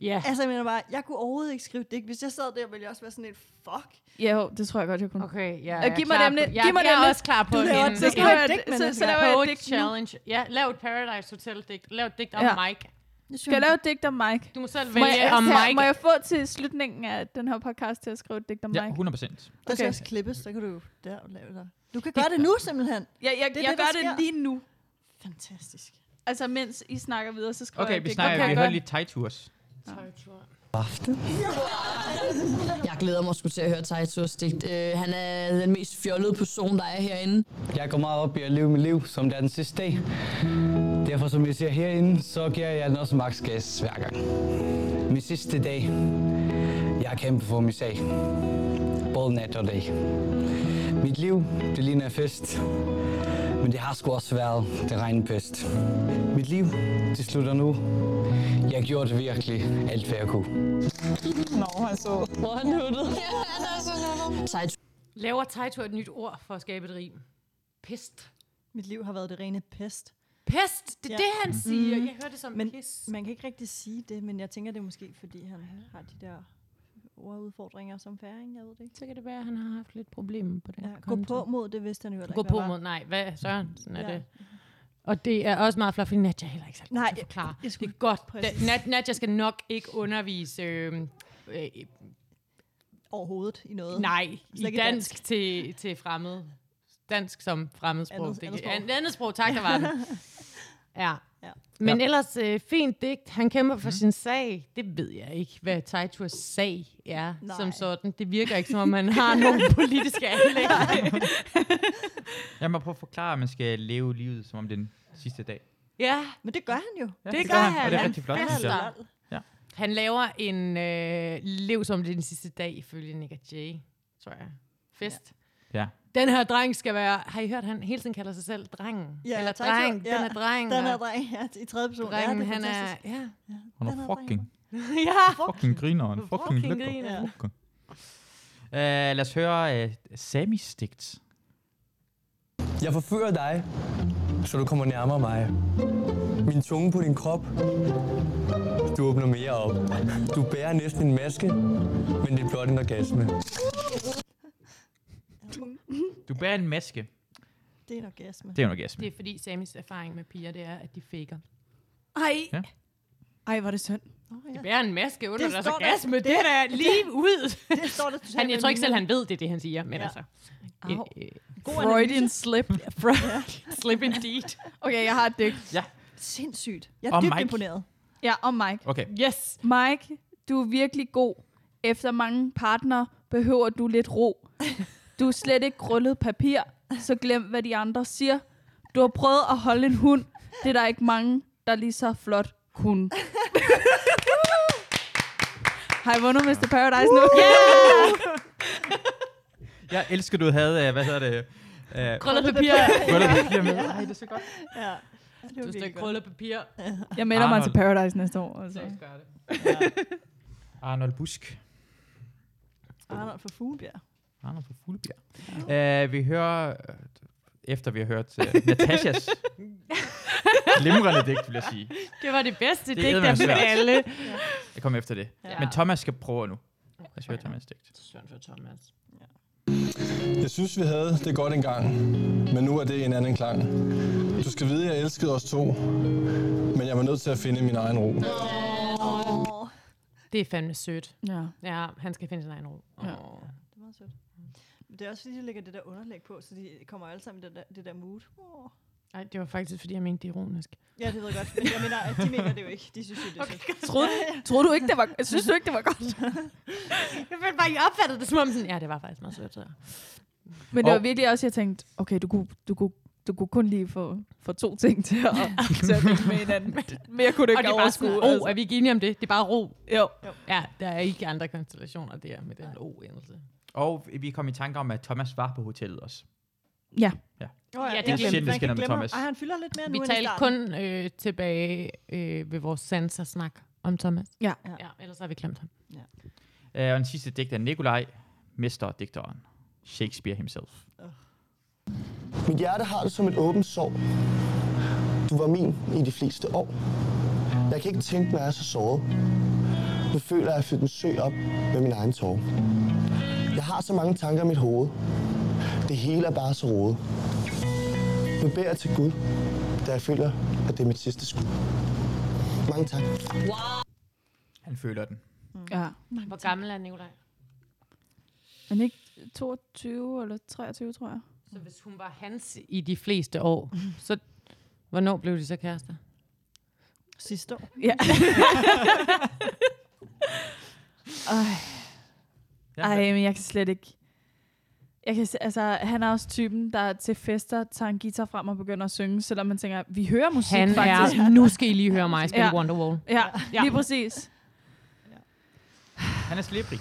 Speaker 2: ja.
Speaker 4: Altså, jeg mener bare, jeg kunne overhovedet ikke skrive et digt. Hvis jeg sad der, ville jeg også være sådan et fuck.
Speaker 3: ja, jo, det tror jeg godt, jeg kunne.
Speaker 2: Okay, ja.
Speaker 3: Øh, giv mig dem lidt.
Speaker 2: Jeg,
Speaker 3: Giv mig
Speaker 2: jeg
Speaker 3: dem
Speaker 2: er
Speaker 3: lidt.
Speaker 2: også klar på
Speaker 4: Du
Speaker 2: en,
Speaker 4: laver-
Speaker 2: en,
Speaker 4: så
Speaker 3: Så
Speaker 2: en
Speaker 4: skal
Speaker 3: skriver
Speaker 4: jeg et
Speaker 3: jeg,
Speaker 4: digt med
Speaker 3: så,
Speaker 4: det
Speaker 3: så
Speaker 4: her.
Speaker 3: laver jeg et
Speaker 2: poet
Speaker 3: digt nu.
Speaker 2: challenge. Ja, lav et Paradise Hotel digt. Lav et digt om
Speaker 3: Ja.
Speaker 2: Mike.
Speaker 4: Jeg synes,
Speaker 3: Skal jeg lave et digt om Mike?
Speaker 2: Du må selv
Speaker 3: Må
Speaker 2: vælge
Speaker 3: jeg,
Speaker 2: om
Speaker 3: her,
Speaker 2: Mike.
Speaker 3: må jeg få til slutningen af den her podcast til at skrive et digt om
Speaker 1: Ja,
Speaker 3: Mike?
Speaker 1: 100%.
Speaker 4: Der skal
Speaker 3: Okay.
Speaker 4: også klippes, så kan du jo der lave det. Du kan gøre det nu, simpelthen.
Speaker 3: Ja, jeg,
Speaker 4: Det er
Speaker 3: jeg
Speaker 4: det, der
Speaker 3: gør det
Speaker 4: sker.
Speaker 3: lige nu.
Speaker 4: Fantastisk.
Speaker 3: Altså, mens I snakker videre, så skriver jeg
Speaker 1: Okay,
Speaker 3: et
Speaker 1: vi
Speaker 3: digt.
Speaker 1: snakker,
Speaker 3: Okay,
Speaker 1: vi
Speaker 3: godt.
Speaker 1: hører lige Tide Tours.
Speaker 7: Jeg glæder mig sgu til at høre Taitos digt. Øh, han er den mest fjollede person, der er herinde.
Speaker 12: Jeg går meget op i at leve mit liv, som det er den sidste dag. Derfor, som I ser herinde, så giver jeg den også maks gas hver gang. Min sidste dag. Jeg har kæmpet for min sag. Både nat og dag. Mit liv, det ligner en fest. Men det har sgu også været det regne pest. Mit liv, det slutter nu. Jeg gjorde virkelig alt, hvad jeg kunne.
Speaker 7: Hvor er han nuttet? Ja, han er så nuttet. Taitos
Speaker 2: Laver Taito et nyt ord for at skabe et rim? Pist.
Speaker 4: Mit liv har været det rene pest.
Speaker 2: Pest! Det er
Speaker 4: Ja.
Speaker 2: ja. det, han siger. Jeg hører det som
Speaker 4: Men-
Speaker 2: men, pis.
Speaker 4: Man kan ikke rigtig sige det, men jeg tænker, det er måske, fordi han har de der ordudfordringer som færing, jeg ved det ikke.
Speaker 2: så kan det være, at han har haft lidt problemer på den
Speaker 4: Ja, gå på mod det, vidste han jo heller
Speaker 2: Gå
Speaker 4: ikke,
Speaker 2: på
Speaker 4: hvad
Speaker 2: mod,
Speaker 4: var.
Speaker 2: nej, hvad Søren, sådan er
Speaker 4: Ja.
Speaker 2: ja. det. Og det er også meget flot, fordi Nadja er heller ikke særlig god
Speaker 4: Nej,
Speaker 2: til at forklare.
Speaker 4: jeg- jeg skulle-
Speaker 2: det er godt.
Speaker 4: præcis.
Speaker 2: Da, Nad, Nadja skal nok ikke undervise, øh, øh,
Speaker 4: Overhovedet i noget.
Speaker 2: nej, i
Speaker 4: Slet
Speaker 2: dansk,
Speaker 4: ikke dansk.
Speaker 2: dansk. Til, til fremmed. Dansk som fremmedsprog.
Speaker 4: Andet-
Speaker 2: Andet, det,
Speaker 4: andet
Speaker 2: andet,
Speaker 4: sprog.
Speaker 2: sprog. andet sprog, tak, der var den. Ja.
Speaker 4: Ja.
Speaker 2: ja. Men ellers, øh, fint digt. Han kæmper for mm. sin sag. Det ved jeg ikke, hvad Taitus sag er
Speaker 4: Nej.
Speaker 2: Nej. som sådan. Det virker ikke, som om han har nogle politiske anlæg.
Speaker 1: Jeg må prøve at forklare, at man skal leve livet, som om den sidste dag.
Speaker 2: Ja,
Speaker 4: Men det gør han jo.
Speaker 1: Ja,
Speaker 2: Det gør han.
Speaker 1: og det er
Speaker 2: Han
Speaker 1: rigtig flot, synes
Speaker 2: fester.
Speaker 1: jeg.
Speaker 2: Lol. Han laver en øh, lev som det er den sidste dag, ifølge Nick og Jay, tror jeg. Fest.
Speaker 1: Ja.
Speaker 2: Den her dreng skal være... Har I hørt, han hele tiden kalder sig selv drengen?
Speaker 4: Ja,
Speaker 2: Eller
Speaker 4: tak,
Speaker 2: dreng,
Speaker 4: ja.
Speaker 2: den er dreng.
Speaker 4: Den er
Speaker 2: og
Speaker 4: dreng, ja, i tredje person.
Speaker 2: Drengen,
Speaker 4: ja, det er
Speaker 2: han er...
Speaker 4: fantastisk.
Speaker 2: Ja.
Speaker 1: Hun
Speaker 4: Den er
Speaker 1: er fucking,
Speaker 2: ja.
Speaker 1: fucking grineren. Fucking
Speaker 2: Fucking
Speaker 1: lykker.
Speaker 2: griner.
Speaker 4: Ja.
Speaker 1: Fucking. Uh, lad os høre uh, Samis digt.
Speaker 12: Jeg forfører dig, så du kommer nærmere mig.
Speaker 13: Min tunge på din krop. Du åbner mere op. Du bærer næsten en maske, men det er blot en orgasme.
Speaker 1: Du bærer en maske.
Speaker 4: Det er en orgasme.
Speaker 1: Det er en orgasme.
Speaker 2: Det er fordi Samis erfaring med piger, det er, at de faker.
Speaker 3: Ej.
Speaker 1: Ja.
Speaker 3: Ej, hvor er det synd.
Speaker 2: Det bærer en maske under
Speaker 3: Det
Speaker 2: deres
Speaker 3: står der-
Speaker 2: orgasme. Det,
Speaker 3: det-
Speaker 2: er da lige ud.
Speaker 4: Det står der totalt
Speaker 2: han, jeg tror ikke
Speaker 4: i
Speaker 2: selv,
Speaker 4: mine.
Speaker 2: han ved, det er det, han siger. Men
Speaker 4: Ja.
Speaker 2: ja. altså.
Speaker 3: Au.
Speaker 2: Øh, øh,
Speaker 4: God Freudian analyse.
Speaker 3: slip.
Speaker 2: slip indeed.
Speaker 3: Okay, jeg har et digt.
Speaker 1: Ja.
Speaker 4: Sindssygt. Jeg er
Speaker 3: Og
Speaker 4: dybt
Speaker 3: Mike.
Speaker 4: imponeret.
Speaker 3: Ja, om Mike.
Speaker 1: Okay.
Speaker 2: Yes.
Speaker 3: Mike, du er virkelig god. Efter mange partnere behøver du lidt ro. Du er slet ikke krøllet papir, så glem, hvad de andre siger. Du har prøvet at holde en hund. Det er der ikke mange, der lige så flot kunne. Har I vundet Mr. Paradise nu? Yeah!
Speaker 1: Jeg elsker, du havde, øh, hvad hedder det? øh,
Speaker 2: Krøllet papir.
Speaker 1: Krøllet papir med.
Speaker 2: Ja.
Speaker 1: Ej, det er så godt.
Speaker 4: Ja.
Speaker 2: Du står krøllet papir.
Speaker 3: Jeg melder mig til
Speaker 1: Arnold.
Speaker 3: Paradise næste år. Altså.
Speaker 1: Arnold Busk.
Speaker 4: Arnold fra Fuglebjerg.
Speaker 1: Arnold fra Fuglebjerg. Uh, vi hører, øh, efter vi har hørt uh, Natashas glimrende digt, vil jeg sige.
Speaker 2: Det var det bedste digt
Speaker 1: eddermame
Speaker 2: af dem
Speaker 1: svært.
Speaker 2: alle.
Speaker 1: Jeg kommer efter det.
Speaker 2: Ja.
Speaker 1: Men Thomas skal prøve nu. Lad os høre Thomas' digt.
Speaker 2: Søren for Thomas.
Speaker 13: Jeg synes, vi havde det godt engang, men nu er det en anden klang. Du skal vide, jeg elskede os to, men jeg var nødt til at finde min egen ro.
Speaker 2: Det er fandme sødt.
Speaker 3: Ja.
Speaker 2: ja han skal finde sin egen ro.
Speaker 3: Ja.
Speaker 4: Det er meget sødt. Men det er også fordi, de lægger det der underlæg på, så de kommer alle sammen i det der, det der mood. Oh.
Speaker 2: Nej, det var faktisk, fordi jeg mente det ironisk.
Speaker 4: Ja, det ved jeg godt. Men jeg mener, at de mener det jo ikke. De synes jo, det er okay, sødt.
Speaker 3: Troede, troede du ikke, det var... Synes du ikke, det var godt?
Speaker 2: Jeg følte bare, I opfattede det som om sådan, ja, det var faktisk meget sødt. Så.
Speaker 3: Men det var
Speaker 2: Og-
Speaker 3: virkelig også, jeg tænkte, okay, du kunne, du kunne, du kunne kun lige få, få to ting til at, til at ligge med hinanden. Mere kunne du
Speaker 2: og det
Speaker 3: ikke
Speaker 2: er bare sådan,
Speaker 3: overskue.
Speaker 2: ro, er vi ikke enige om det? Det er bare ro.
Speaker 3: Jo.
Speaker 2: altså? Ja, der er ikke andre konstellationer der med den o-endelse.
Speaker 1: Og vi kom i tanke om, at Thomas var på hotellet også.
Speaker 3: Ja.
Speaker 1: Ja.
Speaker 4: Oh,
Speaker 1: det er sjældent, det skinner med Thomas.
Speaker 4: Ej, han fylder lidt mere
Speaker 2: Vi
Speaker 4: nu
Speaker 2: talte
Speaker 4: end
Speaker 2: kun øh, tilbage øh, ved vores sanser-snak om Thomas.
Speaker 3: Ja.
Speaker 2: ja. Ellers har vi glemt ham.
Speaker 1: Øh, og den sidste digt er Nikolaj, mesterdigteren. Shakespeare himself.
Speaker 10: Mit hjerte har det som et åbent sår. Du var min i de fleste år. Jeg kan ikke tænke, når jeg er så såret. Nu føler jeg, at jeg fyldte en sø op med min egen tårer. Jeg har så mange tanker i mit hoved. Det hele er bare så rodet. Nu beder jeg til Gud, da jeg føler, at det er mit sidste skud. Mange tak.
Speaker 1: Han føler den.
Speaker 3: Ja.
Speaker 2: Hvor gammel er Nikolaj?
Speaker 3: Men ikke 22 eller 23, tror jeg.
Speaker 2: Så hvis hun var hans i de fleste år, så hvornår blev de så kærester?
Speaker 4: Sidste år.
Speaker 3: Ja. Ej. Ej, men jeg kan slet ikke... Jeg kan, s- altså, han er også typen, der til fester tager en guitar frem og begynder at synge, selvom man tænker, vi hører musik
Speaker 2: Han
Speaker 3: faktisk.
Speaker 2: er, nu skal I lige høre mig spille
Speaker 3: Ja.
Speaker 2: ja. Wonderwall.
Speaker 3: Ja, ja, lige præcis.
Speaker 1: Han er slipperig.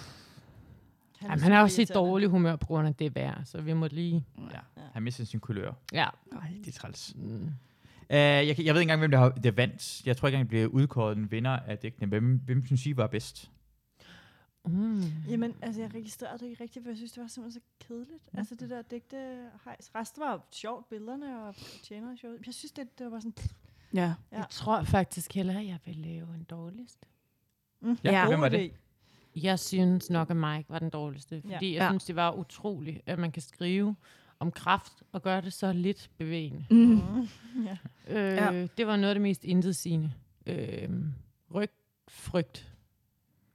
Speaker 4: Han
Speaker 2: Jamen, han er også i dårlig humør på grund af det vejr, så vi må lige...
Speaker 1: Ja. Han mister sin kulør.
Speaker 2: Ja.
Speaker 1: Nej, det er træls. Mm. Uh, jeg, kan- jeg ved ikke engang, hvem der, har, der vandt. Jeg tror ikke engang, det blev udkåret en vinder af digtene. Hvem, hvem synes I var bedst?
Speaker 2: Mm.
Speaker 4: Jamen, altså, jeg registrerede det ikke rigtigt, for jeg synes, det var simpelthen så kedeligt. Altså, det der digte hejs. Resten var jo sjovt, billederne og tjener sjovt. Jeg synes, det, det var sådan...
Speaker 3: Ja.
Speaker 2: Jeg tror faktisk heller, at jeg vil lave en dårligste.
Speaker 4: Mm.
Speaker 1: Ja, hvem var det?
Speaker 2: Jeg synes nok, at Mike var den dårligste.
Speaker 4: Ja.
Speaker 2: Fordi ja.
Speaker 4: Ja.
Speaker 2: jeg synes, det var utroligt, at man kan skrive om kraft og gøre det så lidt bevægende.
Speaker 3: Mm.
Speaker 4: Ja.
Speaker 2: Øh, ja. Det var noget af det mest intetsigende. Øh, ryg, frygt.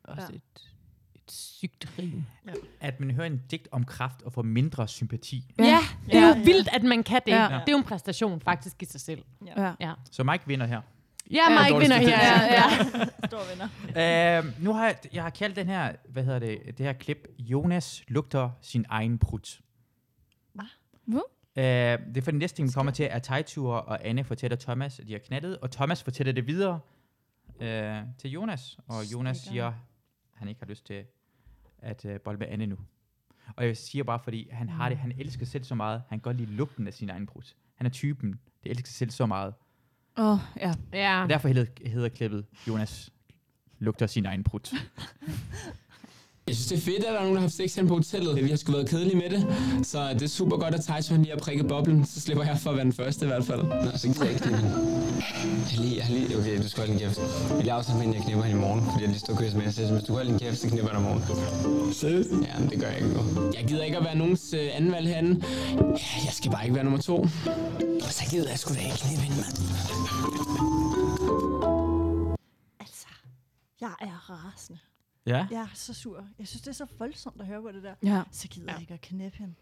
Speaker 2: Også ja. et, et sygt rim. Ja.
Speaker 1: At man hører en digt om kraft og får mindre sympati.
Speaker 2: Ja. ja, det er jo
Speaker 1: Ja.
Speaker 2: vildt, at man kan det.
Speaker 1: Ja.
Speaker 2: Ja. Det er jo en præstation faktisk i sig selv.
Speaker 3: Ja.
Speaker 2: ja.
Speaker 1: Så Mike vinder her.
Speaker 2: Ja, Mike
Speaker 1: Dårligste
Speaker 2: vinder
Speaker 1: digt.
Speaker 2: her. Ja, ja.
Speaker 4: Stor vinder.
Speaker 1: Uh, nu har jeg, jeg har kaldt den her, hvad hedder det, det her klip, Jonas lugter sin egen prut.
Speaker 3: Hvad?
Speaker 1: Uh, det er for den næste ting, vi kommer til, er Tejture og Anne fortæller Thomas, at de har knaldet, og Thomas fortæller det videre uh, til Jonas, og Jonas
Speaker 2: Stikker.
Speaker 1: siger, han ikke har lyst til at uh, bolde med Anne nu. Og jeg siger bare, fordi han har det, han elsker selv så meget, han kan godt lide lugten af sin egen prut. Han er typen, det elsker selv så meget.
Speaker 3: Åh, oh, ja.
Speaker 2: ja.
Speaker 1: Og derfor hedder, hedder klippet, Jonas lugter sin egen prut.
Speaker 8: Jeg synes, det er fedt, at der er nogen, der har haft sex hen på hotellet. Vi har sgu været kedelige med det, så det er super godt, at Tejs lige har prikket boblen. Så slipper jeg for at være den første i hvert fald. Nå, så ikke rigtigt, men...
Speaker 11: Jeg lige, jeg lige, okay, du skal holde din kæft. Vi laver sådan en, jeg knipper hende i morgen, fordi jeg lige står og kører sms. Hvis du holder din kæft, så knipper jeg dig i morgen.
Speaker 8: Seriøst? Ja, men det gør jeg ikke nu. Jeg gider ikke at være nogens øh, anden valg herinde. Ja, Jeg skal bare ikke være nummer to. Og så gider jeg sgu da ikke knippe hende, mand.
Speaker 4: Altså, Jeg er rasende.
Speaker 1: Ja.
Speaker 4: Jeg er så sur. Jeg synes, det er så voldsomt at høre på det der.
Speaker 3: Ja.
Speaker 4: Så gider jeg ikke at knæppe hende.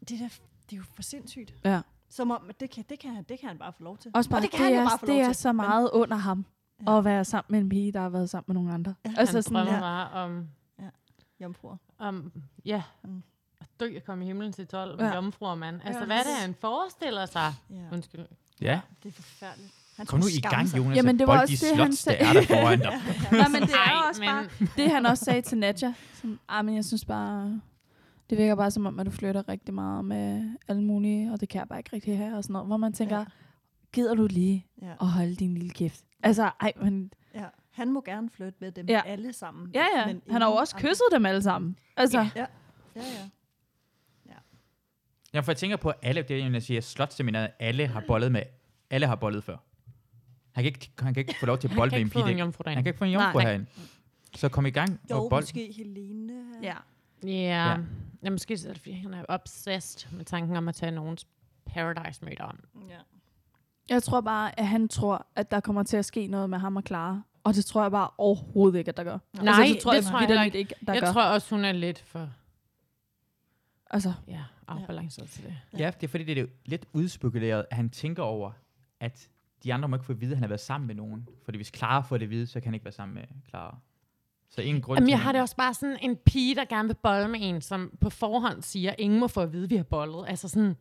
Speaker 4: Det, der, det er jo for sindssygt.
Speaker 3: Ja.
Speaker 4: Som om, at det kan, det, kan, han- det kan han bare få lov til.
Speaker 3: Også bare,
Speaker 4: Og
Speaker 3: det,
Speaker 4: kan han
Speaker 3: det,
Speaker 4: jo
Speaker 3: er,
Speaker 4: bare få lov
Speaker 3: det er
Speaker 4: til.
Speaker 3: så meget under ham ja. at være sammen med en pige, der har været sammen med nogle andre.
Speaker 4: Ja.
Speaker 2: Altså, han drømmer bare om...
Speaker 4: Ja. Jomfruer.
Speaker 2: Om, ja. At dø og komme i himlen til 12.
Speaker 4: Ja.
Speaker 2: Ja. Jomfruer, mand. Altså,
Speaker 4: Ja.
Speaker 2: ja. hvad er det, han forestiller sig? Ja. Undskyld.
Speaker 1: Ja.
Speaker 4: Det er forfærdeligt.
Speaker 1: Han Kom nu skulle i skamme gang, sig. Jonas,
Speaker 3: Jamen,
Speaker 1: at
Speaker 3: det var
Speaker 1: folk,
Speaker 3: også
Speaker 1: de
Speaker 3: det, han
Speaker 1: slots,
Speaker 3: sagde.
Speaker 1: der er der foran dig.
Speaker 3: ja, men det er
Speaker 2: Ej,
Speaker 3: også
Speaker 2: men-
Speaker 3: bare det, han også sagde til Nadja. Sådan, ah, men jeg synes bare, det virker bare som om, at du flytter rigtig meget med alle mulige, og det kan jeg bare ikke rigtig have, og sådan noget. Hvor man tænker, ja. gider du lige
Speaker 4: Ja.
Speaker 3: at holde din lille kæft? Altså, ej, men...
Speaker 4: Ja. Han må gerne flytte med dem
Speaker 3: Ja.
Speaker 4: ja. alle sammen.
Speaker 3: Ja, ja. Men han har jo
Speaker 4: ingen
Speaker 3: også
Speaker 4: andre.
Speaker 3: kysset dem alle sammen. Altså,
Speaker 4: Ja. ja. Ja, ja.
Speaker 1: Ja, for jeg tænker på, at alle, det er, jeg siger, slotseminaret, alle har bollet med, alle har bollet før. Han kan ikke, han kan ikke få lov til at
Speaker 2: Han
Speaker 1: bolle
Speaker 2: kan
Speaker 1: med en
Speaker 2: ikke
Speaker 1: pige.
Speaker 2: få
Speaker 1: der
Speaker 2: en
Speaker 1: ikke-
Speaker 2: jomfru derinde.
Speaker 1: Han kan ikke få en
Speaker 2: Nej.
Speaker 1: jomfru
Speaker 2: Nej.
Speaker 1: herinde. Så kom i gang
Speaker 4: Jo,
Speaker 1: og bold.
Speaker 4: måske Helene.
Speaker 3: Ja.
Speaker 2: Ja.
Speaker 1: Ja.
Speaker 2: ja. Måske så er det, fordi han er obsessed med tanken om at tage nogens paradise møder om.
Speaker 4: Ja.
Speaker 3: Jeg tror bare, at han tror, at der kommer til at ske noget med ham og Clara. Og det tror jeg bare overhovedet ikke, at der gør.
Speaker 2: Nej, altså,
Speaker 3: det tror jeg,
Speaker 2: heller
Speaker 3: vitterligt ikke, der
Speaker 2: jeg
Speaker 3: gør.
Speaker 2: tror også, hun er lidt for
Speaker 3: altså,
Speaker 2: ja, afbalanceret til det.
Speaker 1: Ja, det er fordi, det er lidt udspekuleret, at han tænker over, at de andre må ikke få at vide, at han har været sammen med nogen. Fordi hvis Clara får det at vide, så kan han ikke være sammen med Clara. Så ingen grund
Speaker 2: Jamen,
Speaker 1: til
Speaker 2: jeg
Speaker 1: at-
Speaker 2: har det også bare sådan en pige, der gerne vil bolle med en, som på forhånd siger, ingen må få at vide, vi har bollet. Altså sådan...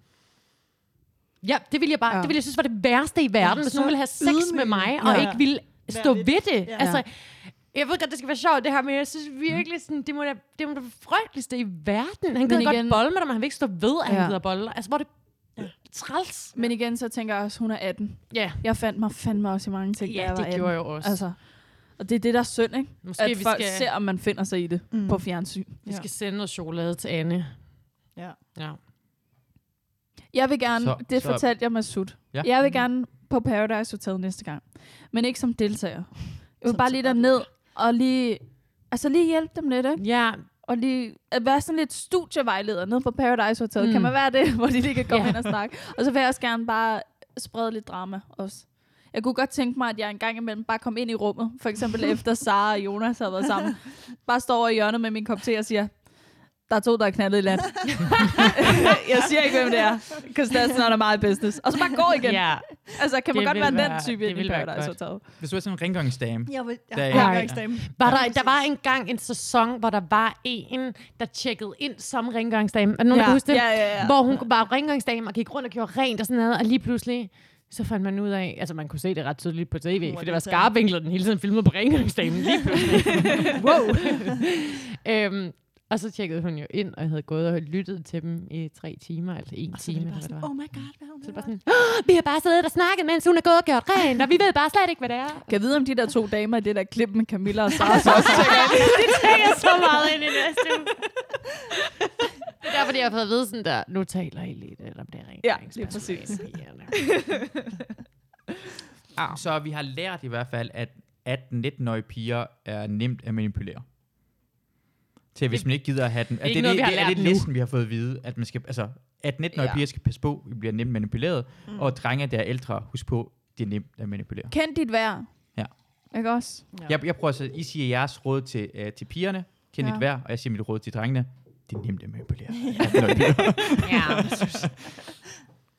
Speaker 2: Ja, det ville jeg bare, ja. det ville jeg synes var det værste i verden,
Speaker 7: Ja,
Speaker 2: ja, hvis
Speaker 7: så
Speaker 2: nogen ville have sex
Speaker 7: ydmygende.
Speaker 2: med mig, og
Speaker 7: Ja.
Speaker 2: ja. ikke ville
Speaker 7: Være
Speaker 2: stå
Speaker 7: lidt-
Speaker 2: ved det.
Speaker 7: Ja.
Speaker 2: Ja. Altså,
Speaker 7: Ja.
Speaker 2: jeg ved godt, det skal være sjovt det her, men jeg synes virkelig, sådan, det må da, det må da være det frygteligste i verden. Han
Speaker 3: Men
Speaker 2: gider igen...
Speaker 3: igen-
Speaker 2: godt bolle med dig, men han vil ikke stå ved, at ja.
Speaker 3: Ja.
Speaker 2: han gider bolle. Altså, hvor er det træls.
Speaker 3: Men igen, så tænker jeg også, at hun er 18.
Speaker 2: Ja.
Speaker 3: Jeg fandt mig fandme også i mange ting,
Speaker 2: Ja,
Speaker 3: da jeg var
Speaker 2: det
Speaker 3: 18.
Speaker 2: gjorde jeg jo også.
Speaker 3: Altså, og det er det, der er synd, ikke?
Speaker 2: Måske
Speaker 3: Måske at
Speaker 2: vi
Speaker 3: vi folk
Speaker 2: skal-
Speaker 3: ser, om man finder sig i det mm. på fjernsyn.
Speaker 2: Vi skal sende noget chokolade til Anne.
Speaker 4: Ja.
Speaker 2: ja.
Speaker 3: Jeg vil gerne,
Speaker 2: Så-
Speaker 3: så, det
Speaker 2: så-
Speaker 3: så... fortalte jeg med Sut.
Speaker 2: Ja.
Speaker 3: Ja. Jeg vil gerne på Paradise Hotel næste gang. Men ikke som deltager. Jeg vil bare lige derned og lige, altså lige hjælpe dem lidt, ikke?
Speaker 2: Ja.
Speaker 3: Og lige at være sådan lidt studievejleder nede på Paradise Hotel. Mm.
Speaker 2: Mm.
Speaker 3: Kan man være det, hvor de lige kan komme
Speaker 2: Ja.
Speaker 3: ja. hen og snakke? Og så vil jeg også gerne bare sprede lidt drama også. Jeg kunne godt tænke mig, at jeg en gang imellem bare kom ind i rummet. For eksempel efter Sara og Jonas havde været sammen. Bare står over i hjørnet med min kop te og siger, der er to, der er knaldet i land. jeg siger ikke, hvem det er. Because that's not my business. Og så bare gå igen.
Speaker 2: Ja.
Speaker 3: Altså, kan man
Speaker 2: Det
Speaker 3: godt
Speaker 2: ville
Speaker 3: være,
Speaker 2: være-
Speaker 3: den type
Speaker 2: det
Speaker 3: ind i
Speaker 2: ville være
Speaker 3: Paradise
Speaker 2: godt.
Speaker 3: Hotel?
Speaker 1: Hvis du er sådan en rengøringsdame.
Speaker 4: Jeg vil,
Speaker 1: der er-
Speaker 2: Var der, der var engang en sæson, hvor der var en, der tjekkede ind som rengøringsdame. Er der nogen, der
Speaker 3: Ja.
Speaker 2: kan huske det?
Speaker 3: Ja, ja, ja.
Speaker 2: Hvor hun var rengøringsdame og gik rundt og gjorde rent og sådan noget, og lige pludselig så fandt man ud af, altså man kunne se det ret tydeligt på tv,
Speaker 7: Hun var
Speaker 2: for det
Speaker 7: deltager.
Speaker 2: var skarpvinklet, den hele tiden filmede på rengøringsdamen lige pludselig. wow! øhm, og så tjekkede hun jo ind, og havde gået og lyttet til dem i tre timer, altså en time, eller hvad det var.
Speaker 4: Oh my god, hvad er hun
Speaker 2: Så det var sådan, "Åh, vi har bare siddet og snakket, mens hun er gået og gjort rent, og vi ved bare slet ikke, hvad det er.
Speaker 3: Kan jeg vide, om de der to damer i det der klip med Camilla og Sara så også tjekker ind?
Speaker 2: det tænker jeg så meget ind i næste uge. Det er derfor, de har fået at vide sådan der, nu taler I lidt, eller om det er rent.
Speaker 3: Ja,
Speaker 2: rent
Speaker 3: lige
Speaker 2: spørgsmål,
Speaker 3: præcis.
Speaker 2: eller pigerne.
Speaker 1: Så vi har lært i hvert fald, at 18-19-årige piger er nemt at manipulere. Til hvis
Speaker 2: Det-
Speaker 1: man ikke gider at have den.
Speaker 2: det er ikke noget, vi har
Speaker 1: det, er
Speaker 2: lært
Speaker 1: det
Speaker 2: nu.
Speaker 1: listen, vi har fået at vide, at man skal, altså, 18-19-årige
Speaker 2: Ja.
Speaker 1: piger skal passe på, vi bliver nemt manipuleret.
Speaker 3: Mm.
Speaker 1: Mm. Og drenge, der er ældre, husk på, det er nemt at manipulere.
Speaker 3: Kend dit værd.
Speaker 1: Ja.
Speaker 3: Ikke også?
Speaker 1: Ja. Jeg, jeg prøver så, I siger jeres råd til, øh, til pigerne, kend
Speaker 3: Ja.
Speaker 1: dit værd, og jeg siger mit råd til drengene, det er nemt at manipulere.
Speaker 2: Ja.
Speaker 1: Godt,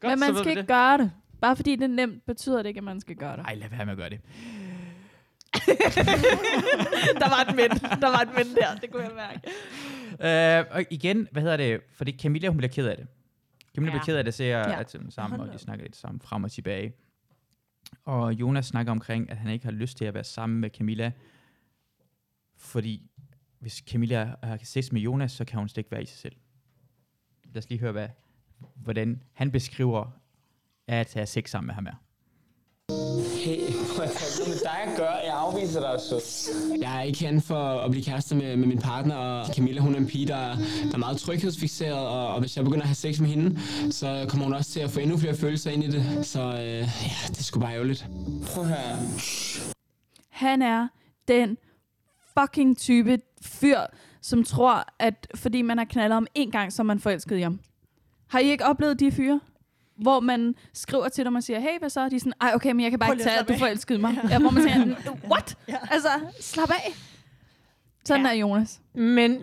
Speaker 3: Men
Speaker 1: så
Speaker 3: man
Speaker 1: ved
Speaker 3: skal
Speaker 1: vi
Speaker 3: ikke
Speaker 1: det.
Speaker 3: gøre det. Bare fordi det er nemt, betyder det ikke, at man skal gøre det.
Speaker 1: Nej, lad være med at gøre det.
Speaker 3: der var et mænd. Der var et mænd der, det kunne jeg mærke.
Speaker 1: Øh, og igen, hvad hedder det? Fordi Camilla, hun bliver ked af det. Camilla
Speaker 3: Ja.
Speaker 1: ja. bliver ked af det, ser
Speaker 3: Ja.
Speaker 1: ja. at de sammen, og de snakker lidt sammen frem og tilbage. Og Jonas snakker omkring, at han ikke har lyst til at være sammen med Camilla, fordi hvis Camilla har sex med Jonas, så kan hun slet ikke være i sig selv. Lad os lige høre, hvad, hvordan han beskriver at have sex sammen med ham her.
Speaker 11: Hey, hvad fanden med dig at gøre? Jeg afviser dig altså. så.
Speaker 8: Jeg er ikke hen for at blive kærester med, med min partner, og Camilla hun er en pige, der, er- der er meget tryghedsfixeret, og, og hvis jeg begynder at have sex med hende, så kommer hun også til at få endnu flere følelser ind i det. Så øh, ja, det er sgu bare ærgerligt. Prøv her.
Speaker 3: Han er den fucking type fyr, som tror, at fordi man har knaldet om en gang, så er man forelsket i ham. Har I ikke oplevet de fyre? Hvor man skriver til dem og siger, hey, hvad så? Og De er sådan, ej, okay, men jeg kan bare
Speaker 4: Prøv
Speaker 3: ikke
Speaker 4: lige
Speaker 3: tage,
Speaker 4: at
Speaker 3: at du
Speaker 4: slappe af."
Speaker 3: forelskede mig.
Speaker 4: Ja.
Speaker 3: Ja. Hvor man tænker, what?
Speaker 4: Ja.
Speaker 3: Altså, slap af. Sådan ja. er Jonas.
Speaker 2: Men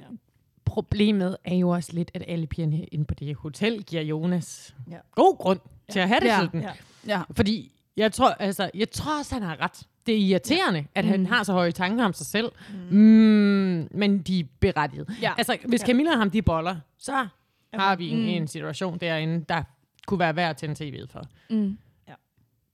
Speaker 2: problemet er jo også lidt, at alle pigerne inde på det hotel giver Jonas
Speaker 4: Ja.
Speaker 2: god grund til at have det
Speaker 3: Ja.
Speaker 2: sådan.
Speaker 3: Ja. Ja.
Speaker 2: Fordi jeg tror, altså, jeg tror også, han har ret. Det er irriterende, ja. at han
Speaker 3: Mm.
Speaker 2: har så høje tanker om sig selv. Mm. Mm, men de er berettiget.
Speaker 3: Ja.
Speaker 2: Altså, hvis
Speaker 3: Ja.
Speaker 2: Camilla og ham, de boller, så har vi en,
Speaker 3: Mm.
Speaker 2: en situation derinde, der kunne være værd at tænde tv'et for.
Speaker 3: Mm.
Speaker 4: Ja.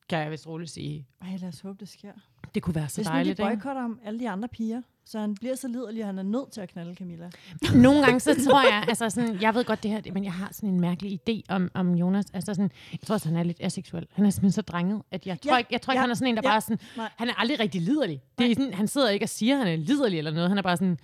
Speaker 2: Kan jeg vist roligt sige.
Speaker 4: Ej, lad os håbe, det sker.
Speaker 2: Det kunne være så
Speaker 4: Hvis nu
Speaker 2: dejligt,
Speaker 4: de
Speaker 2: ikke?
Speaker 4: boykotter ham, alle de andre piger, så han bliver så liderlig, at han er nødt til at knalde Camilla.
Speaker 2: Nogle gange så tror jeg, altså sådan, jeg ved godt det her, men jeg har sådan en mærkelig idé om, om Jonas. Altså sådan, jeg tror også, han er lidt aseksuel. Han er simpelthen så drenget, at jeg tror
Speaker 4: Ja,
Speaker 2: ja, ikke, jeg tror ikke
Speaker 4: ja,
Speaker 2: ja, han er sådan en, der
Speaker 4: ja,
Speaker 2: ja, bare er sådan,
Speaker 4: nej.
Speaker 2: nej. han er aldrig rigtig liderlig. Det er sådan, han sidder ikke og siger, at han er liderlig eller noget. Han er bare sådan,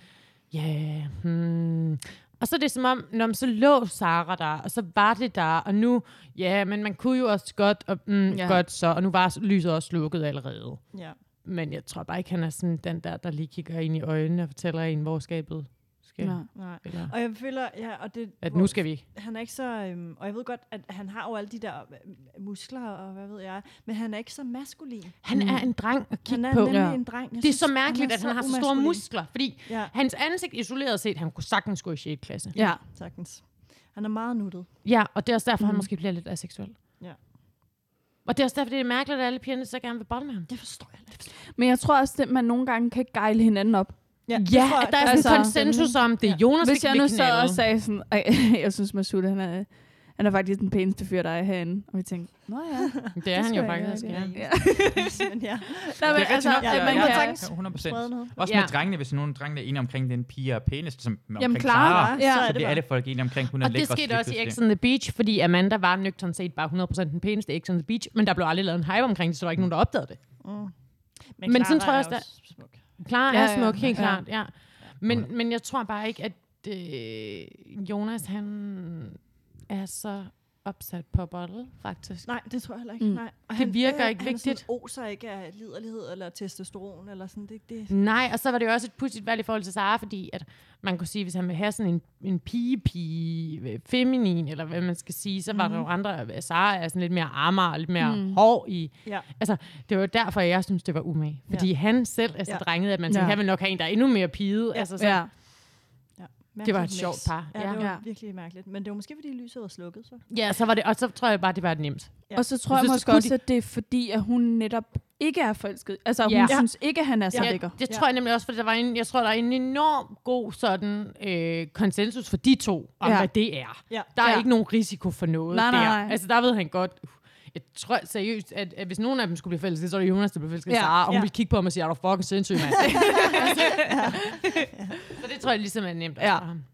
Speaker 2: ja, yeah, hmm. Og så er det som om, når så lå Sara der, og så var det der, og nu, ja, men man kunne jo også godt, og, mm,
Speaker 4: Ja.
Speaker 2: ja. godt så, og nu var lyset også slukket allerede.
Speaker 4: Ja.
Speaker 2: Men jeg tror bare ikke, han er sådan den der, der lige kigger ind i øjnene og fortæller en, hvor skabet skal.
Speaker 4: Nej. Nej.
Speaker 2: Eller,
Speaker 4: Og jeg føler, ja, og det,
Speaker 2: At
Speaker 4: hvor-
Speaker 2: nu skal vi.
Speaker 4: Han er ikke så, øhm, og jeg ved godt, at han har jo alle de der øh, muskler og hvad ved jeg, men han er ikke så maskulin.
Speaker 2: han er en dreng at kigge
Speaker 4: Mm. Han er
Speaker 2: på.
Speaker 4: nemlig en dreng. Jeg
Speaker 2: det er
Speaker 4: synes,
Speaker 2: så mærkeligt,
Speaker 4: han er
Speaker 2: at han
Speaker 4: så
Speaker 2: har så store
Speaker 4: umaskulin.
Speaker 2: muskler, fordi
Speaker 4: Ja.
Speaker 2: ja. hans ansigt isoleret set, han kunne sagtens gå i 6. klasse.
Speaker 3: Ja.
Speaker 4: Sagtens. Han er meget nuttet.
Speaker 2: Ja, og det er også derfor, mm. han
Speaker 4: Mhm.
Speaker 2: måske bliver lidt aseksuel.
Speaker 4: Ja.
Speaker 2: Og det er også derfor, det er mærkeligt, at alle pigerne så gerne vil bolle med ham.
Speaker 4: Det forstår jeg.
Speaker 3: Men jeg tror også, at man nogle gange kan gejle hinanden op.
Speaker 4: Ja,
Speaker 2: det Ja, tror jeg- der er sådan
Speaker 4: altså-
Speaker 2: en konsensus om, det er Jonas,
Speaker 3: Hvis
Speaker 2: der
Speaker 3: jeg
Speaker 2: bliver
Speaker 3: nu sad og
Speaker 2: knaldet.
Speaker 3: sagde sådan, "Ej, jeg synes, Masoud, han er, han er faktisk den pæneste fyr, der er herinde. Og vi tænkte, nå ja.
Speaker 2: Det er han
Speaker 3: skal
Speaker 2: jo
Speaker 3: jeg
Speaker 2: faktisk,
Speaker 3: nok,
Speaker 2: ja.
Speaker 3: Ja. Nå,
Speaker 4: Men ja.
Speaker 3: men
Speaker 1: det er
Speaker 3: altså,
Speaker 1: altså, nok,
Speaker 3: at
Speaker 1: ja,
Speaker 3: man
Speaker 1: man ja,
Speaker 3: kan-
Speaker 1: kan 100 procent.
Speaker 3: sprede noget.
Speaker 1: Også med
Speaker 3: Ja.
Speaker 1: drengene, hvis nogen drengene er enige omkring den pige er pænest, som omkring
Speaker 3: Jamen, Clara,
Speaker 1: Clara,
Speaker 3: ja.
Speaker 1: så
Speaker 3: Så er det
Speaker 1: bliver
Speaker 3: bare-
Speaker 1: alle folk enige omkring, hun er
Speaker 2: Og det
Speaker 1: lækker.
Speaker 2: skete
Speaker 1: lige
Speaker 2: også i X
Speaker 1: pludselig.
Speaker 2: on the Beach, fordi Amanda var nøgtern set bare 100% den pæneste i X on the Beach, men der blev aldrig lavet en hype omkring det, så der var ikke nogen, der opdagede det.
Speaker 4: Mm.
Speaker 2: Men, men sådan tror jeg også, der...
Speaker 4: smuk.
Speaker 2: Klar
Speaker 4: Ja,
Speaker 2: ja, er
Speaker 4: ja,
Speaker 2: smuk, helt
Speaker 4: ja.
Speaker 2: klart, ja. Men, men jeg tror bare ikke, at øh, Jonas, han er så opsat på bolle, faktisk.
Speaker 4: Nej, det tror jeg heller ikke. Mm. Nej.
Speaker 2: Og det virker ikke
Speaker 4: han er
Speaker 2: vigtigt.
Speaker 4: Sådan, oser ikke af liderlighed eller testosteron eller sådan. Det, det,
Speaker 2: Nej, og så var det jo også et pudsigt valg i forhold til Sara, fordi at man kunne sige, hvis han ville have sådan en, en pige-pige, øh, feminin, eller hvad man skal sige, så var mm. der jo
Speaker 4: Mhm.
Speaker 2: andre, Sara er sådan lidt mere armer og lidt mere
Speaker 4: Mhm.
Speaker 2: mm. hård i.
Speaker 4: Ja.
Speaker 2: Altså, det var jo derfor, jeg synes, det var umage. Fordi
Speaker 4: Ja.
Speaker 2: ja. han selv er så
Speaker 4: Ja.
Speaker 2: ja. drenget, at man tænkte,
Speaker 4: Ja.
Speaker 2: ja. han vil nok have en, der er endnu mere pige. Ja. Altså, så,
Speaker 3: Ja.
Speaker 2: Det var
Speaker 4: Mærkeligt
Speaker 2: et
Speaker 4: mix.
Speaker 2: sjovt par.
Speaker 4: Ja, det
Speaker 2: Ja.
Speaker 4: var
Speaker 2: Ja.
Speaker 4: virkelig mærkeligt. Men det var måske, fordi lyset var slukket. Så.
Speaker 2: ja, så var det, og så tror jeg bare, det var nemt.
Speaker 4: Ja.
Speaker 3: Og så tror jeg
Speaker 2: synes,
Speaker 3: måske
Speaker 2: skulle
Speaker 3: også,
Speaker 2: de-
Speaker 3: at det er fordi, at hun netop ikke er forelsket. Altså, hun
Speaker 2: Ja.
Speaker 3: synes ikke, at han er så
Speaker 2: ja,
Speaker 3: lækker.
Speaker 2: Det tror jeg nemlig også, for der var en, jeg tror, der er en enorm god sådan, øh, konsensus for de to, om
Speaker 3: Ja.
Speaker 2: ja. hvad det er.
Speaker 3: Ja.
Speaker 2: Der er
Speaker 3: Ja.
Speaker 2: ja. ikke nogen risiko for noget
Speaker 3: Nej, nej,
Speaker 2: der.
Speaker 3: nej.
Speaker 2: Altså, der ved han godt, uh, jeg tror seriøst, at, at hvis nogen af dem skulle blive forelsket, så er det Jonas, der bliver forelsket
Speaker 3: Ja.
Speaker 2: ja. Sara, og hun
Speaker 3: Ja.
Speaker 2: ja. ville kigge på ham og sige, er du fucking sindssyg, mand? så det tror jeg ligesom er nemt også
Speaker 3: Ja.
Speaker 2: for ham.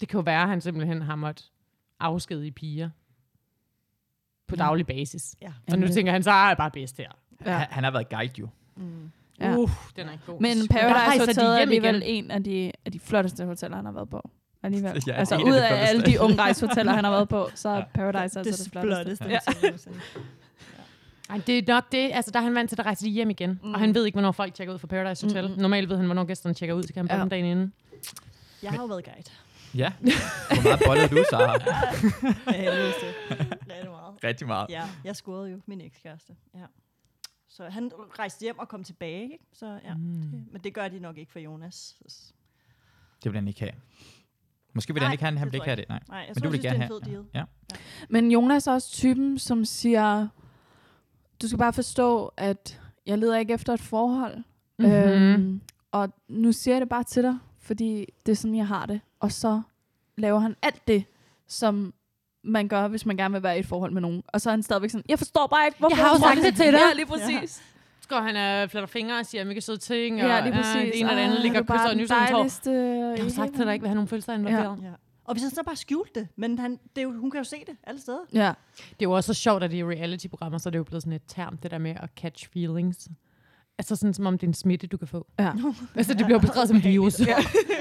Speaker 2: Det kan jo være, at han simpelthen har måttet afskedige piger på daglig basis.
Speaker 4: Ja.
Speaker 2: Og nu
Speaker 3: Ja.
Speaker 2: tænker han, så er jeg bare bedst her.
Speaker 3: Ja.
Speaker 1: Han- Han har været guide, jo.
Speaker 3: Ja.
Speaker 2: Uh, den er ikke god.
Speaker 3: Men
Speaker 2: Der
Speaker 3: Paradise
Speaker 2: rejser de
Speaker 3: Hotel er
Speaker 2: hjem
Speaker 3: alligevel
Speaker 2: igen.
Speaker 3: en af de, af de flotteste hoteller, han har været på. Alligevel.
Speaker 1: Ja,
Speaker 3: Ja, altså,
Speaker 1: en af
Speaker 3: ud
Speaker 1: de
Speaker 3: af alle
Speaker 1: flotteste.
Speaker 3: de ungrejshoteller, han har været på, så er Paradise
Speaker 4: Det
Speaker 3: altså det
Speaker 4: flotteste
Speaker 3: flotteste.
Speaker 4: hotel nogensinde.
Speaker 2: Ej, det er nok det. Altså, der er han vant til, at rejse de hjem igen. Mm. Og han ved ikke, hvornår folk tjekker ud fra Paradise Hotel.
Speaker 4: Mm,
Speaker 2: Mm. Normalt ved han, hvornår gæsterne tjekker ud, så kan han
Speaker 4: Ja.
Speaker 2: ja. dem dagen inden.
Speaker 3: Mm.
Speaker 4: Jeg har jo været guide.
Speaker 1: Ja. Hvor meget bollede du, Sara?
Speaker 4: Ja, jeg vidste det. Rigtig meget.
Speaker 1: Rigtig meget.
Speaker 4: Ja, jeg scorede jo min ekskæreste. Ja. Så han rejste hjem og kom tilbage, ikke? Så, ja.
Speaker 1: Mm.
Speaker 2: Mhm.
Speaker 4: Mm. Men det gør de nok ikke for Jonas. Så-
Speaker 1: Det vil han ikke have. Måske vil han
Speaker 4: Nej,
Speaker 1: ikke have, han
Speaker 4: det
Speaker 1: vil
Speaker 4: tror
Speaker 1: ikke
Speaker 4: jeg
Speaker 1: have det. Nej,
Speaker 4: Nej, jeg
Speaker 1: Men
Speaker 4: tror,
Speaker 1: du
Speaker 4: jeg
Speaker 1: vil
Speaker 4: synes,
Speaker 1: gerne
Speaker 4: det er en
Speaker 1: have-
Speaker 4: fed
Speaker 1: Ja.
Speaker 3: Men Jonas er også typen, som siger, du skal bare forstå, at jeg leder ikke efter et forhold. Mm-hmm.
Speaker 2: Mhm.
Speaker 3: Øhm, og nu siger jeg det bare til dig, fordi det er sådan, jeg har det. Og så laver han alt det, som man gør, hvis man gerne vil være i et forhold med nogen. Og så er han stadigvæk sådan, jeg forstår bare ikke, hvorfor
Speaker 2: Jeg har jo
Speaker 3: du tror
Speaker 2: sagt det til dig.
Speaker 3: Ja, lige præcis.
Speaker 2: Så går han og flatter fingre og siger, hvilke søde ting.
Speaker 3: Ja,
Speaker 2: og, øh,
Speaker 3: lige præcis.
Speaker 2: det ene og det
Speaker 3: Ah,
Speaker 2: andet ligger
Speaker 3: du
Speaker 2: og
Speaker 3: er bare
Speaker 2: kysser og
Speaker 3: den
Speaker 2: nysger. Jeg
Speaker 3: dejligste øh,
Speaker 2: har
Speaker 3: i
Speaker 2: sagt til dig
Speaker 3: hele
Speaker 2: ikke, hvad han nogle følelser er involveret.
Speaker 4: Ja. Og hvis han så bare skjulte det, men han, det er jo, hun kan jo se det alle steder.
Speaker 3: Ja.
Speaker 2: Det er jo også så sjovt, at i reality-programmer, så er det jo blevet sådan et term, det der med at catch feelings. Altså sådan, som om det er en smitte, du kan få.
Speaker 3: Ja.
Speaker 2: altså, det bliver beskrevet som en virus.
Speaker 3: Ja.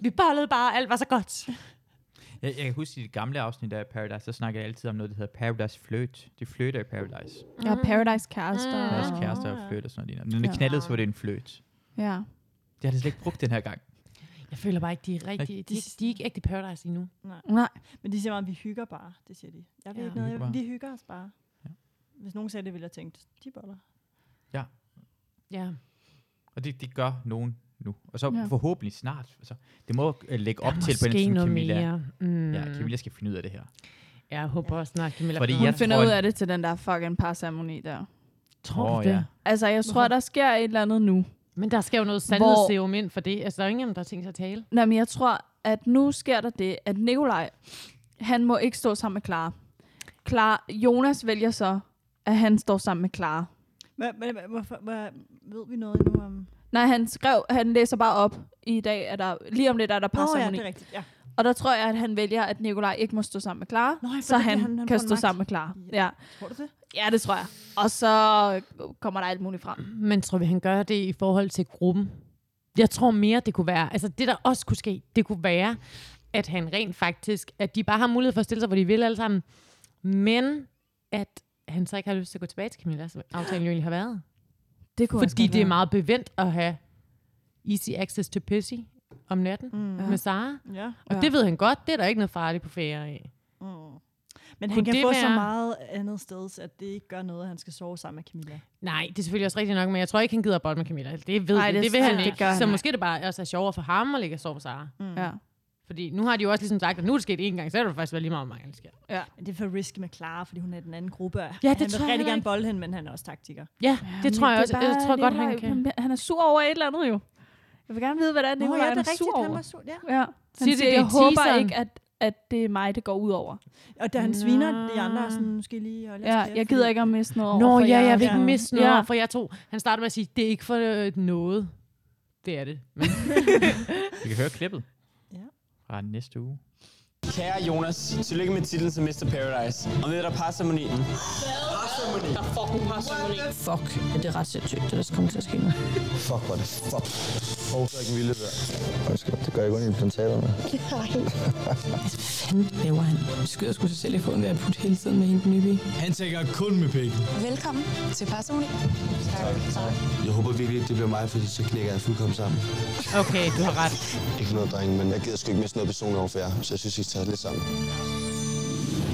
Speaker 2: Vi bollede bare, alt var så godt.
Speaker 1: Jeg, jeg kan huske i de gamle afsnit af Paradise, der snakkede jeg altid om noget, der hedder Paradise Fløjt. De fløter i Paradise.
Speaker 4: Ah.
Speaker 3: Ja,
Speaker 2: Mm.
Speaker 3: Paradise Kærester.
Speaker 1: Deres kærester og fløjt og sådan noget. lignende. Når det knaldede, så var det en fløjt.
Speaker 3: Ja.
Speaker 1: Det har de slet ikke brugt den her gang.
Speaker 2: Jeg føler bare ikke, de er rigtige. De, de er ikke ægte paradise endnu.
Speaker 4: Nej.
Speaker 3: Nej.
Speaker 4: Men de siger bare, at vi hygger bare, det siger de. Jeg
Speaker 2: Ja.
Speaker 4: ved ja. ikke noget,
Speaker 1: Hygger bare.
Speaker 4: jeg, vi hygger os bare. Ja. Hvis nogen sagde det, ville jeg tænke, de boller.
Speaker 2: Ja.
Speaker 1: Og det, det gør nogen nu. Og så
Speaker 2: Ja.
Speaker 1: ja. forhåbentlig snart. Altså, det må øh, lægge op
Speaker 2: Der
Speaker 1: til på
Speaker 2: måske
Speaker 1: den tid,
Speaker 2: noget
Speaker 1: Camilla.
Speaker 2: mere. Mm.
Speaker 1: Ja, Camilla skal finde ud af det her.
Speaker 2: Jeg håber også snart, Camilla
Speaker 1: Fordi
Speaker 2: får-
Speaker 1: jeg
Speaker 3: Hun finder
Speaker 1: tror-
Speaker 3: ud af det til den der fucking parceremoni der.
Speaker 1: Tror du Åh, det? ja.
Speaker 3: Altså, jeg tror, der sker et eller andet nu.
Speaker 2: Men der skal jo noget sandhedsserum ind for det. Altså, der er jo ingen, der har tænkt sig at tale.
Speaker 3: Nej, men jeg tror, at nu sker der det, at Nikolaj, han må ikke stå sammen med Clara. Clara Jonas vælger så, at han står sammen med Clara.
Speaker 4: Hvad, hvad, hvad, hvorfor, hvad, ved vi noget endnu om...
Speaker 3: Nej, han skrev, han læser bare op i dag, at der, lige om lidt er der
Speaker 4: Nå, ja,
Speaker 3: parceremoni.
Speaker 4: det er rigtigt, ja.
Speaker 3: Og der tror jeg, at han vælger, at Nikolaj ikke må stå sammen med Clara,
Speaker 4: Nå, ja, for
Speaker 3: så
Speaker 4: det-
Speaker 3: han,
Speaker 4: han- han
Speaker 3: kan
Speaker 4: får en
Speaker 3: stå
Speaker 4: magt.
Speaker 3: sammen med Clara. Ja. ja.
Speaker 4: Tror du det?
Speaker 3: Ja, det tror jeg. Og så kommer der alt muligt frem.
Speaker 2: Men tror vi, han gør det i forhold til gruppen? Jeg tror mere, det kunne være... Altså, det der også kunne ske, det kunne være, at han rent faktisk... At de bare har mulighed for at stille sig, hvor de vil alle sammen. Men at han så ikke har lyst til at gå tilbage til Camilla, som aftalen jo egentlig har været.
Speaker 3: Det kunne også
Speaker 2: Fordi
Speaker 3: godt
Speaker 2: det er
Speaker 3: være.
Speaker 2: meget bevendt at have easy access to pissy om natten mm.
Speaker 4: Ja.
Speaker 2: med Sara.
Speaker 4: Ja.
Speaker 2: Og
Speaker 4: Ja.
Speaker 2: det ved han godt, det er der ikke noget farligt på ferie af.
Speaker 4: Mm. Men han
Speaker 2: Kunne
Speaker 4: kan
Speaker 2: det
Speaker 4: få så
Speaker 2: være-
Speaker 4: meget andet sted, så at det ikke gør noget, at han skal sove sammen med Camilla.
Speaker 2: Nej, det er selvfølgelig også rigtigt nok, men jeg tror ikke, han gider at bolle med Camilla. Altså, Det ved
Speaker 4: Nej,
Speaker 2: Ej, det,
Speaker 4: det-
Speaker 2: det vil han
Speaker 4: nej,
Speaker 2: ikke.
Speaker 4: det gør han
Speaker 2: så
Speaker 4: ikke.
Speaker 2: måske det bare også er sjovere for ham at ligge og sove med Sara.
Speaker 4: Mm.
Speaker 3: Ja.
Speaker 2: Fordi nu har de jo også ligesom sagt, at nu er det sket én gang, så er det jo faktisk været lige meget, hvor mange gange det sker.
Speaker 3: Ja.
Speaker 4: Men det er for risky med Clara, fordi hun er i den anden gruppe. Ja,
Speaker 2: det
Speaker 4: han vil
Speaker 2: tror jeg
Speaker 4: rigtig
Speaker 2: heller
Speaker 4: gerne
Speaker 2: ikke.
Speaker 4: bolle hende, men han er også taktiker.
Speaker 2: Ja, det tror jeg
Speaker 3: er
Speaker 2: også. Jeg
Speaker 3: bare
Speaker 2: tror godt, han
Speaker 3: Nikolaj,
Speaker 2: kan.
Speaker 3: Han er sur over et eller andet jo. Jeg vil gerne vide, hvad det er,
Speaker 4: Nå,
Speaker 3: Nikolaj
Speaker 4: ja, det er
Speaker 3: er sur
Speaker 4: rigtigt,
Speaker 3: over.
Speaker 4: han var sur, ja.
Speaker 3: ja. Han
Speaker 4: Siger
Speaker 3: siger,
Speaker 4: de
Speaker 3: siger,
Speaker 4: det
Speaker 3: jeg
Speaker 4: i
Speaker 3: håber
Speaker 4: teaseren?
Speaker 3: ikke, at, at det er mig, det går ud over.
Speaker 4: Og da han sviner de andre, er sådan, nu skal I lige holde jeres
Speaker 3: Ja,
Speaker 4: kæft,
Speaker 3: jeg gider ikke at miste noget
Speaker 2: Nå
Speaker 3: over, for
Speaker 2: ja,
Speaker 3: jer. altså.
Speaker 2: jeg vil ikke miste noget,
Speaker 3: Ja.
Speaker 2: ja. for jeg tror, han starter med at sige, det er ikke for øh, noget. Det er det. Men
Speaker 1: Vi kan høre klippet.
Speaker 4: Ja.
Speaker 1: Fra næste uge.
Speaker 11: Kære Jonas, tillykke med titlen som Mr. Paradise. Og ved der parceremonien.
Speaker 7: Der er fucking parceremoni. Fuck, ja, det er ret sindssygt, det der skal komme til at ske nu.
Speaker 9: Fuck, hvor er det fuck. Hov, så er ikke vildt der. Jeg skal, det gør jeg kun i implantaterne.
Speaker 5: Hvad laver han? Vi skyder sgu sig selv i foden ved at putte hele tiden med hende den nye pige.
Speaker 14: Han tænker kun med pikken.
Speaker 5: Velkommen til Parceremoni.
Speaker 9: Jeg håber virkelig, det bliver mig, fordi så knækker jeg fuldkommen sammen.
Speaker 2: Okay, du har ret.
Speaker 9: Ikke noget, drenge, men jeg gider sgu ikke miste noget personligt overfor jer, så jeg synes, I skal tage det lidt sammen.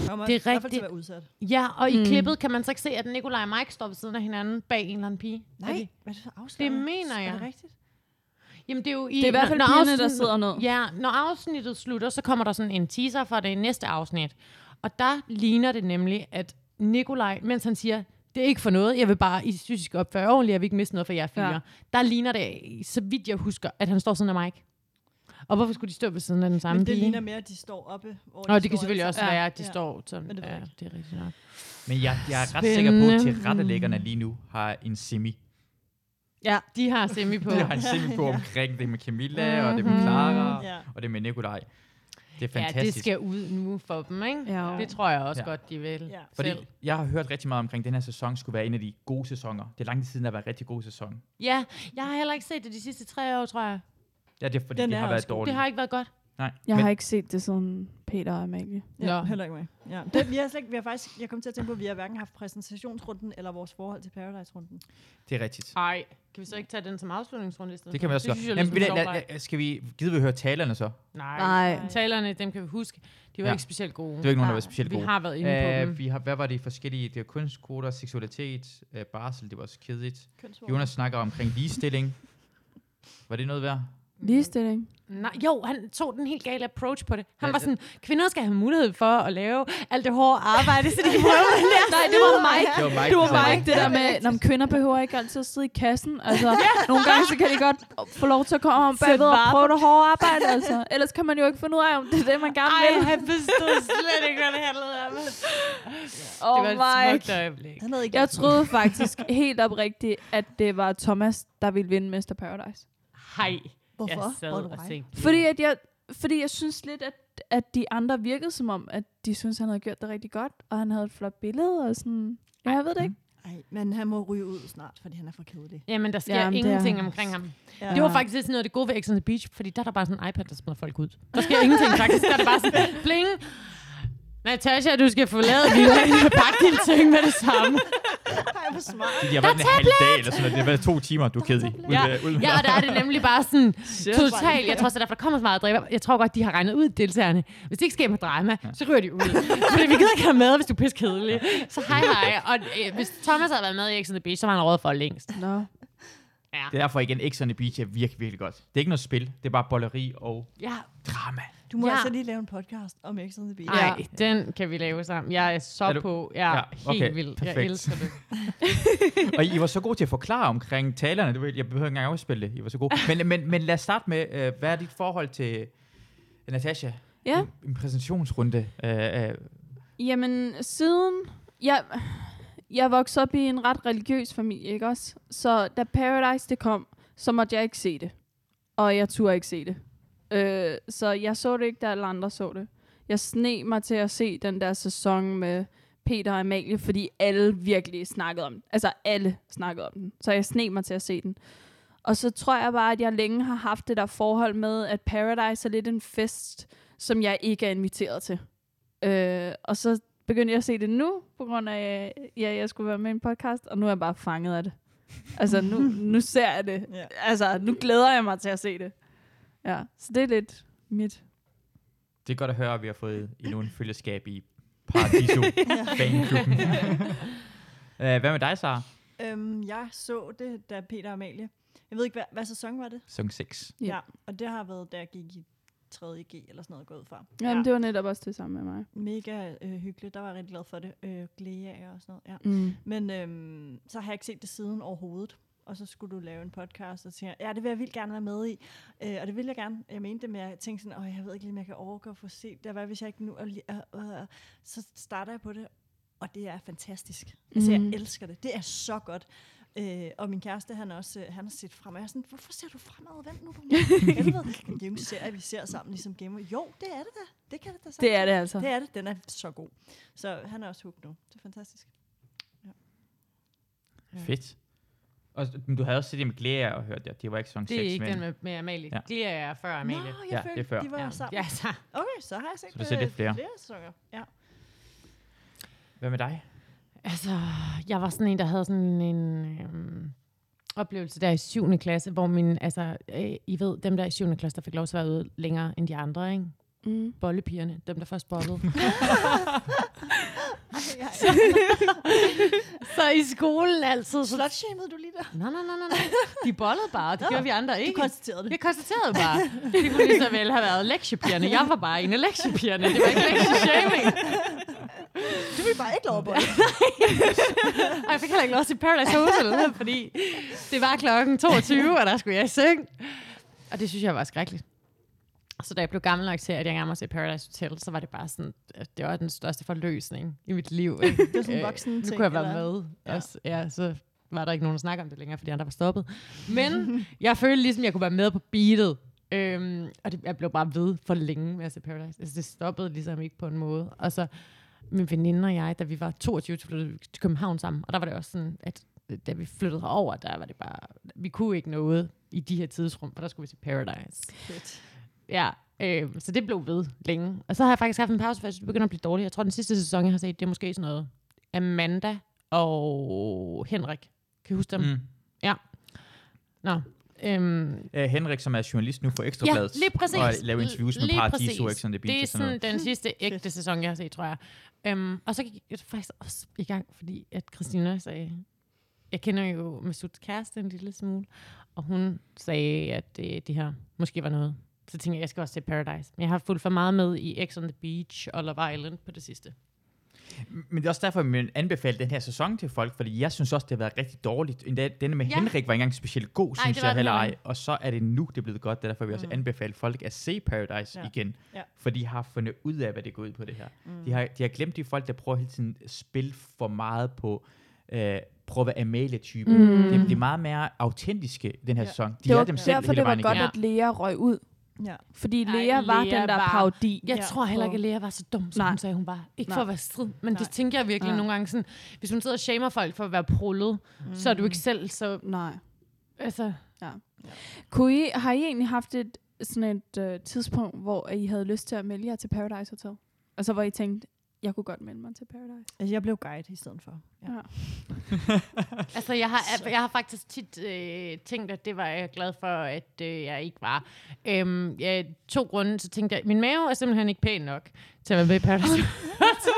Speaker 4: Kommer
Speaker 2: det
Speaker 4: i
Speaker 2: er
Speaker 4: hvert fald til at
Speaker 2: rigtigt.
Speaker 4: være udsat.
Speaker 2: Ja, og i
Speaker 4: Mm.
Speaker 2: klippet kan man så ikke se, at Nikolaj og Mike står ved siden af hinanden bag en eller anden pige.
Speaker 4: Nej,
Speaker 2: Er det-
Speaker 4: hvad er det så afslørende?
Speaker 2: Det mener jeg.
Speaker 4: Er det rigtigt?
Speaker 2: Jamen, det er jo i...
Speaker 3: Det er i hvert fald pigerne, der sidder ned.
Speaker 2: Ja, når afsnittet slutter, så kommer der sådan en teaser for det næste afsnit. Og der ligner det nemlig, at Nikolaj, mens han siger, det er ikke for noget, jeg vil bare, I synes, I skal opføre ordentligt, jeg vil ikke miste noget for jer fire.
Speaker 3: Ja.
Speaker 2: Ja. Der ligner det, så vidt jeg husker, at han står sådan af Mike. Og hvorfor skulle de stå ved siden af den samme
Speaker 4: Men det
Speaker 2: pige?
Speaker 4: ligner mere, at de står oppe. Hvor
Speaker 2: Nå,
Speaker 4: de
Speaker 2: det kan
Speaker 4: står
Speaker 2: selvfølgelig
Speaker 4: altså.
Speaker 2: også være,
Speaker 4: Ja,
Speaker 2: at de
Speaker 4: ja.
Speaker 2: står sådan.
Speaker 4: Men det ved jeg
Speaker 2: ja,
Speaker 4: ikke.
Speaker 2: det er rigtigt nok.
Speaker 1: Men jeg, jeg er ret sikker på, at
Speaker 2: Spændende.
Speaker 1: tilrettelæggerne lige nu har en semi.
Speaker 2: Ja, de har semi på.
Speaker 1: De har en semi på
Speaker 2: Ja. Mhm.
Speaker 1: omkring det med Camilla, og det med Clara, og det med Nikolaj. Det er fantastisk.
Speaker 2: Ja, det skal ud nu for dem, ikke?
Speaker 3: Ja.
Speaker 2: Det tror jeg også
Speaker 1: Ja.
Speaker 2: ja. godt, de vil. Ja.
Speaker 1: Fordi jeg har hørt rigtig meget omkring, at den her sæson skulle være en af de gode sæsoner. Det er lang tid siden, der har været en rigtig god sæson.
Speaker 2: Ja, jeg har heller ikke set det de sidste tre år, tror jeg.
Speaker 1: Ja, det er fordi, det har været dårligt.
Speaker 2: Det har ikke været godt.
Speaker 1: Nej,
Speaker 3: Jeg
Speaker 1: men
Speaker 3: har ikke set det siden Peter og Amalie.
Speaker 4: Ja, Nå. heller ikke mig. Ja. Det, vi har slet ikke, vi har faktisk, jeg kom til at tænke på, at vi har hverken haft præsentationsrunden eller vores forhold til Paradise-runden.
Speaker 1: det er rigtigt.
Speaker 2: Nej, kan vi så ikke tage den som afslutningsrunde i stedet?
Speaker 1: Det kan man også
Speaker 2: det
Speaker 1: godt.
Speaker 2: synes jeg
Speaker 1: Jamen,
Speaker 2: Jamen,
Speaker 1: vil
Speaker 2: lidt
Speaker 1: jeg-
Speaker 2: lad, lad,
Speaker 1: lad- lad- skal vi, gider vi høre talerne så?
Speaker 2: Nej.
Speaker 3: Nej.
Speaker 2: Nej. Talerne, dem kan vi huske. De var
Speaker 1: Ja.
Speaker 2: ikke specielt gode.
Speaker 1: Det var ikke nogen, der var
Speaker 2: Nej.
Speaker 1: specielt gode.
Speaker 2: Vi har været inde på
Speaker 1: Øh,
Speaker 2: dem.
Speaker 1: Vi har, hvad var det forskellige? Det var kunstkvoter, seksualitet, øh, barsel, det var også kedeligt.
Speaker 4: Kønsroller.
Speaker 1: Jonas snakker omkring ligestilling. var det noget værd?
Speaker 3: Ligestilling.
Speaker 2: Nej, jo, han tog den helt gale approach på det. Han
Speaker 1: Ja,
Speaker 2: var
Speaker 1: ja.
Speaker 2: sådan, kvinder skal have mulighed for at lave alt det hårde arbejde, så de kan prøve at lære
Speaker 3: Nej, det var mig.
Speaker 1: Det var Mike,
Speaker 3: Det
Speaker 1: der
Speaker 3: var
Speaker 1: sagde
Speaker 3: Mike,
Speaker 1: det.
Speaker 3: det der med, når kvinder behøver ikke altid at sidde i kassen. Altså, nogle gange så kan de godt få lov til at komme om bagved og
Speaker 2: vare
Speaker 3: prøve det hårde arbejde. Altså. Ellers kan man jo ikke finde ud af, om det er det, man gerne vil. Oh
Speaker 2: Ej, han forstod slet ikke, hvad det handlede om.
Speaker 3: Åh,
Speaker 2: det var et
Speaker 3: Mike.
Speaker 2: smukt øjeblik.
Speaker 3: Jeg troede faktisk helt oprigtigt, at det var Thomas, der ville vinde Mester Paradise.
Speaker 2: Hej.
Speaker 3: Hvorfor?
Speaker 2: Jeg sad
Speaker 3: Hvor er du
Speaker 2: og tænkte,
Speaker 3: Fordi at jeg fordi jeg synes lidt, at, at de andre virkede som om, at de synes han havde gjort det rigtig godt, og han havde et flot billede, og sådan... Ja, jeg ved det ikke.
Speaker 4: Nej, men han må ryge ud snart, fordi han er for kedelig.
Speaker 2: Jamen, der sker
Speaker 4: Jamen, det er
Speaker 2: ingenting
Speaker 4: han.
Speaker 2: omkring ham.
Speaker 4: Ja.
Speaker 2: Ja. Det var faktisk lidt sådan noget af det gode ved X on the Beach, fordi der er der bare sådan en iPad, der smider folk ud. Der sker ingenting faktisk. Der er det bare sådan, bling. Natasha, du skal forlade villaen og pakke dine ting med det samme.
Speaker 4: Ej, hvor smart.
Speaker 1: De har været en halv dag eller sådan noget. Det har været to timer, du er kedelig. Ud
Speaker 2: Ja,
Speaker 1: med- ud med-
Speaker 2: ja, og der er det nemlig bare sådan
Speaker 1: Shit.
Speaker 2: totalt. Jeg tror så, derfor der kommer så meget dræber. Jeg tror godt, de har regnet ud deltagerne. Hvis det ikke sker med drama, så ryger de ud. Fordi vi gider ikke have med, hvis du er pisse kedelig. Så hej hej. Og øh, hvis Thomas havde været med i X on the Beach, så var han råd for længst.
Speaker 3: Nå.
Speaker 2: Ja.
Speaker 1: Det er derfor igen, X on the Beach er virkelig, virkelig godt. Det er ikke noget spil, det er bare bolleri og...
Speaker 2: Ja.
Speaker 1: Drama.
Speaker 4: Du må
Speaker 2: Ja.
Speaker 4: ja. altså lige lave en podcast om X on the Beach.
Speaker 2: Nej, den kan vi lave sammen. Jeg er så
Speaker 1: Er
Speaker 2: er
Speaker 1: du-
Speaker 2: på. Jeg er
Speaker 1: Ja,
Speaker 2: helt
Speaker 1: okay,
Speaker 2: vild. Jeg
Speaker 1: perfekt.
Speaker 2: elsker det.
Speaker 1: og I var så gode til at forklare omkring talerne. Det var, jeg behøver ikke engang afspille det. I var så gode. Men, men, men lad os starte med, øh, hvad er dit forhold til øh, Natasha?
Speaker 3: Ja.
Speaker 1: En, en præsentationsrunde. Øh, øh,
Speaker 3: Jamen, siden... Jeg, jeg voksede op i en ret religiøs familie, ikke også? Så da Paradise det kom, så måtte jeg ikke se det. Og jeg turde ikke se det. Øh, så jeg så det ikke, da alle andre så det. Jeg sne mig til at se den der sæson med Peter og Amalie, fordi alle virkelig snakkede om den. Altså alle snakkede om den. Så jeg sne mig til at se den. Og så tror jeg bare, at jeg længe har haft det der forhold med, at Paradise er lidt en fest, som jeg ikke er inviteret til. Øh, og så begyndte jeg at se det nu, på grund af, at ja, jeg skulle være med i en podcast, og nu er jeg bare fanget af det. Altså, nu, nu ser jeg det.
Speaker 4: Ja.
Speaker 3: Altså, nu glæder jeg mig til at se det. Ja, så det er lidt mit.
Speaker 1: det er godt at høre, at vi har fået endnu en følgeskab i Paradiso fanklubben. øh, hvad med dig, Sara?
Speaker 4: Øhm, jeg så det, da Peter og Amalie... Jeg ved ikke, hvad, hvad sæson var det?
Speaker 1: Sæson seks.
Speaker 4: Ja.
Speaker 3: Ja.
Speaker 4: ja, og det har været, da jeg gik i 3.G eller sådan noget gået fra.
Speaker 3: Jamen, ja. det var netop også det samme med mig.
Speaker 4: Mega øh, hyggeligt, der var jeg rigtig glad for det. Øh, Glea og sådan noget, ja.
Speaker 3: Mm.
Speaker 4: Men øhm, så har jeg ikke set det siden overhovedet. Og så skulle du lave en podcast, og tænkte jeg, ja, det vil jeg vildt gerne være med i. Øh, og det vil jeg gerne. Jeg mente det med, at jeg tænkte sådan, åh, jeg ved ikke lige, om jeg kan overgå at få set det. Hvad hvis jeg ikke nu... er li- Øh, øh, så starter jeg på det, og det er fantastisk. Altså, jeg
Speaker 3: Mhm.
Speaker 4: elsker det. Det er så godt. Øh, og min kæreste, han, er også, øh, han har set fremad. Jeg er sådan, hvorfor ser du fremad? Vent nu på mig. Helvede. Men det er jo en serie, vi ser sammen, ligesom Game of- Jo, det er det da. Det kan det da sagtens
Speaker 3: Det er
Speaker 4: være.
Speaker 3: det altså.
Speaker 4: Det er det. Den er så god. Så han er også hooked nu. Det er fantastisk.
Speaker 1: Fedt. Og, men du havde også set det med Glea og hørt det. Det var ikke sæson 6.
Speaker 2: Det er ikke
Speaker 1: men,
Speaker 2: den med, med Amalie.
Speaker 1: Ja.
Speaker 2: Ja. Glir er før Amalie.
Speaker 4: Nå, jeg
Speaker 1: Ja,
Speaker 4: ja,
Speaker 1: det er
Speaker 4: følte,
Speaker 1: før.
Speaker 4: de var
Speaker 2: Ja.
Speaker 4: ja. sammen.
Speaker 2: Ja, så.
Speaker 4: Okay, så har jeg set,
Speaker 1: Så du har set lidt
Speaker 4: øh,
Speaker 1: flere.
Speaker 4: flere sæsoner. Ja.
Speaker 1: Hvad med dig?
Speaker 2: Altså, jeg var sådan en, der havde sådan en øhm, oplevelse der i 7. klasse, hvor min, altså, øh, I ved, dem der i 7. klasse, der fik lov til at være ude længere end de andre, ikke?
Speaker 3: Mm.
Speaker 2: Bollepigerne, dem der først bollede. så i skolen altid... Så...
Speaker 4: Slutshamede du lige der?
Speaker 2: Nej, nej, nej, nej, nej. De bollede bare, det
Speaker 4: Nå,
Speaker 2: gjorde vi andre ikke.
Speaker 4: Du konstaterede det.
Speaker 2: Jeg konstaterede bare. Det kunne lige så vel have været lektiepigerne. Jeg var bare en af lektiepigerne. Det var ikke lektieshaming.
Speaker 4: Du vil bare ikke lov at bolle.
Speaker 2: Og jeg fik heller ikke lov til Paradise Hotel, fordi det var klokken 22, og der skulle jeg i seng. Og det synes jeg var skrækkeligt. Så da jeg blev gammel nok til, at jeg gerne måtte se Paradise Hotel, så var det bare sådan, at det var den største forløsning i mit liv. Ikke?
Speaker 4: Det er sådan en
Speaker 2: Øh,
Speaker 4: voksen
Speaker 2: Nu
Speaker 4: ting,
Speaker 2: kunne jeg være
Speaker 4: eller?
Speaker 2: med. Ja. Også, ja, så var der ikke nogen, der snakkede om det længere, fordi andre var stoppet. Men jeg følte ligesom, jeg kunne være med på beatet. Øhm, og det, jeg blev bare ved for længe med at se Paradise. Altså, det stoppede ligesom ikke på en måde. Og så min veninde og jeg, da vi var 22, så flyttede vi til København sammen. Og der var det også sådan, at øh, da vi flyttede over, der var det bare... Vi kunne ikke noget i de her tidsrum, for der skulle vi til Paradise.
Speaker 4: Fedt.
Speaker 2: Ja, øh, så det blev ved længe. Og så har jeg faktisk haft en pause, for jeg synes, det begynder at blive dårligt. Jeg tror, den sidste sæson, jeg har set, det er måske sådan noget Amanda og Henrik. Kan I huske dem?
Speaker 1: Mm.
Speaker 2: Mm. Ja. Nå. Øhm,
Speaker 1: Øh, Henrik, som er journalist nu for Ekstrabladet.
Speaker 2: Ja, lige præcis.
Speaker 1: Og laver interviews med
Speaker 2: Lige
Speaker 1: Paradiso,
Speaker 2: præcis.
Speaker 1: X on the Beach
Speaker 2: Det er
Speaker 1: og sådan
Speaker 2: sådan
Speaker 1: noget.
Speaker 2: den sidste ægte sæson, jeg har set, tror jeg. Øhm, og så gik jeg faktisk også i gang, fordi at Christina sagde, jeg kender jo Masuds kæreste en lille smule, og hun sagde, at øh, det, det her måske var noget. Så tænkte jeg, jeg skal også se Paradise. Men jeg har fulgt for meget med i X on the Beach og Love Island på det sidste.
Speaker 1: Men det er også derfor, jeg vil anbefale den her sæson til folk, fordi jeg synes også, det har været rigtig dårligt. Endda denne med ja.
Speaker 2: Ja.
Speaker 1: Henrik var ikke engang specielt god,
Speaker 2: Nej,
Speaker 1: synes
Speaker 2: det var
Speaker 1: jeg
Speaker 2: den
Speaker 1: heller
Speaker 2: heller
Speaker 1: ej.
Speaker 2: ikke.
Speaker 1: Og så er det nu, det er blevet godt. Det er derfor, vi også
Speaker 2: Mm.
Speaker 1: anbefaler folk at se Paradise ja.
Speaker 2: Ja.
Speaker 1: igen.
Speaker 4: Ja.
Speaker 1: For de har fundet ud af, hvad det går ud på det her. Mm.
Speaker 4: Mm.
Speaker 1: De, har, de har glemt de folk, der prøver hele tiden at spille for meget på... Øh, prøve at være Amalie-typen. Mm.
Speaker 3: Mm.
Speaker 1: De, de er meget mere autentiske i den her ja. sæson. De
Speaker 3: det
Speaker 1: er
Speaker 3: var
Speaker 1: dem selv
Speaker 3: derfor,
Speaker 1: hele
Speaker 3: det var
Speaker 1: vejen
Speaker 3: godt,
Speaker 1: igennem.
Speaker 3: at Lea røg ud.
Speaker 4: Ja.
Speaker 3: Fordi Lea var den der parodi.
Speaker 2: Jeg tror heller ikke, at Lea var så dum, som
Speaker 3: Nej.
Speaker 2: hun sagde, hun var. Ikke Nej.
Speaker 3: Nej.
Speaker 2: for at være strid, men Nej. det
Speaker 3: Nej.
Speaker 2: tænker jeg virkelig Nej.
Speaker 3: Nej.
Speaker 2: nogle gange sådan, hvis hun sidder og shamer folk for at være prullet, mm. så er du ikke selv så...
Speaker 14: Nej.
Speaker 2: Altså...
Speaker 14: Ja.
Speaker 3: Kunne I, har I egentlig haft et, sådan et øh, tidspunkt, hvor I havde lyst til at melde jer til Paradise Hotel? Altså hvor I tænkte, jeg kunne godt melde mig til Paradise.
Speaker 4: Altså, jeg blev guide i stedet for.
Speaker 3: Ja.
Speaker 2: Altså, jeg har, jeg har faktisk tit øh, tænkt, at det var jeg glad for, at øh, jeg ikke var. Øhm, jeg, to grunde, så tænkte jeg, min mave er simpelthen ikke pæn nok til at være med i Paradise.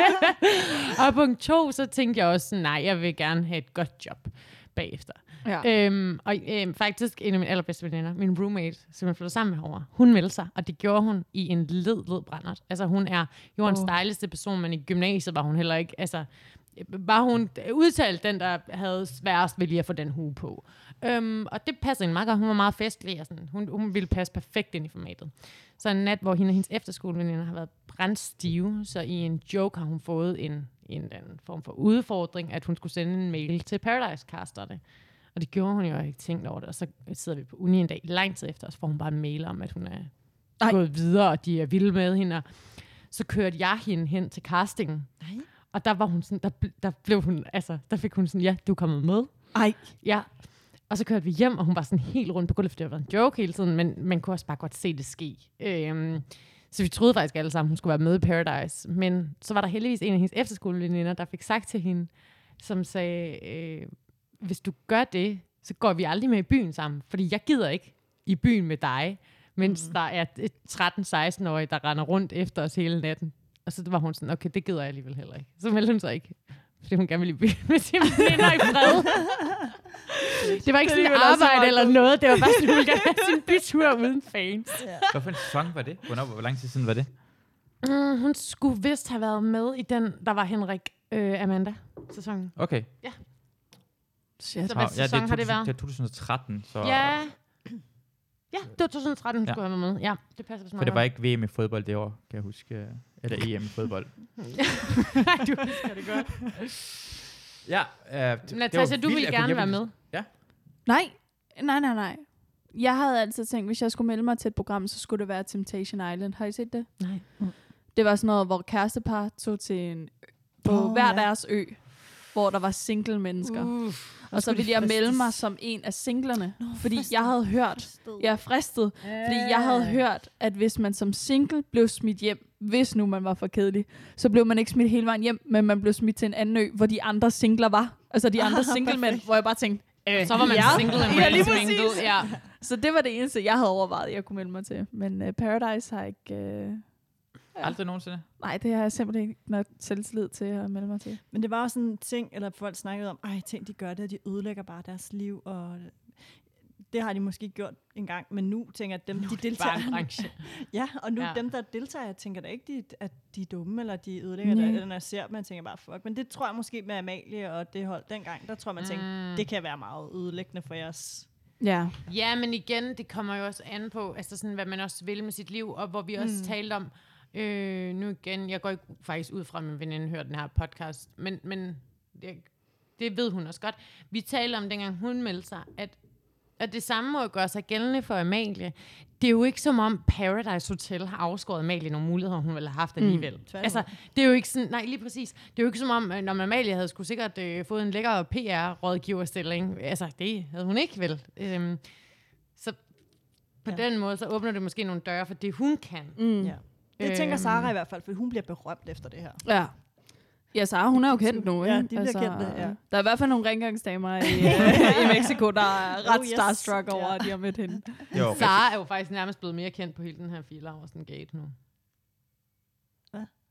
Speaker 2: Hotel. og punkt to, så tænkte jeg også, sådan, nej, jeg vil gerne have et godt job bagefter.
Speaker 14: Ja.
Speaker 2: Øhm, og øhm, faktisk en af mine allerbedste veninder, min roommate, som jeg flyttede sammen med herover, hun meldte sig, og det gjorde hun i en led, led brændert. Altså hun er jordens
Speaker 14: Åh.
Speaker 2: oh. dejligste person, men i gymnasiet var hun heller ikke, altså var hun udtalt den, der havde sværest ved lige at få den hue på. Øhm, og det passede hende meget godt. Hun var meget festlig, og sådan. Hun, hun ville passe perfekt ind i formatet. Så en nat, hvor hende og hendes efterskoleveninder har været brændstive, så i en joke har hun fået en, en eller anden form for udfordring, at hun skulle sende en mail til Paradise-casterne. Og det gjorde hun jo, og jeg ikke tænkt over det. Og så sidder vi på uni en dag lang tid efter, og så får hun bare en mail om, at hun er
Speaker 14: Ej.
Speaker 2: Ej. gået videre, og de er vilde med hende. Og så kørte jeg hende hen til castingen.
Speaker 4: Nej.
Speaker 2: Og der var hun sådan, der, bl- der blev hun, altså, der fik hun sådan, ja, du er kommet med.
Speaker 4: Ej.
Speaker 2: Ja. Og så kørte vi hjem, og hun var sådan helt rundt på gulvet, for det var en joke hele tiden, men man kunne også bare godt se det ske. Øhm, så vi troede faktisk alle sammen, hun skulle være med i Paradise. Men så var der heldigvis en af hendes efterskoleveninder, der fik sagt til hende, som sagde, øh, hvis du gør det, så går vi aldrig med i byen sammen, fordi jeg gider ikke i byen med dig, mens mm. der er et 13-16-årige, der render rundt efter os hele natten. Og så var hun sådan, okay, det gider jeg alligevel heller ikke. Så meldte hun sig ikke, fordi hun gerne ville i byen med sine veninder i fred. Det var ikke
Speaker 14: Det er
Speaker 2: sådan
Speaker 14: alligevel også
Speaker 2: arbejde
Speaker 14: meget
Speaker 2: eller
Speaker 14: godt.
Speaker 2: noget, det var bare sådan, hun ville gerne have sin bytur uden fans. Ja.
Speaker 1: Hvad for en sæson var det? Hvornår, hvor lang tid siden var det?
Speaker 2: Mm, hun skulle vist have været med i den, der var Henrik øh, Amanda-sæsonen.
Speaker 1: Okay.
Speaker 2: Ja.
Speaker 1: Nå,
Speaker 2: Så hvad sæson har det været?
Speaker 1: Det er 2013, så...
Speaker 2: Ja. Ja, det var 2013, hun
Speaker 1: Ja.
Speaker 2: ja. skulle have været med. Ja, det passer vist
Speaker 1: For
Speaker 2: meget
Speaker 1: det var
Speaker 2: godt.
Speaker 1: ikke VM i fodbold det år, kan jeg huske. øh, Eller EM i fodbold.
Speaker 2: du husker det godt.
Speaker 1: Ja, øh, det- det var
Speaker 2: Natasha, du
Speaker 1: vildt,
Speaker 2: ville
Speaker 1: at-
Speaker 2: gerne
Speaker 1: jeg
Speaker 2: være
Speaker 1: ville-
Speaker 2: med.
Speaker 1: Ja.
Speaker 3: Nej, nej, nej, nej. Jeg havde altid tænkt, hvis jeg skulle melde mig til et program, så skulle det være Temptation Island. Har I set det?
Speaker 2: Nej.
Speaker 3: Det var sådan noget, hvor kærestepar tog til en på
Speaker 14: Åh,
Speaker 3: oh, hver
Speaker 14: ja.
Speaker 3: ja. deres ø, hvor der var single mennesker.
Speaker 14: Uff.
Speaker 3: og så
Speaker 14: skulle de
Speaker 3: ville jeg melde
Speaker 14: fristes.
Speaker 3: mig som en af singlerne, Nå, fordi jeg havde hørt, jeg er fristet, fordi jeg havde
Speaker 14: Ja.
Speaker 3: hørt, at hvis man som single blev smidt hjem, hvis nu man var for kedelig, så blev man ikke smidt hele vejen hjem, men man blev smidt til en anden ø, hvor de andre singler var. Altså de andre
Speaker 14: Ah,
Speaker 3: singlemænd,
Speaker 14: perfekt.
Speaker 3: hvor jeg bare tænkte, øh,
Speaker 14: Så var man
Speaker 3: ja.
Speaker 14: single and
Speaker 3: ja, lige
Speaker 14: ready
Speaker 3: præcis.
Speaker 14: mingled, ja.
Speaker 3: Så det var det eneste, jeg havde overvejet, jeg kunne melde mig til. Men uh, Paradise har ikke... Uh,
Speaker 1: Aldrig nogensinde.
Speaker 3: nej, det har jeg simpelthen ikke nok selvtillid til at melde mig til.
Speaker 4: Men det var også sådan en ting, eller folk snakkede om, ej, tænk, de gør det, og de ødelægger bare deres liv, og det har de måske gjort engang, men nu tænker jeg, at dem, nu de
Speaker 2: det bare
Speaker 4: deltager...
Speaker 2: en branche.
Speaker 4: ja, og nu
Speaker 2: Ja.
Speaker 4: ja. dem, der deltager, jeg tænker da ikke, de, at de er dumme, eller de ødelægger
Speaker 2: Nej.
Speaker 4: det, eller når jeg ser dem, jeg tænker bare, fuck. Men det tror jeg måske med Amalie og det hold dengang, der tror jeg, man tænkte,
Speaker 2: Mm.
Speaker 4: mm. det kan være meget ødelæggende for jeres...
Speaker 3: Ja.
Speaker 2: Ja, men igen, det kommer jo også an på, altså sådan, hvad man også vil med sit liv, og hvor vi også mm.
Speaker 14: Mm.
Speaker 2: talte om, øh, nu igen, jeg går ikke faktisk ud fra, at min veninde hører den her podcast, men, men det, det ved hun også godt. Vi talte om, dengang hun meldte sig, at og det samme må jo gøre sig gældende for Amalie. Det er jo ikke som om Paradise Hotel har afskåret Amalie nogle muligheder, hun ville have haft
Speaker 14: Mm.
Speaker 2: alligevel. Mm.
Speaker 14: Tværtimod.
Speaker 2: Altså, det er jo ikke sådan, nej lige præcis. Det er jo ikke som om, øh, når Amalie havde skulle sikkert øh, fået en lækker PR-rådgiverstilling. Altså, det havde hun ikke vel. Øhm, så på ja. den måde, så åbner det måske nogle døre for det, hun kan.
Speaker 3: Mm.
Speaker 4: Ja. Det tænker Sara i
Speaker 2: Øhm.
Speaker 4: hvert fald, for hun bliver berømt efter det her.
Speaker 3: Ja. Ja, Sara, hun er jo kendt nu, ikke? Altså,
Speaker 4: Ja, de bliver kendte, ja.
Speaker 3: Der er i hvert fald nogle rengangsdamer i, øh, i Mexico, der er ret
Speaker 2: Oh,
Speaker 3: oh,
Speaker 2: yes.
Speaker 3: yes. starstruck over,
Speaker 2: Ja.
Speaker 3: at de har mødt hende.
Speaker 2: Jo. Sara er jo faktisk nærmest blevet mere kendt på hele den her Filaversen Gate nu.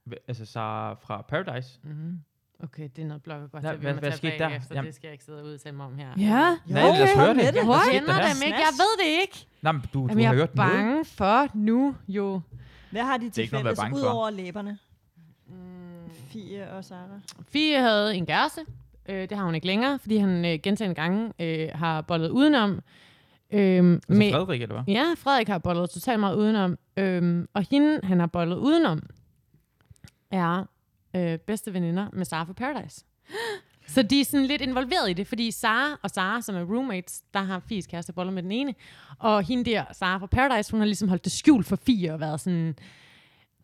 Speaker 1: Hva- Altså, så fra Paradise.
Speaker 2: Mm-hmm. Okay, det er noget blog godt,
Speaker 1: Nå,
Speaker 2: det vil
Speaker 1: hvad-
Speaker 2: man
Speaker 1: hvad
Speaker 2: tage
Speaker 1: skete
Speaker 2: bag
Speaker 1: der?
Speaker 2: Efter,
Speaker 1: Jamen-
Speaker 2: det skal jeg ikke sidde og udtale mig om her.
Speaker 1: Ja. Nej, lad os Okay. høre det. Hvad skete der
Speaker 2: Jeg kender
Speaker 1: her?
Speaker 2: dem ikke, jeg ved det ikke.
Speaker 1: Nej, men du,
Speaker 2: Jamen,
Speaker 1: du
Speaker 2: jeg
Speaker 1: har
Speaker 2: er
Speaker 1: hørt noget.
Speaker 2: bange for nu, jo.
Speaker 4: Hvad har de
Speaker 1: Det er
Speaker 4: til
Speaker 1: ikke noget at være
Speaker 4: fælles,
Speaker 1: bange for.
Speaker 4: udover læberne? Fie og Sara.
Speaker 2: Fie havde en kæreste. Øh, det har hun ikke længere, fordi han øh, gentagende gange øh, har bollet udenom. Øhm, altså
Speaker 1: Frederik, eller hvad?
Speaker 2: Ja, Frederik har bollet totalt meget udenom. Øhm, og hende, han har bollet udenom, er øh, bedste veninder med Sara fra Paradise. Så de er sådan lidt involveret i det, fordi Sara og Sara, som er roommates, der har Fies kæreste boller med den ene, og hende der, Sara fra Paradise, hun har ligesom holdt det skjult for Fie og været sådan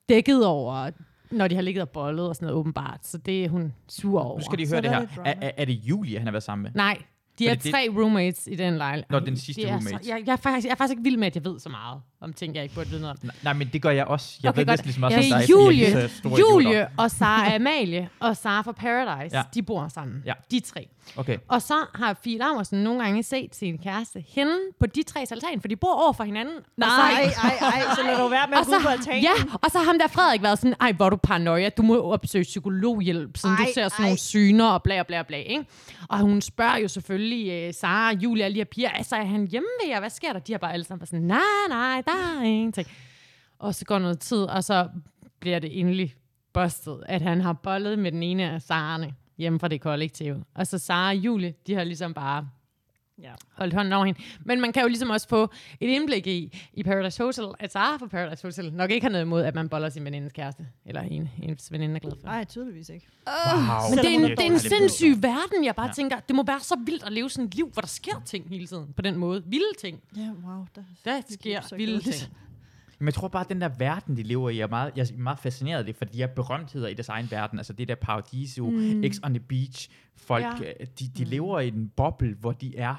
Speaker 2: dækket over, når de har ligget og bollet og sådan noget åbenbart. Så det er hun sur over.
Speaker 1: Nu skal de høre det her. Er, er, er det Julie, han har været sammen med?
Speaker 2: Nej, de er
Speaker 1: Fordi det-
Speaker 2: tre roommates i den lejlighed.
Speaker 1: Nå, den sidste
Speaker 2: det er
Speaker 1: roommate.
Speaker 2: Så, jeg, jeg, er faktisk, jeg er faktisk ikke vild med, at jeg ved så meget om ting, jeg ikke burde vide noget om.
Speaker 1: Nej, men det gør jeg også. Jeg okay, ved næsten lige så meget
Speaker 2: ja,
Speaker 1: som dig. fordi jeg er
Speaker 2: Julie,
Speaker 1: lige så stor idiot.
Speaker 2: Julie og Sara Amalie og Sara fra Paradise,
Speaker 1: Ja.
Speaker 2: ja. de bor sammen.
Speaker 1: Ja.
Speaker 2: De tre.
Speaker 1: Okay.
Speaker 2: Og så har Fie Laversen nogle gange set sin kæreste hende på de tre altan, for de bor over for hinanden. Og
Speaker 4: Nej,
Speaker 2: så-
Speaker 4: Altså, ej, ej, så lad dog være med at
Speaker 2: Og
Speaker 4: gå ud
Speaker 2: så-
Speaker 4: på altanen.
Speaker 2: Ja, og så har ham der Frederik været sådan, ej, hvor er du paranoia, du må opsøge psykologhjælp, sådan
Speaker 4: Ej,
Speaker 2: du ser sådan nogle syner og bla bla bla, ikke? Og hun spørger jo selvfølgelig øh, Sara, Julia og de her piger, altså er han hjemme ved jer, hvad sker der? De har bare alle sammen været sådan, nej, nej, der er ingenting. Og så går noget tid, og så bliver det endelig bustet, at han har bollet med den ene af Sarerne hjemme fra det kollektiv. Og så Sara og Julie, de har ligesom bare
Speaker 4: Ja.
Speaker 2: holdt hånden over hende. Men man kan jo ligesom også få et indblik i, i Paradise Hotel, at Sara fra Paradise Hotel nok ikke har noget imod, at man boller sin venindens kæreste, eller en, ens veninde er glad for.
Speaker 4: Nej, tydeligvis ikke.
Speaker 2: Men det er en, det er en sindssyg verden, jeg bare ja. tænker, det må være så vildt at leve sådan et liv, hvor der sker ting hele tiden, på den måde. Vilde ting.
Speaker 4: Ja, wow. Der,
Speaker 2: der sker vilde
Speaker 4: kedeligt.
Speaker 2: ting.
Speaker 1: Men jeg tror bare, at den der verden, de lever i, jeg er meget, jeg er meget fascineret af det, for de er berømtheder i deres egen verden. Altså det der Paradiso,
Speaker 2: Mm.
Speaker 1: mm. X on the Beach. Folk,
Speaker 2: Ja.
Speaker 1: ja. de, de mm. lever i en boble, hvor de er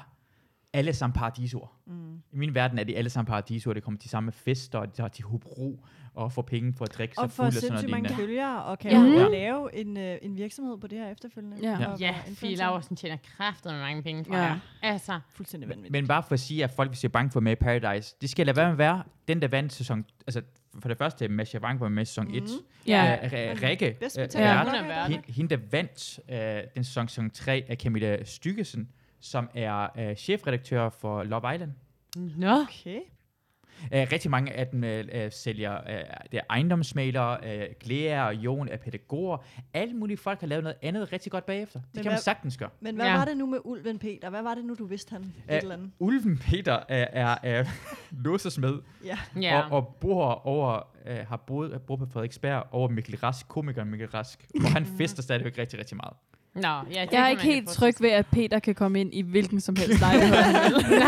Speaker 1: alle sammen paradisoer.
Speaker 4: Mm.
Speaker 1: I min verden er de alle sammen paradisoer. Det kommer til samme fester, og de tager til Hobro og får penge for at drikke sig
Speaker 4: Og for
Speaker 1: fuld og sådan
Speaker 4: sindssygt
Speaker 1: noget.
Speaker 4: mange
Speaker 1: lignende.
Speaker 4: følgere, og kan
Speaker 1: Ja.
Speaker 4: jo
Speaker 1: Ja.
Speaker 4: lave en, øh, en virksomhed på det her efterfølgende.
Speaker 1: Ja.
Speaker 4: og
Speaker 2: Ja,
Speaker 4: være
Speaker 2: Fie
Speaker 4: influencer.
Speaker 2: Laversen tjener kræfter med mange penge, tror
Speaker 4: Ja.
Speaker 2: ja. jeg. Altså,
Speaker 4: fuldstændig
Speaker 1: Men bare for at sige, at folk, hvis de er bange for at være med i Paradise, det skal lade være med at være. Den, der vandt sæson... Altså, for det første, Masha Wang var med i sæson 1. Mm.
Speaker 2: Ja.
Speaker 1: Rikke,
Speaker 2: Bedst
Speaker 1: øh,
Speaker 2: betalt. Ja,
Speaker 1: Ert,
Speaker 2: hun er værter.
Speaker 1: hende, hende, der vandt øh, den sæson, sæson 3 af Camilla Styggesen, som er øh, chefredaktør for Love Island.
Speaker 2: Nå.
Speaker 4: Okay.
Speaker 1: Øh, rigtig mange af dem øh, øh, sælger øh, det er ejendomsmalere, øh, Glea og Jon er pædagoger. Alle mulige folk har lavet noget andet rigtig godt bagefter. Det
Speaker 4: Men
Speaker 1: kan man
Speaker 4: hvad-
Speaker 1: sagtens gøre.
Speaker 4: Men hvad ja. var det nu med ulven Peter? Hvad var det nu, du vidste han? Et eller andet.
Speaker 1: Uh, Ulven Peter er, er, er låsesmed
Speaker 4: Ja.
Speaker 2: Ja.
Speaker 1: og, og bor over, uh, har boet, bor på Frederiksberg over Mikkel Rask, komikeren Mikkel Rask, og han fester stadigvæk rigtig, rigtig meget.
Speaker 2: Nå, ja, det kan
Speaker 3: Jeg er
Speaker 2: man
Speaker 3: ikke
Speaker 2: jo
Speaker 3: helt
Speaker 2: forestille
Speaker 3: tryg ved, at Peter kan komme ind i hvilken som helst lejlighed. han vil.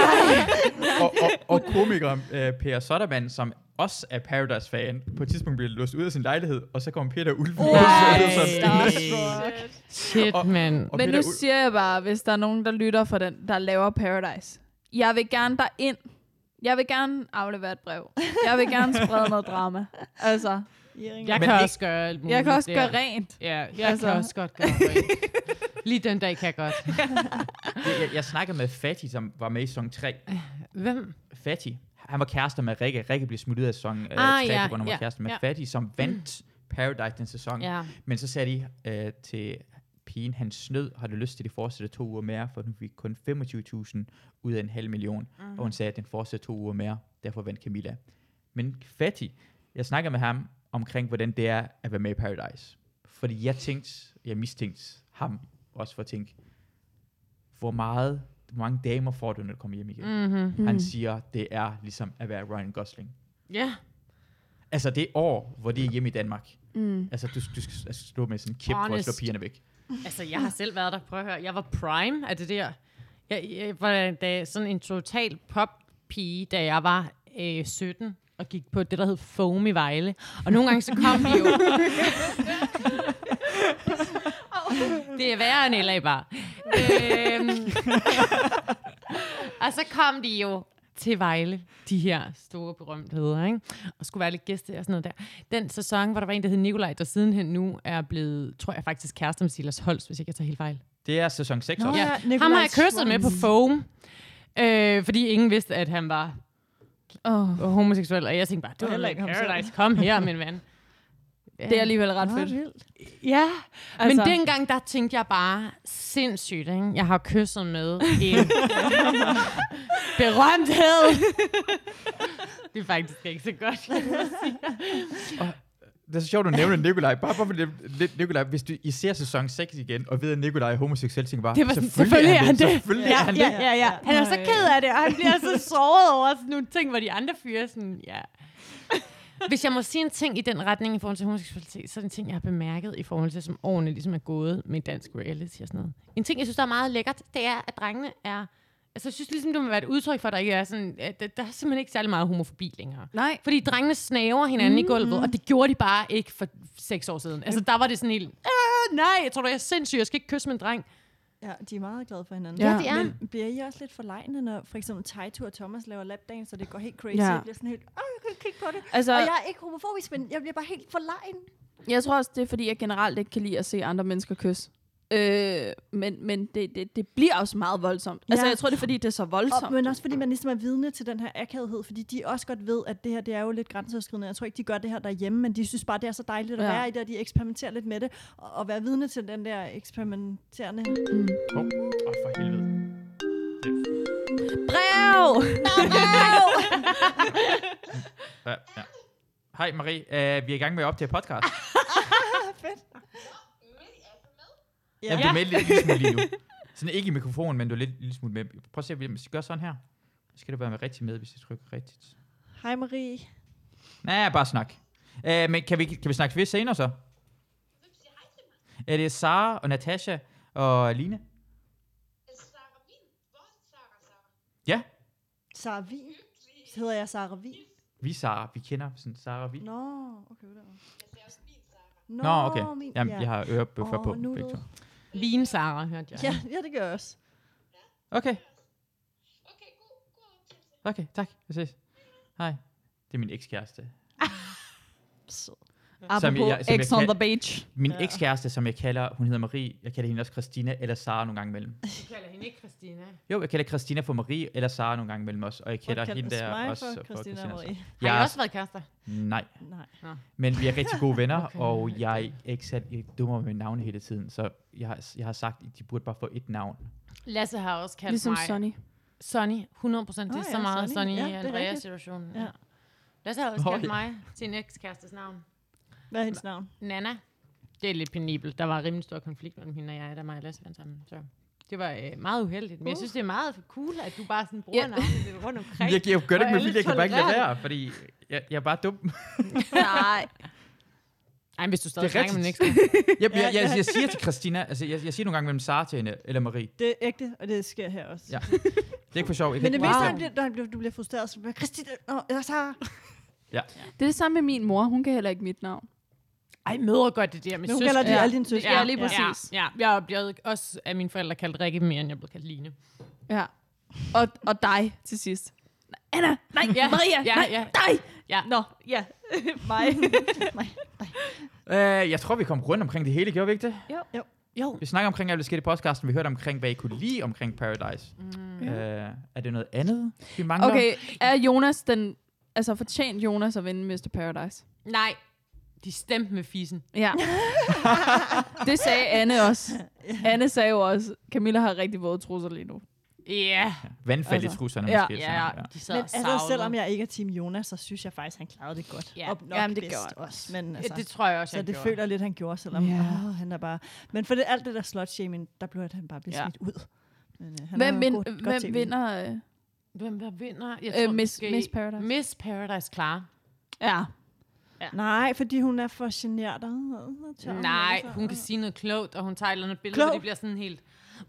Speaker 1: og, og, og komikeren uh, Per Sottermann, som også er Paradise-fan, på et tidspunkt bliver låst ud af sin lejlighed, og så kommer Peter Ulven. ud af lejligheden.
Speaker 2: Shit, man.
Speaker 1: og
Speaker 3: Men
Speaker 1: Peter
Speaker 3: nu
Speaker 1: Ulf-
Speaker 3: siger jeg bare, hvis der er nogen, der lytter for den, der laver Paradise. Jeg vil gerne derind. Jeg vil gerne aflevere et brev. Jeg vil gerne sprede noget drama. Altså,
Speaker 2: Jeg
Speaker 3: Men
Speaker 2: kan
Speaker 3: ikke-
Speaker 2: også gøre alt muligt.
Speaker 3: Jeg kan også
Speaker 2: der.
Speaker 3: gøre rent.
Speaker 2: Ja, jeg
Speaker 3: Altså.
Speaker 2: kan også godt gøre rent. Lige den dag kan jeg godt.
Speaker 1: Jeg, jeg, jeg snakkede med Fatty, som var med i sæson 3.
Speaker 2: Hvem?
Speaker 1: Fatty. Han var kærester med Rikke. Rikke blev smidt ud af sæson øh, 3,
Speaker 2: Ah, ja,
Speaker 1: på grund af, hun
Speaker 2: ja,
Speaker 1: var kærester med
Speaker 2: ja. Mm.
Speaker 1: Fatty, som vandt Paradise den sæson.
Speaker 2: Ja.
Speaker 1: Men så sagde de øh, til pigen, han snød, har du lyst til, at det fortsætter to uger mere, for hun fik kun 25.000 ud af en halv million.
Speaker 2: Mhm.
Speaker 1: Mm. Og hun sagde, at den fortsætter to uger mere, derfor vandt Camilla. Men Fatty, jeg snakker med ham omkring, hvordan det er at være med i Paradise. Fordi jeg tænkte, jeg mistænkte ham også for at tænke, hvor meget hvor mange damer får du, når du kommer hjem igen?
Speaker 2: Mhm.
Speaker 1: Han
Speaker 2: Mm.
Speaker 1: siger, det er ligesom at være Ryan Gosling.
Speaker 2: Ja.
Speaker 1: Altså det år, hvor det er hjemme i Danmark.
Speaker 2: Mm.
Speaker 1: Altså du, du skal altså, slå med sådan en kæp for at slå
Speaker 2: Honest.
Speaker 1: pigerne væk.
Speaker 2: Altså, jeg har selv været der. Prøv at høre. Jeg var prime af det der. Jeg, jeg var da sådan en total pop-pige, da jeg var øh, 17 og gik på det, der hed Foam i Vejle. Og nogle gange så kom vi jo... det er værre end LA bare. øhm. og så kom de jo til Vejle, de her store berømtheder, ikke? og skulle være lidt gæste og sådan noget der. Den sæson, hvor der var en, der hed Nikolaj, der sidenhen nu er blevet, tror jeg faktisk, kæreste med Silas Holst, hvis ikke jeg tager helt fejl.
Speaker 1: Det er sæson 6
Speaker 2: Nå,
Speaker 1: også.
Speaker 2: ja. Ham har jeg kysset med på foam, øh, fordi ingen vidste, at han var
Speaker 3: oh.
Speaker 2: homoseksuel, og jeg tænkte bare,
Speaker 3: Og
Speaker 2: du
Speaker 3: heller
Speaker 2: er
Speaker 3: ikke ham
Speaker 2: Paradise,
Speaker 3: selv.
Speaker 2: kom her, min ven.
Speaker 3: Det er alligevel ret fedt.
Speaker 2: Ja, altså.
Speaker 3: Altså.
Speaker 2: men dengang, der tænkte jeg bare, sindssygt, ikke? Jeg har kysset med en berømthed. det er faktisk ikke så godt. kan jeg sige.
Speaker 1: Det er så sjovt, at du nævner Nikolaj. Bare for lidt Nikolaj, hvis du I ser sæson 6 igen, og ved, at Nikolaj er homoseksuel, tænker bare,
Speaker 2: Det var sådan, selvfølgelig er han det. Øh.
Speaker 1: Selvfølgelig er han det.
Speaker 2: ja, ja, ja, ja. Han er så ked af det, og han bliver så såret over sådan nogle ting, hvor de andre fyre sådan, ja. Hvis jeg må sige en ting i den retning i forhold til homoseksualitet, så er det en ting, jeg har bemærket i forhold til, som årene ligesom er gået med dansk reality og sådan noget. En ting, jeg synes, der er meget lækkert, det er, at drengene er... Altså, jeg synes ligesom, det må være et udtryk for, at der ikke er sådan... At der, der er simpelthen ikke særlig meget homofobi længere.
Speaker 4: Nej.
Speaker 2: Fordi drengene snaver hinanden mm-hmm. i gulvet, og det gjorde de bare ikke for seks år siden. Altså, der var det sådan helt... "Ah, Nej, jeg tror du, jeg er sindssyg, jeg skal ikke kysse min dreng.
Speaker 4: Ja, de er meget glade for hinanden.
Speaker 2: Ja, Ja. de er.
Speaker 4: Men bliver I også lidt forlegne, når for eksempel Taito og Thomas laver lapdance, og det går helt crazy?
Speaker 3: Ja.
Speaker 4: Ja. Jeg bliver sådan helt, åh, jeg kan ikke kigge på det.
Speaker 3: Altså-
Speaker 4: Altså, og jeg er ikke homofobisk, men jeg bliver bare helt forlegen.
Speaker 3: Jeg tror også, det er, fordi jeg generelt ikke kan lide at se andre mennesker kysse. Øh, men men det, det, det bliver også meget voldsomt. Ja. Altså,
Speaker 4: Ja.
Speaker 3: jeg tror, det er, fordi det er så voldsomt.
Speaker 4: Og, men også fordi man ligesom er vidne til den her akavighed, fordi de også godt ved, at det her det er jo lidt grænseoverskridende. Jeg tror ikke, de gør det her derhjemme, men de synes bare, det er så dejligt at
Speaker 3: Ja.
Speaker 4: ja. være i det, og de eksperimenterer lidt med det, og, og være vidne til den der eksperimenterende...
Speaker 1: Åh, oh, oh, for helvede.
Speaker 3: Brev!
Speaker 1: Ja, ja. Hej Marie, uh, vi er i gang med at optage podcast.
Speaker 4: Fedt.
Speaker 1: Ja. Jamen, du er med lidt lille smule lige nu. Sådan ikke i mikrofonen, men du er lidt lille smule med. Prøv at se, hvis vi gør sådan her. Så skal du være med rigtig med, hvis jeg trykker rigtigt.
Speaker 4: Hej Marie.
Speaker 1: Nej, bare snak. Uh, men kan vi, kan vi snakke ved senere så? Er det Sara og Natasha og Line? Ja,
Speaker 4: Sara Vin. Så hedder jeg Sara Vin.
Speaker 1: vi er Sara. Vi kender sådan Sara og vi.
Speaker 4: Nå, okay. Der.
Speaker 1: Nå, okay. Jamen, jeg har ørebøffer
Speaker 4: Åh,
Speaker 1: på
Speaker 4: nu er
Speaker 1: begge
Speaker 4: det-
Speaker 1: to.
Speaker 2: Vin Sara, hørte jeg.
Speaker 4: Ja, ja, det gør jeg også.
Speaker 1: Okay. Okay, tak. Vi ses. Hej. Det er min ekskæreste.
Speaker 3: Apropos Ex on the beach.
Speaker 1: Min
Speaker 3: Ja.
Speaker 1: ekskæreste, som jeg kalder, hun hedder Marie. Jeg kalder hende også Christina eller Sara nogle gange imellem.
Speaker 2: Du kalder hende ikke Christina.
Speaker 1: Jo, jeg kalder Christina for Marie eller Sara nogle gange imellem også. Og jeg kalder
Speaker 4: kaldes
Speaker 1: hende der
Speaker 4: mig
Speaker 1: også for
Speaker 4: for Christina
Speaker 1: Christina.
Speaker 4: og
Speaker 1: Marie.
Speaker 4: Marie.
Speaker 2: Har I også været kærester?
Speaker 1: Nej.
Speaker 4: Nej.
Speaker 2: Nå.
Speaker 1: Men vi er rigtig gode venner, okay, og jeg er ikke særlig jeg dummer med navne hele tiden. Så jeg har, jeg har sagt, at de burde bare få et navn.
Speaker 2: Lasse har også kaldt
Speaker 3: Ligesom
Speaker 2: mig...
Speaker 3: Sonny.
Speaker 2: Sonny, 100 procent. Det er oh,
Speaker 3: Åh ja,
Speaker 2: så meget
Speaker 3: Sonny.
Speaker 2: Sonny,
Speaker 3: Ja,
Speaker 2: Sonny
Speaker 3: det
Speaker 2: i
Speaker 3: er
Speaker 2: Andreas-situationen.
Speaker 3: rigtigt.
Speaker 2: Ja.
Speaker 3: Ja.
Speaker 2: Lasse har også
Speaker 1: Nå,
Speaker 2: kaldt
Speaker 1: ja.
Speaker 2: mig sin ekskærestes navn.
Speaker 4: Hvad er hendes navn?
Speaker 2: Nana. Det er lidt penibelt. Der var en rimelig stor konflikt mellem hende og jeg, da mig og Lasse vandt sammen. Så det var øh, meget uheldigt. Men jeg
Speaker 4: Uh.
Speaker 2: synes, det er meget cool, at du bare sådan bruger
Speaker 4: Ja.
Speaker 2: yeah. navnet lidt rundt omkring.
Speaker 1: Jeg, jeg gør det ikke med
Speaker 2: Og alle
Speaker 1: vilje, jeg kan bare ikke lade
Speaker 2: tolererer
Speaker 1: være, fordi jeg, jeg er bare dum.
Speaker 3: Nej.
Speaker 2: Ej, hvis du stadig
Speaker 1: Det er
Speaker 2: snakker med
Speaker 1: rigtigt.
Speaker 2: den ekskæreste.
Speaker 1: Jeg, jeg, jeg,
Speaker 2: Ja.
Speaker 1: jeg siger til Christina, altså jeg, jeg siger nogle gange mellem Sara til hende, eller Marie.
Speaker 4: Det er ægte, og det sker her også.
Speaker 1: Ja. Det er ikke for sjov. Jeg kan
Speaker 4: Men
Speaker 1: ikke-
Speaker 4: det meste, wow. bliver, når han bliver, du bliver frustreret, så bliver Christina, åh, eller Sara.
Speaker 1: Ja.
Speaker 3: Det er det samme med min mor. Hun kan heller ikke mit navn.
Speaker 2: Ej, mødre gør det der med
Speaker 4: Men hun kalder de alle dine søstre.
Speaker 3: Ja, lige præcis.
Speaker 2: Ja, ja. Jeg blev også af mine forældre kaldt Rikke mere, end jeg blev kaldt Line.
Speaker 3: Ja. ja. Og, og dig til sidst. Anna, nej,
Speaker 2: Ja,
Speaker 3: Maria,
Speaker 2: ja,
Speaker 3: nej,
Speaker 2: ja.
Speaker 3: dig!
Speaker 2: Ja.
Speaker 3: Nå, ja, mig.
Speaker 1: Øh, jeg tror, vi kom rundt omkring det hele, gjorde vi ikke det?
Speaker 3: Jo.
Speaker 4: Jo.
Speaker 2: jo.
Speaker 1: Vi snakker omkring alt det skete i podcasten. Vi hørte omkring, hvad I kunne lide omkring Paradise. Mm. Øh, er det noget andet, vi mangler?
Speaker 3: Okay, er Jonas den... Altså, fortjent Jonas at vinde Mr. Paradise?
Speaker 2: Nej, de stemte med fisen.
Speaker 3: Ja. det sagde Anne også. Anne sagde jo også, Camilla har rigtig våde trusser lige nu.
Speaker 2: Ja.
Speaker 1: Vandfald altså, i
Speaker 3: Altså,
Speaker 1: trusserne
Speaker 3: ja.
Speaker 1: måske.
Speaker 2: Ja,
Speaker 1: sådan,
Speaker 2: ja, de sad
Speaker 4: Men
Speaker 2: og
Speaker 4: altså,
Speaker 2: savlede.
Speaker 4: selvom jeg ikke er Team Jonas, så synes jeg faktisk, han klarede det godt.
Speaker 2: Ja.
Speaker 4: Og nok
Speaker 3: Jamen, det
Speaker 4: bedst
Speaker 3: gjorde han
Speaker 4: også. Men,
Speaker 2: Ja,
Speaker 4: altså,
Speaker 2: det tror jeg også,
Speaker 4: Så
Speaker 2: han
Speaker 4: det
Speaker 2: gjorde.
Speaker 4: føler jeg lidt, han gjorde, selvom
Speaker 3: Ja.
Speaker 4: yeah. åh, han er bare... Men for det, alt det der slutshaming, der blev at han bare blev
Speaker 3: Ja.
Speaker 4: ja. smidt ud. Men, øh, han er
Speaker 3: Hvem,
Speaker 4: jo
Speaker 3: vind,
Speaker 4: god- godt
Speaker 3: hvem
Speaker 4: TV.
Speaker 3: vinder? Øh,
Speaker 2: Hvem der vinder? Jeg
Speaker 3: Øh, Miss-
Speaker 2: måske-
Speaker 3: Miss Paradise.
Speaker 2: Miss Paradise, Clara.
Speaker 3: ja.
Speaker 4: Nej, fordi hun er for genert. og- og altså. tør.
Speaker 2: Nej,
Speaker 3: altså-
Speaker 2: hun kan sige noget klogt, og hun tager et eller andet billede,
Speaker 4: Klog.
Speaker 2: hvor det bliver sådan helt...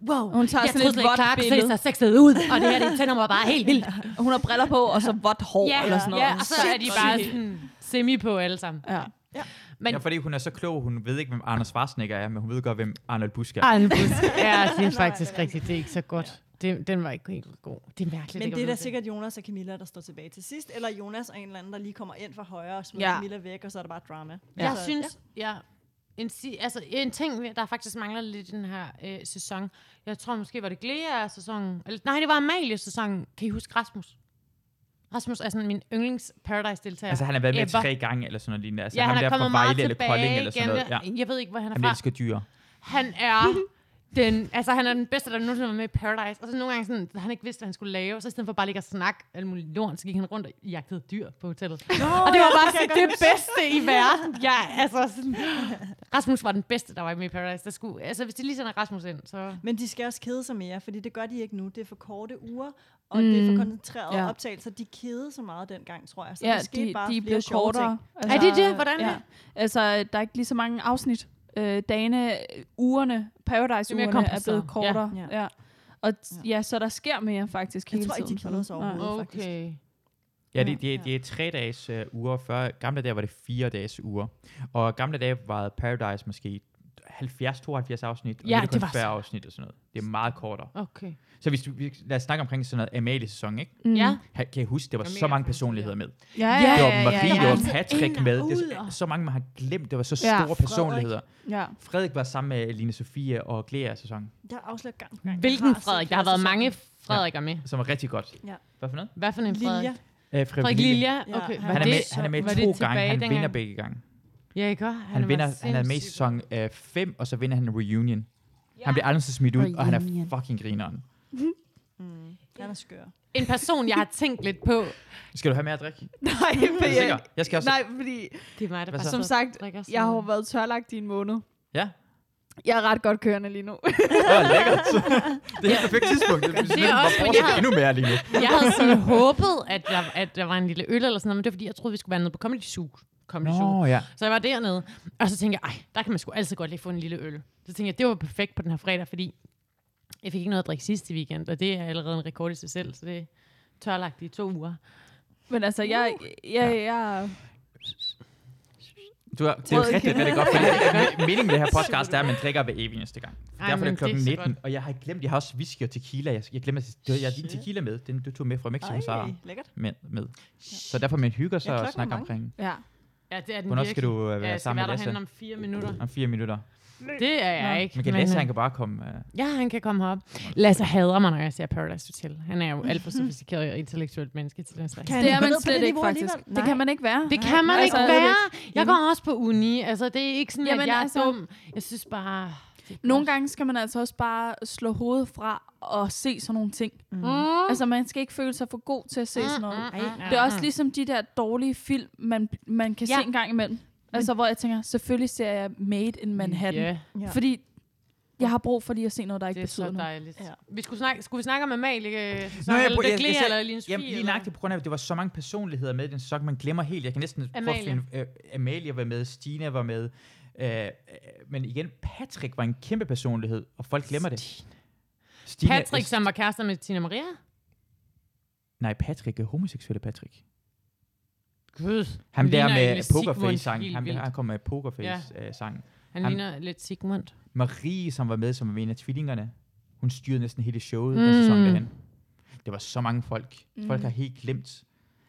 Speaker 2: Wow,
Speaker 3: Hun tager
Speaker 2: jeg
Speaker 3: sådan
Speaker 2: troede
Speaker 3: et
Speaker 2: slet ikke,
Speaker 3: vådt
Speaker 2: Clara kunne
Speaker 3: billede."
Speaker 2: se så sexet ud, og det her, det tænder mig bare helt vildt.
Speaker 3: Hun har briller på, og så vådt hår
Speaker 2: Ja,
Speaker 3: eller sådan noget.
Speaker 2: ja, og så er de bare sådan semi på alle sammen.
Speaker 3: Ja.
Speaker 1: ja.
Speaker 2: Men
Speaker 1: ja, fordi hun er så klog, hun ved ikke, hvem Anders Schwarzenegger er, men hun ved godt, hvem Arnold Busk er.
Speaker 2: Arne Bus. Ah, Ja, det er faktisk rigtigt. Det er ikke så godt. Det, den var ikke helt god. Det er mærkeligt.
Speaker 4: Men
Speaker 2: ikke at
Speaker 4: det
Speaker 2: vide
Speaker 4: er da sikkert Jonas og Camilla, der står tilbage til sidst. Eller Jonas og en eller anden, der lige kommer ind fra højre og smider
Speaker 2: Ja.
Speaker 4: ja. Camilla væk, og så er der bare drama. Altså,
Speaker 2: Jeg
Speaker 4: Så,
Speaker 2: synes, ja. En, si- altså, en ting, der faktisk mangler lidt i den her øh, sæson. Jeg tror måske, var det Glea-sæsonen. Eller, nej, det var Amalie-sæsonen. Kan I huske Rasmus? Rasmus er sådan min yndlings Paradise-deltager.
Speaker 1: Altså, han har været med
Speaker 2: ever.
Speaker 1: tre gange eller sådan noget lignende. Altså,
Speaker 2: ja,
Speaker 1: ham
Speaker 2: han er
Speaker 1: der fra
Speaker 2: kommet meget
Speaker 1: Vejle eller
Speaker 2: tilbage
Speaker 1: Kolding eller sådan
Speaker 2: igen.
Speaker 1: noget. Ja.
Speaker 2: Jeg ved ikke, hvor han er
Speaker 1: Han
Speaker 2: fra.
Speaker 1: elsker dyr.
Speaker 2: Han er Den, altså, han er den bedste, der nogensinde var med i Paradise. Og så nogle gange, sådan, han ikke vidste, hvad han skulle lave. Så i stedet for bare lige at snakke alt muligt lort, så gik han rundt og jagtede dyr på hotellet. Nå, og det
Speaker 4: ja,
Speaker 2: var bare
Speaker 4: det kan jeg
Speaker 2: sådan, det
Speaker 4: godt huske.
Speaker 2: bedste i verden. Ja, altså, sådan, Rasmus var den bedste, der var med i Paradise. Der skulle, altså, hvis de lige sender Rasmus ind, så...
Speaker 4: Men de skal også kede sig mere, fordi det gør de ikke nu. Det er for korte uger, og mm. det er
Speaker 2: Mm,
Speaker 4: for koncentrerede
Speaker 2: ja.
Speaker 4: ja. optagelser. De kedede så meget dengang, tror jeg. Så
Speaker 3: Ja,
Speaker 4: der skete
Speaker 3: de,
Speaker 4: bare
Speaker 3: de er
Speaker 4: flere
Speaker 3: blevet
Speaker 4: sjove
Speaker 3: kortere.
Speaker 4: ting. Er de det? Hvordan
Speaker 3: ja.
Speaker 4: det?
Speaker 3: Altså, der er ikke lige så mange afsnit. Øh, dagene, ugerne,
Speaker 4: Det er mere
Speaker 3: Paradise-ugerne er
Speaker 4: kompliceret.
Speaker 3: blevet kortere.
Speaker 4: Ja.
Speaker 3: Ja. ja. Og t- ja, så der sker mere faktisk hele
Speaker 4: Jeg tror ikke, de
Speaker 3: tiden.
Speaker 4: keder sig overhovedet,
Speaker 3: Nej.
Speaker 4: faktisk. Okay.
Speaker 1: Ja, det, det, er- det er tre dages øh, uger. Før gamle dage var det fire dages uger. Og gamle dage var Paradise måske 70-72 afsnit, og nu
Speaker 2: Ja,
Speaker 1: er det kun
Speaker 2: det var
Speaker 1: 40
Speaker 2: så-
Speaker 1: afsnit og sådan noget. Det er meget kortere.
Speaker 2: Okay.
Speaker 1: Så hvis du, vi- lad os snakke omkring sådan noget Amalie-sæson, ikke?
Speaker 2: Mm. Ja.
Speaker 1: Ha- Kan I huske, der var
Speaker 2: Det var
Speaker 1: så
Speaker 2: mega
Speaker 1: mange personligheder med.
Speaker 2: Ja, ja,
Speaker 1: Det
Speaker 2: ja,
Speaker 1: var
Speaker 2: ja,
Speaker 1: Marie,
Speaker 2: ja.
Speaker 1: det var
Speaker 2: Altså, ind
Speaker 1: Patrick
Speaker 2: og
Speaker 1: med. Det
Speaker 2: ud
Speaker 1: er så,
Speaker 2: og-
Speaker 1: så mange, man har glemt. Det var så
Speaker 2: Ja,
Speaker 1: store
Speaker 2: Frederik.
Speaker 1: personligheder.
Speaker 3: Ja.
Speaker 1: Frederik var sammen med Line Sofie og Glea sæson,
Speaker 4: Der afslører gang på gang.
Speaker 2: Hvilken Frederik? Der har været mange Frederikker med.
Speaker 1: som var rigtig godt.
Speaker 4: Ja.
Speaker 1: Hvad for noget?
Speaker 2: Hvad for en Frederik?
Speaker 4: Lilja.
Speaker 1: Øh,
Speaker 2: Frederik Lilja? Okay.
Speaker 1: Han, er med, han er med
Speaker 2: var
Speaker 1: to
Speaker 2: det
Speaker 1: gange.
Speaker 2: tilbage
Speaker 1: Han vinder
Speaker 2: dengang?
Speaker 1: begge gange.
Speaker 2: Ja, ikke?
Speaker 1: Han, han, vinder, han er med i sæson 5, øh, og så vinder han Reunion. Ja. Han bliver aldrig så smidt ud, og han
Speaker 2: Reunion.
Speaker 1: er fucking grineren.
Speaker 4: Han er skør.
Speaker 2: En person, jeg har tænkt lidt på.
Speaker 1: Skal du have mere at drikke?
Speaker 3: Nej,
Speaker 1: Er du sikker? Jeg skal også...
Speaker 3: Nej, fordi
Speaker 2: Det er mig, der
Speaker 1: Hvad
Speaker 2: bare
Speaker 1: så?
Speaker 3: som sagt, jeg har jo været tørlagt i en måned.
Speaker 1: Ja.
Speaker 3: Jeg er ret godt kørende lige nu.
Speaker 1: Åh, lækkert. det er helt perfekt tidspunkt. Det,
Speaker 2: Det er også, fordi
Speaker 1: jeg
Speaker 2: jeg havde-
Speaker 1: endnu mere lige nu.
Speaker 2: Jeg havde sådan håbet, at der, at der var en lille øl eller sådan noget, men det var fordi, jeg troede, vi skulle være nede på Comedy Zoo. Comedy
Speaker 1: Nå,
Speaker 2: Zoo.
Speaker 1: ja.
Speaker 2: Så jeg var dernede, og så tænkte jeg, ej, der kan man sgu altid godt lige få en lille øl. Så tænkte jeg, det var perfekt på den her fredag, fordi jeg fik ikke noget at drikke sidste weekend, og det er allerede en rekord i sig selv, så det er tørlagt i to uger.
Speaker 3: Men altså, jeg... jeg, jeg
Speaker 1: Du er, det er jo
Speaker 3: Rød
Speaker 1: rigtig,
Speaker 3: kæde.
Speaker 1: rigtig godt, for meningen med det her podcast er, at man drikker hver evig eneste gang.
Speaker 2: Ej,
Speaker 1: Derfor er
Speaker 2: men
Speaker 1: det
Speaker 2: det er
Speaker 1: klokken
Speaker 2: så
Speaker 1: 19,
Speaker 2: godt.
Speaker 1: og jeg har glemt, jeg har også whisky og tequila. Jeg, jeg glemmer, at jeg, jeg har din tequila med, den du tog med fra Mexico,
Speaker 2: Ej,
Speaker 1: Sara.
Speaker 2: lækkert.
Speaker 1: Med, med. Så derfor man hygger sig og snakker omkring.
Speaker 3: Ja.
Speaker 2: Ja, det er den
Speaker 1: Hvornår
Speaker 2: virkelig.
Speaker 1: skal du øh,
Speaker 2: Ja,
Speaker 1: være
Speaker 2: jeg skal
Speaker 1: sammen med
Speaker 2: være
Speaker 1: Lasse?
Speaker 2: derhenne om fire minutter.
Speaker 1: Om fire minutter.
Speaker 2: Det er jeg
Speaker 1: Nå.
Speaker 2: ikke.
Speaker 1: Men kan Lasse,
Speaker 2: øh,
Speaker 1: han kan bare komme... øh,
Speaker 2: Ja, han kan komme herop. Lasse hader mig, når jeg ser Paradise Hotel. Han er jo alt for sofistikeret og intellektuelt menneske til den slags.
Speaker 3: Kan Det han er gå man ned på slet det ikke, niveau faktisk. alligevel? Det Nej. kan man ikke være.
Speaker 2: Det
Speaker 3: Nej,
Speaker 2: kan man
Speaker 3: nej,
Speaker 2: ikke
Speaker 3: slet ikke.
Speaker 2: være. Jeg går også på uni. Altså, det er ikke sådan,
Speaker 3: Jamen,
Speaker 2: at jeg er
Speaker 3: altså-
Speaker 2: dum. Jeg synes bare...
Speaker 3: Nogle gange skal man altså også bare slå hovedet fra og se sådan nogle ting.
Speaker 2: Mm.
Speaker 3: Altså, man skal ikke føle sig for god til at se
Speaker 2: Mm,
Speaker 3: sådan
Speaker 2: mm,
Speaker 3: noget.
Speaker 2: mm,
Speaker 3: Det er
Speaker 2: mm,
Speaker 3: også
Speaker 2: mm.
Speaker 3: ligesom de der dårlige film, man, man kan
Speaker 2: Ja.
Speaker 3: se en gang imellem. Altså, hvor jeg tænker, selvfølgelig ser jeg Made in
Speaker 1: Mm.
Speaker 3: Manhattan.
Speaker 2: Ja. Ja.
Speaker 3: Fordi jeg har brug for lige at se noget, der ikke
Speaker 2: Det er
Speaker 3: betyder
Speaker 2: så
Speaker 3: noget.
Speaker 2: dejligt. Vi skulle, snakke, skulle vi snakke om Amalie? Øh,
Speaker 1: Nå,
Speaker 2: sæson,
Speaker 1: jeg,
Speaker 2: eller
Speaker 1: jeg, jeg,
Speaker 2: Declare,
Speaker 1: jeg,
Speaker 2: eller
Speaker 1: jeg,
Speaker 2: Line Sofie?
Speaker 1: jamen, lige nøjagtigt på grund af, at det var så mange personligheder med i den sæson, man glemmer helt. Jeg kan næsten prøve at
Speaker 2: Amalie.
Speaker 1: finde, øh, Amalia var med, Stina var med, øh, øh, men igen, Patrick var en kæmpe personlighed, og folk glemmer det. Stina,
Speaker 2: Patrick, som var kærester med Tina Maria?
Speaker 1: Nej, Patrick er homoseksuel Patrick.
Speaker 2: Gud.
Speaker 1: Ham
Speaker 2: han
Speaker 1: der
Speaker 2: ligner
Speaker 1: med
Speaker 2: egentlig Sigmund
Speaker 1: pokerface-sang.
Speaker 2: helt
Speaker 1: Ham der,
Speaker 2: vildt.
Speaker 1: han kom med pokerface-sang.
Speaker 2: Han ligner lidt Sigmund.
Speaker 1: Marie, som var med, som var en af tvillingerne, hun styrede næsten hele showet mm.
Speaker 2: Mm.
Speaker 1: den sæson derhen. Det var så mange folk. Mm. Folk
Speaker 2: Mm.
Speaker 1: har helt glemt.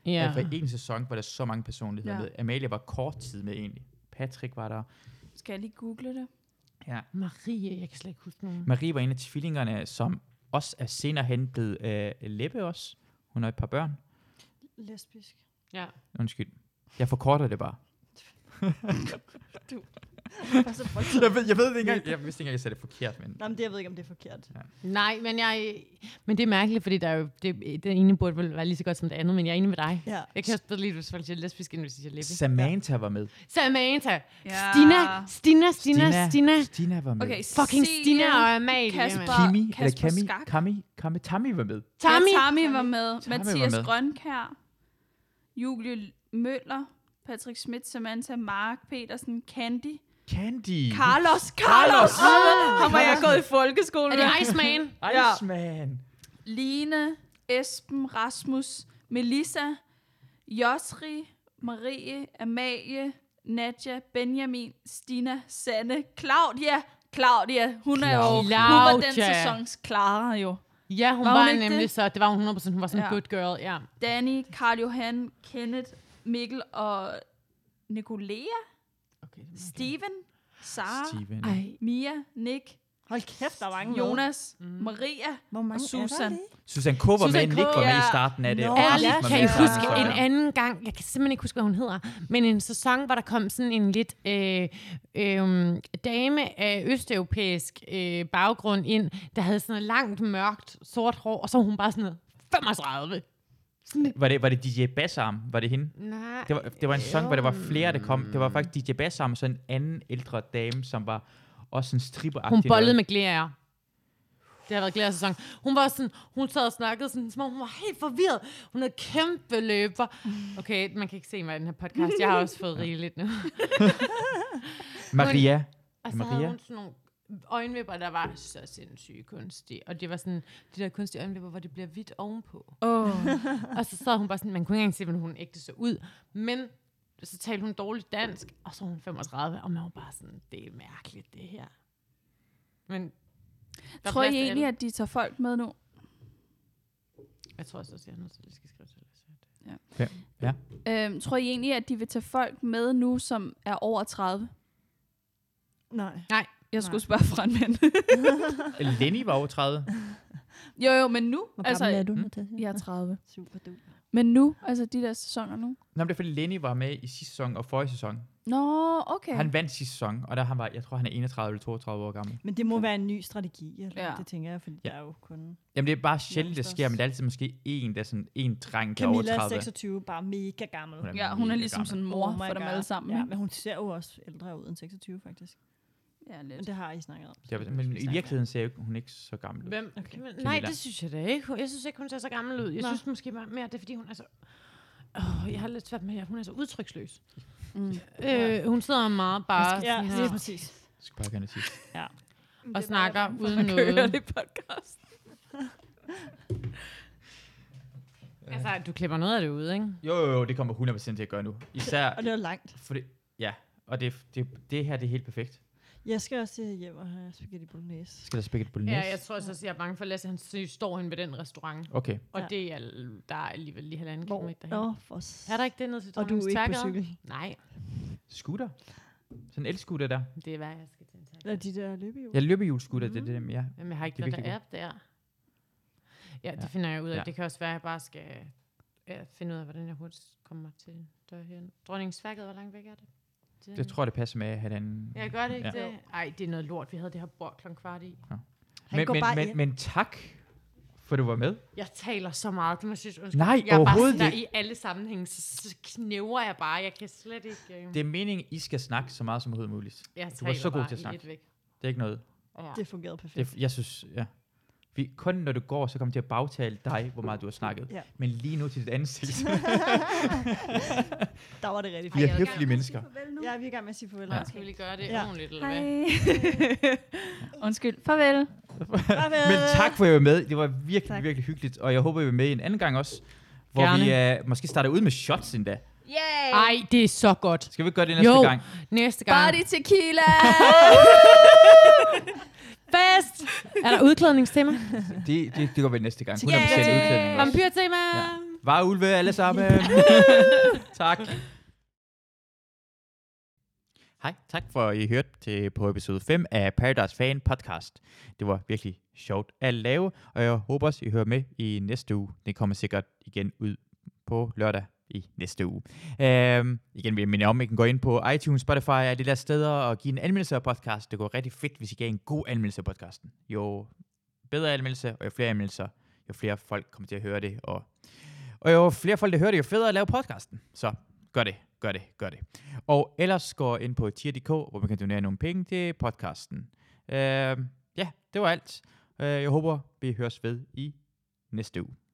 Speaker 2: Ja.
Speaker 1: Ja. For en sæson var der så mange personligheder
Speaker 3: Ja.
Speaker 1: ja. med. Amalie var kort tid med egentlig. Patrick var der.
Speaker 3: Skal jeg lige google det?
Speaker 1: Ja.
Speaker 2: Marie, jeg kan slet ikke huske nogen.
Speaker 1: Marie var en af tvillingerne, som også er senere hen blevet øh, læbe også. Hun har et par børn.
Speaker 4: Lesbisk.
Speaker 2: Ja.
Speaker 1: Undskyld. Jeg forkorter det bare.
Speaker 4: Du. Altså,
Speaker 1: jeg, ved, jeg ved det ikke engang. Jeg vidste ikke engang, jeg sagde det forkert, men...
Speaker 4: Nå, men det, jeg ved ikke, om det er forkert.
Speaker 1: Ja.
Speaker 2: Nej, men jeg... Men det er mærkeligt, fordi der er jo, det, den ene burde vel være lige så godt som det andet, men jeg er enig med dig.
Speaker 4: Ja.
Speaker 2: Jeg kan også bedre lide, hvis folk siger lesbisk, end hvis de siger læbe.
Speaker 1: Samantha var med.
Speaker 2: Samantha. Ja. Stina, Stina, Stina, Stina.
Speaker 1: Stina var med.
Speaker 2: Okay, Fucking Stina og Amalie. mand.
Speaker 1: Kimi, eller Kami, Kami, Kami, Tammy var med.
Speaker 2: Tammy.
Speaker 3: Ja, Tammy var med.
Speaker 1: Tammy var
Speaker 3: Mathias
Speaker 1: med.
Speaker 3: Grønkær, Julie Møller, Patrick Schmidt, Samantha Mark, Petersen, Candy,
Speaker 1: Candy.
Speaker 3: Carlos, Carlos!
Speaker 1: Ah,
Speaker 3: Ham var jeg
Speaker 1: Carlos.
Speaker 3: gået i folkeskole
Speaker 2: Er det Iceman?
Speaker 3: Ja.
Speaker 1: Iceman.
Speaker 3: Line, Esben, Rasmus, Melissa, Josri, Marie, Amalie, Nadja, Benjamin, Stina, Sanne, Claudia. Claudia, hun er jo... Hun var den
Speaker 2: Claudia.
Speaker 3: sæsons Clara jo.
Speaker 2: Ja, hun var,
Speaker 3: Var hun
Speaker 2: var
Speaker 3: ikke det?
Speaker 2: nemlig det? så... Det var hun 100%. Hun var sådan en
Speaker 3: Ja.
Speaker 2: good girl, ja.
Speaker 3: Danny, Karl Johan, Kenneth, Mikkel og Nicolea, okay, Mm-hmm. Steven, Sara,
Speaker 2: Ah.
Speaker 1: Steven.
Speaker 3: Mia, Nick,
Speaker 4: Hold kæft, der er mange med.
Speaker 3: Jonas, mm. Maria og Susan.
Speaker 1: Susan K. var med,
Speaker 2: Susan
Speaker 1: men
Speaker 2: K,
Speaker 1: ikke var med i
Speaker 2: ja.
Speaker 1: starten af det.
Speaker 2: Nå,
Speaker 1: og
Speaker 2: Ærligt,
Speaker 1: Rasmus
Speaker 2: kan
Speaker 1: var
Speaker 2: I
Speaker 1: med i
Speaker 2: huske
Speaker 1: starten.
Speaker 2: en anden gang, jeg kan simpelthen ikke huske, hvad hun hedder, men en sæson, hvor der kom sådan en lidt øh, øh, dame af østeuropæisk øh, baggrund ind, der havde sådan noget langt, mørkt, sort hår, og så var hun bare sådan noget 35.
Speaker 1: Var det, var det DJ Bassam? Var det hende?
Speaker 2: Nej.
Speaker 1: Det var, det var en sang, hvor der var flere, der kom. Det var faktisk DJ Bassam og så en anden ældre dame, som var også sådan stripper
Speaker 2: Hun bollede med glæder. Det har været glæder sæson. Hun var sådan, hun sad og snakkede sådan, som om hun var helt forvirret. Hun havde kæmpe løber. Okay, man kan ikke se mig i den her podcast. Jeg har også fået rigeligt nu.
Speaker 1: Maria.
Speaker 2: Hun, og så havde
Speaker 1: Maria?
Speaker 2: hun sådan nogle øjenvipper, der var så sindssyge kunstige. Og det var sådan, de der kunstige øjenvipper, hvor det bliver hvidt ovenpå.
Speaker 3: Åh.
Speaker 2: og så sad hun bare sådan, man kunne ikke engang se, hvordan hun ægte så ud. Men så talte hun dårligt dansk, og så var hun 35, og man var bare sådan, det er mærkeligt, det her. Men der er
Speaker 3: Tror
Speaker 2: plads
Speaker 3: I
Speaker 2: til
Speaker 3: egentlig,
Speaker 2: alle.
Speaker 3: at de tager folk med nu?
Speaker 2: Jeg tror også, at jeg er nødt til, at jeg skal skrive til
Speaker 3: Ja.
Speaker 1: Ja. ja.
Speaker 3: Øhm, tror I egentlig, at de vil tage folk med nu, som er over 30?
Speaker 4: Nej.
Speaker 2: Nej.
Speaker 3: Jeg skulle spørge fra en mand.
Speaker 1: Lenny var over 30.
Speaker 3: jo, jo, men nu.
Speaker 4: Hvor
Speaker 3: altså,
Speaker 4: gammel er du,
Speaker 3: Mm.
Speaker 4: Natasja?
Speaker 3: Jeg er 30.
Speaker 4: Super du.
Speaker 3: Men nu, altså de der sæsoner nu.
Speaker 1: Nå, men det er fordi Lenny var med i sidste sæson og forrige sæson.
Speaker 3: Nå, okay.
Speaker 1: Han vandt sidste sæson, og der han var, jeg tror, han er 31 eller 32 år gammel.
Speaker 4: Men det må være en ny strategi, eller?
Speaker 3: Ja.
Speaker 4: Ja. det tænker jeg, fordi
Speaker 1: Ja.
Speaker 4: ja. der er jo kun...
Speaker 1: Jamen, det er bare sjældent, det sker, men det er altid måske en, der er sådan en dreng, der er over
Speaker 4: Camilla er
Speaker 1: 30.
Speaker 4: 26, bare mega gammel. Oh
Speaker 1: Hun er
Speaker 3: Ja, hun er mega ligesom gammel. sådan
Speaker 2: Oh
Speaker 3: mor
Speaker 4: my
Speaker 3: for dem
Speaker 4: God.
Speaker 3: alle sammen,
Speaker 4: Ja,
Speaker 3: ikke?
Speaker 4: men hun ser jo også ældre ud end 26, faktisk.
Speaker 3: Ja, lidt.
Speaker 4: Men det har I snakket om.
Speaker 1: Ja, men i virkeligheden ser jeg ikke- hun ikke så gammel ud.
Speaker 2: Hvem? Okay.
Speaker 1: Camilla.
Speaker 2: Nej, det synes jeg da ikke. Hun- Jeg synes ikke, hun ser så gammel ud. Jeg
Speaker 3: Nå.
Speaker 2: synes måske bare mere, at det er, fordi hun er så... Oh, jeg har lidt svært med, at hun er så udtryksløs.
Speaker 3: Mm.
Speaker 2: Øh, hun sidder meget bare
Speaker 4: Ja,
Speaker 2: sådan
Speaker 4: lige
Speaker 2: her
Speaker 4: præcis.
Speaker 1: Jeg skal bare gerne sige.
Speaker 4: Ja.
Speaker 2: og snakker uden
Speaker 3: man kan høre
Speaker 2: noget.
Speaker 3: det i podcast.
Speaker 2: Altså, du klipper noget af det ud, ikke?
Speaker 1: Jo, jo, jo, det kommer 100% til at gøre nu. Især...
Speaker 4: Og det er langt.
Speaker 1: Fordi, ja, og det, det, det her det er helt perfekt.
Speaker 4: Jeg skal også øh, hjem og have spaghetti bolognese.
Speaker 1: Skal der spaghetti bolognese?
Speaker 2: Ja, jeg tror også, at jeg er bange for, at Lasse han sy- står hen ved den restaurant.
Speaker 1: Okay.
Speaker 2: Og
Speaker 4: Ja.
Speaker 2: det er, der er alligevel lige halvanden
Speaker 4: Hvor?
Speaker 2: kilometer
Speaker 4: Nå,
Speaker 2: hen.
Speaker 4: for s-
Speaker 2: Er der ikke det nede til
Speaker 4: Og du er
Speaker 2: Dronningens
Speaker 4: ikke på
Speaker 2: Takker?
Speaker 4: cykel?
Speaker 2: Nej,
Speaker 1: Scooter? Sådan en elscooter der.
Speaker 2: det er hvad jeg skal til.
Speaker 4: Eller de der løbehjul.
Speaker 1: Ja, løbehjulsscooter, det er det, dem, ja.
Speaker 2: Jamen, jeg har ikke
Speaker 1: Det er
Speaker 2: noget, der
Speaker 1: virkelig
Speaker 2: er der. Ja, det finder jeg ud af.
Speaker 1: Ja.
Speaker 2: Det kan også være, at jeg bare skal ja, finde ud af, hvordan jeg hurtigt kommer til derhen. Dronningsværket, hvor langt væk er det?
Speaker 1: godt. Jeg tror, det passer med halvanden.
Speaker 2: Jeg gør det ikke
Speaker 1: Ja.
Speaker 2: ja. det. Ej, det er noget lort. Vi havde det her bord klokken kvart i.
Speaker 4: Han
Speaker 1: Men,
Speaker 4: går
Speaker 1: men,
Speaker 4: bare
Speaker 1: men,
Speaker 4: ind.
Speaker 1: men tak, for du var med.
Speaker 2: Jeg taler så meget, det må jeg synes. Undskyld.
Speaker 1: Nej,
Speaker 2: jeg er bare
Speaker 1: overhovedet
Speaker 2: sådan der i
Speaker 1: ikke.
Speaker 2: alle sammenhænge, så, så knæver jeg bare. Jeg kan slet ikke... Øh...
Speaker 1: Det er meningen, I skal snakke så meget som overhovedet muligt.
Speaker 2: Jeg
Speaker 1: du var
Speaker 2: taler
Speaker 1: så god
Speaker 2: bare
Speaker 1: til at
Speaker 2: i
Speaker 1: snakke.
Speaker 2: et væk.
Speaker 1: Det er ikke noget.
Speaker 2: Ja.
Speaker 4: Det fungerede perfekt.
Speaker 1: Det, jeg synes, ja. Vi, kun når du går, så kommer til at bagtale dig, hvor meget du har snakket.
Speaker 4: Ja.
Speaker 1: Men lige nu til dit ansigt.
Speaker 4: der var det rigtig
Speaker 1: Vi er høflige mennesker.
Speaker 4: Ja, vi er i gang med at sige farvel.
Speaker 1: Ja.
Speaker 2: Skal vi lige gøre det
Speaker 4: Ja.
Speaker 2: ordentligt, eller
Speaker 3: Hej.
Speaker 2: hvad?
Speaker 3: Undskyld. Farvel.
Speaker 1: Men tak for, at I var med. Det var virkelig, tak. virkelig hyggeligt. Og jeg håber, I var med en anden gang også. Hvor vi uh, måske starter ud med shots endda.
Speaker 3: Yay!
Speaker 2: Ej, det er så godt.
Speaker 1: Skal vi ikke gøre det næste
Speaker 2: jo,
Speaker 1: gang?
Speaker 2: næste gang.
Speaker 3: Party tequila!
Speaker 2: Fest! Er der udklædningstema?
Speaker 1: Det, det, det går vi næste gang. 100%
Speaker 2: Yay!
Speaker 1: udklædning også.
Speaker 2: Vampyrtema!
Speaker 1: Ja. Var ulve alle sammen. tak. Hej, tak for at I hørte til på episode 5 af Paradise Fan Podcast. Det var virkelig sjovt at lave, og jeg håber også, I hører med i næste uge. Det kommer sikkert igen ud på lørdag i næste uge. Øhm, igen vil jeg minde om, at I kan gå ind på iTunes, Spotify og alle de der steder og give en anmeldelse af podcast. Det går rigtig fedt, hvis I gav en god anmeldelse af podcasten. Jo bedre anmeldelse, og jo flere anmeldelser, jo flere folk kommer til at høre det, og og jo flere folk, der hører det, jo federe at lave podcasten. Så gør det, gør det, gør det. Og ellers gå ind på tier.dk, hvor man kan donere nogle penge til podcasten. Øh, ja, det var alt. Øh, jeg håber, vi høres ved i næste uge.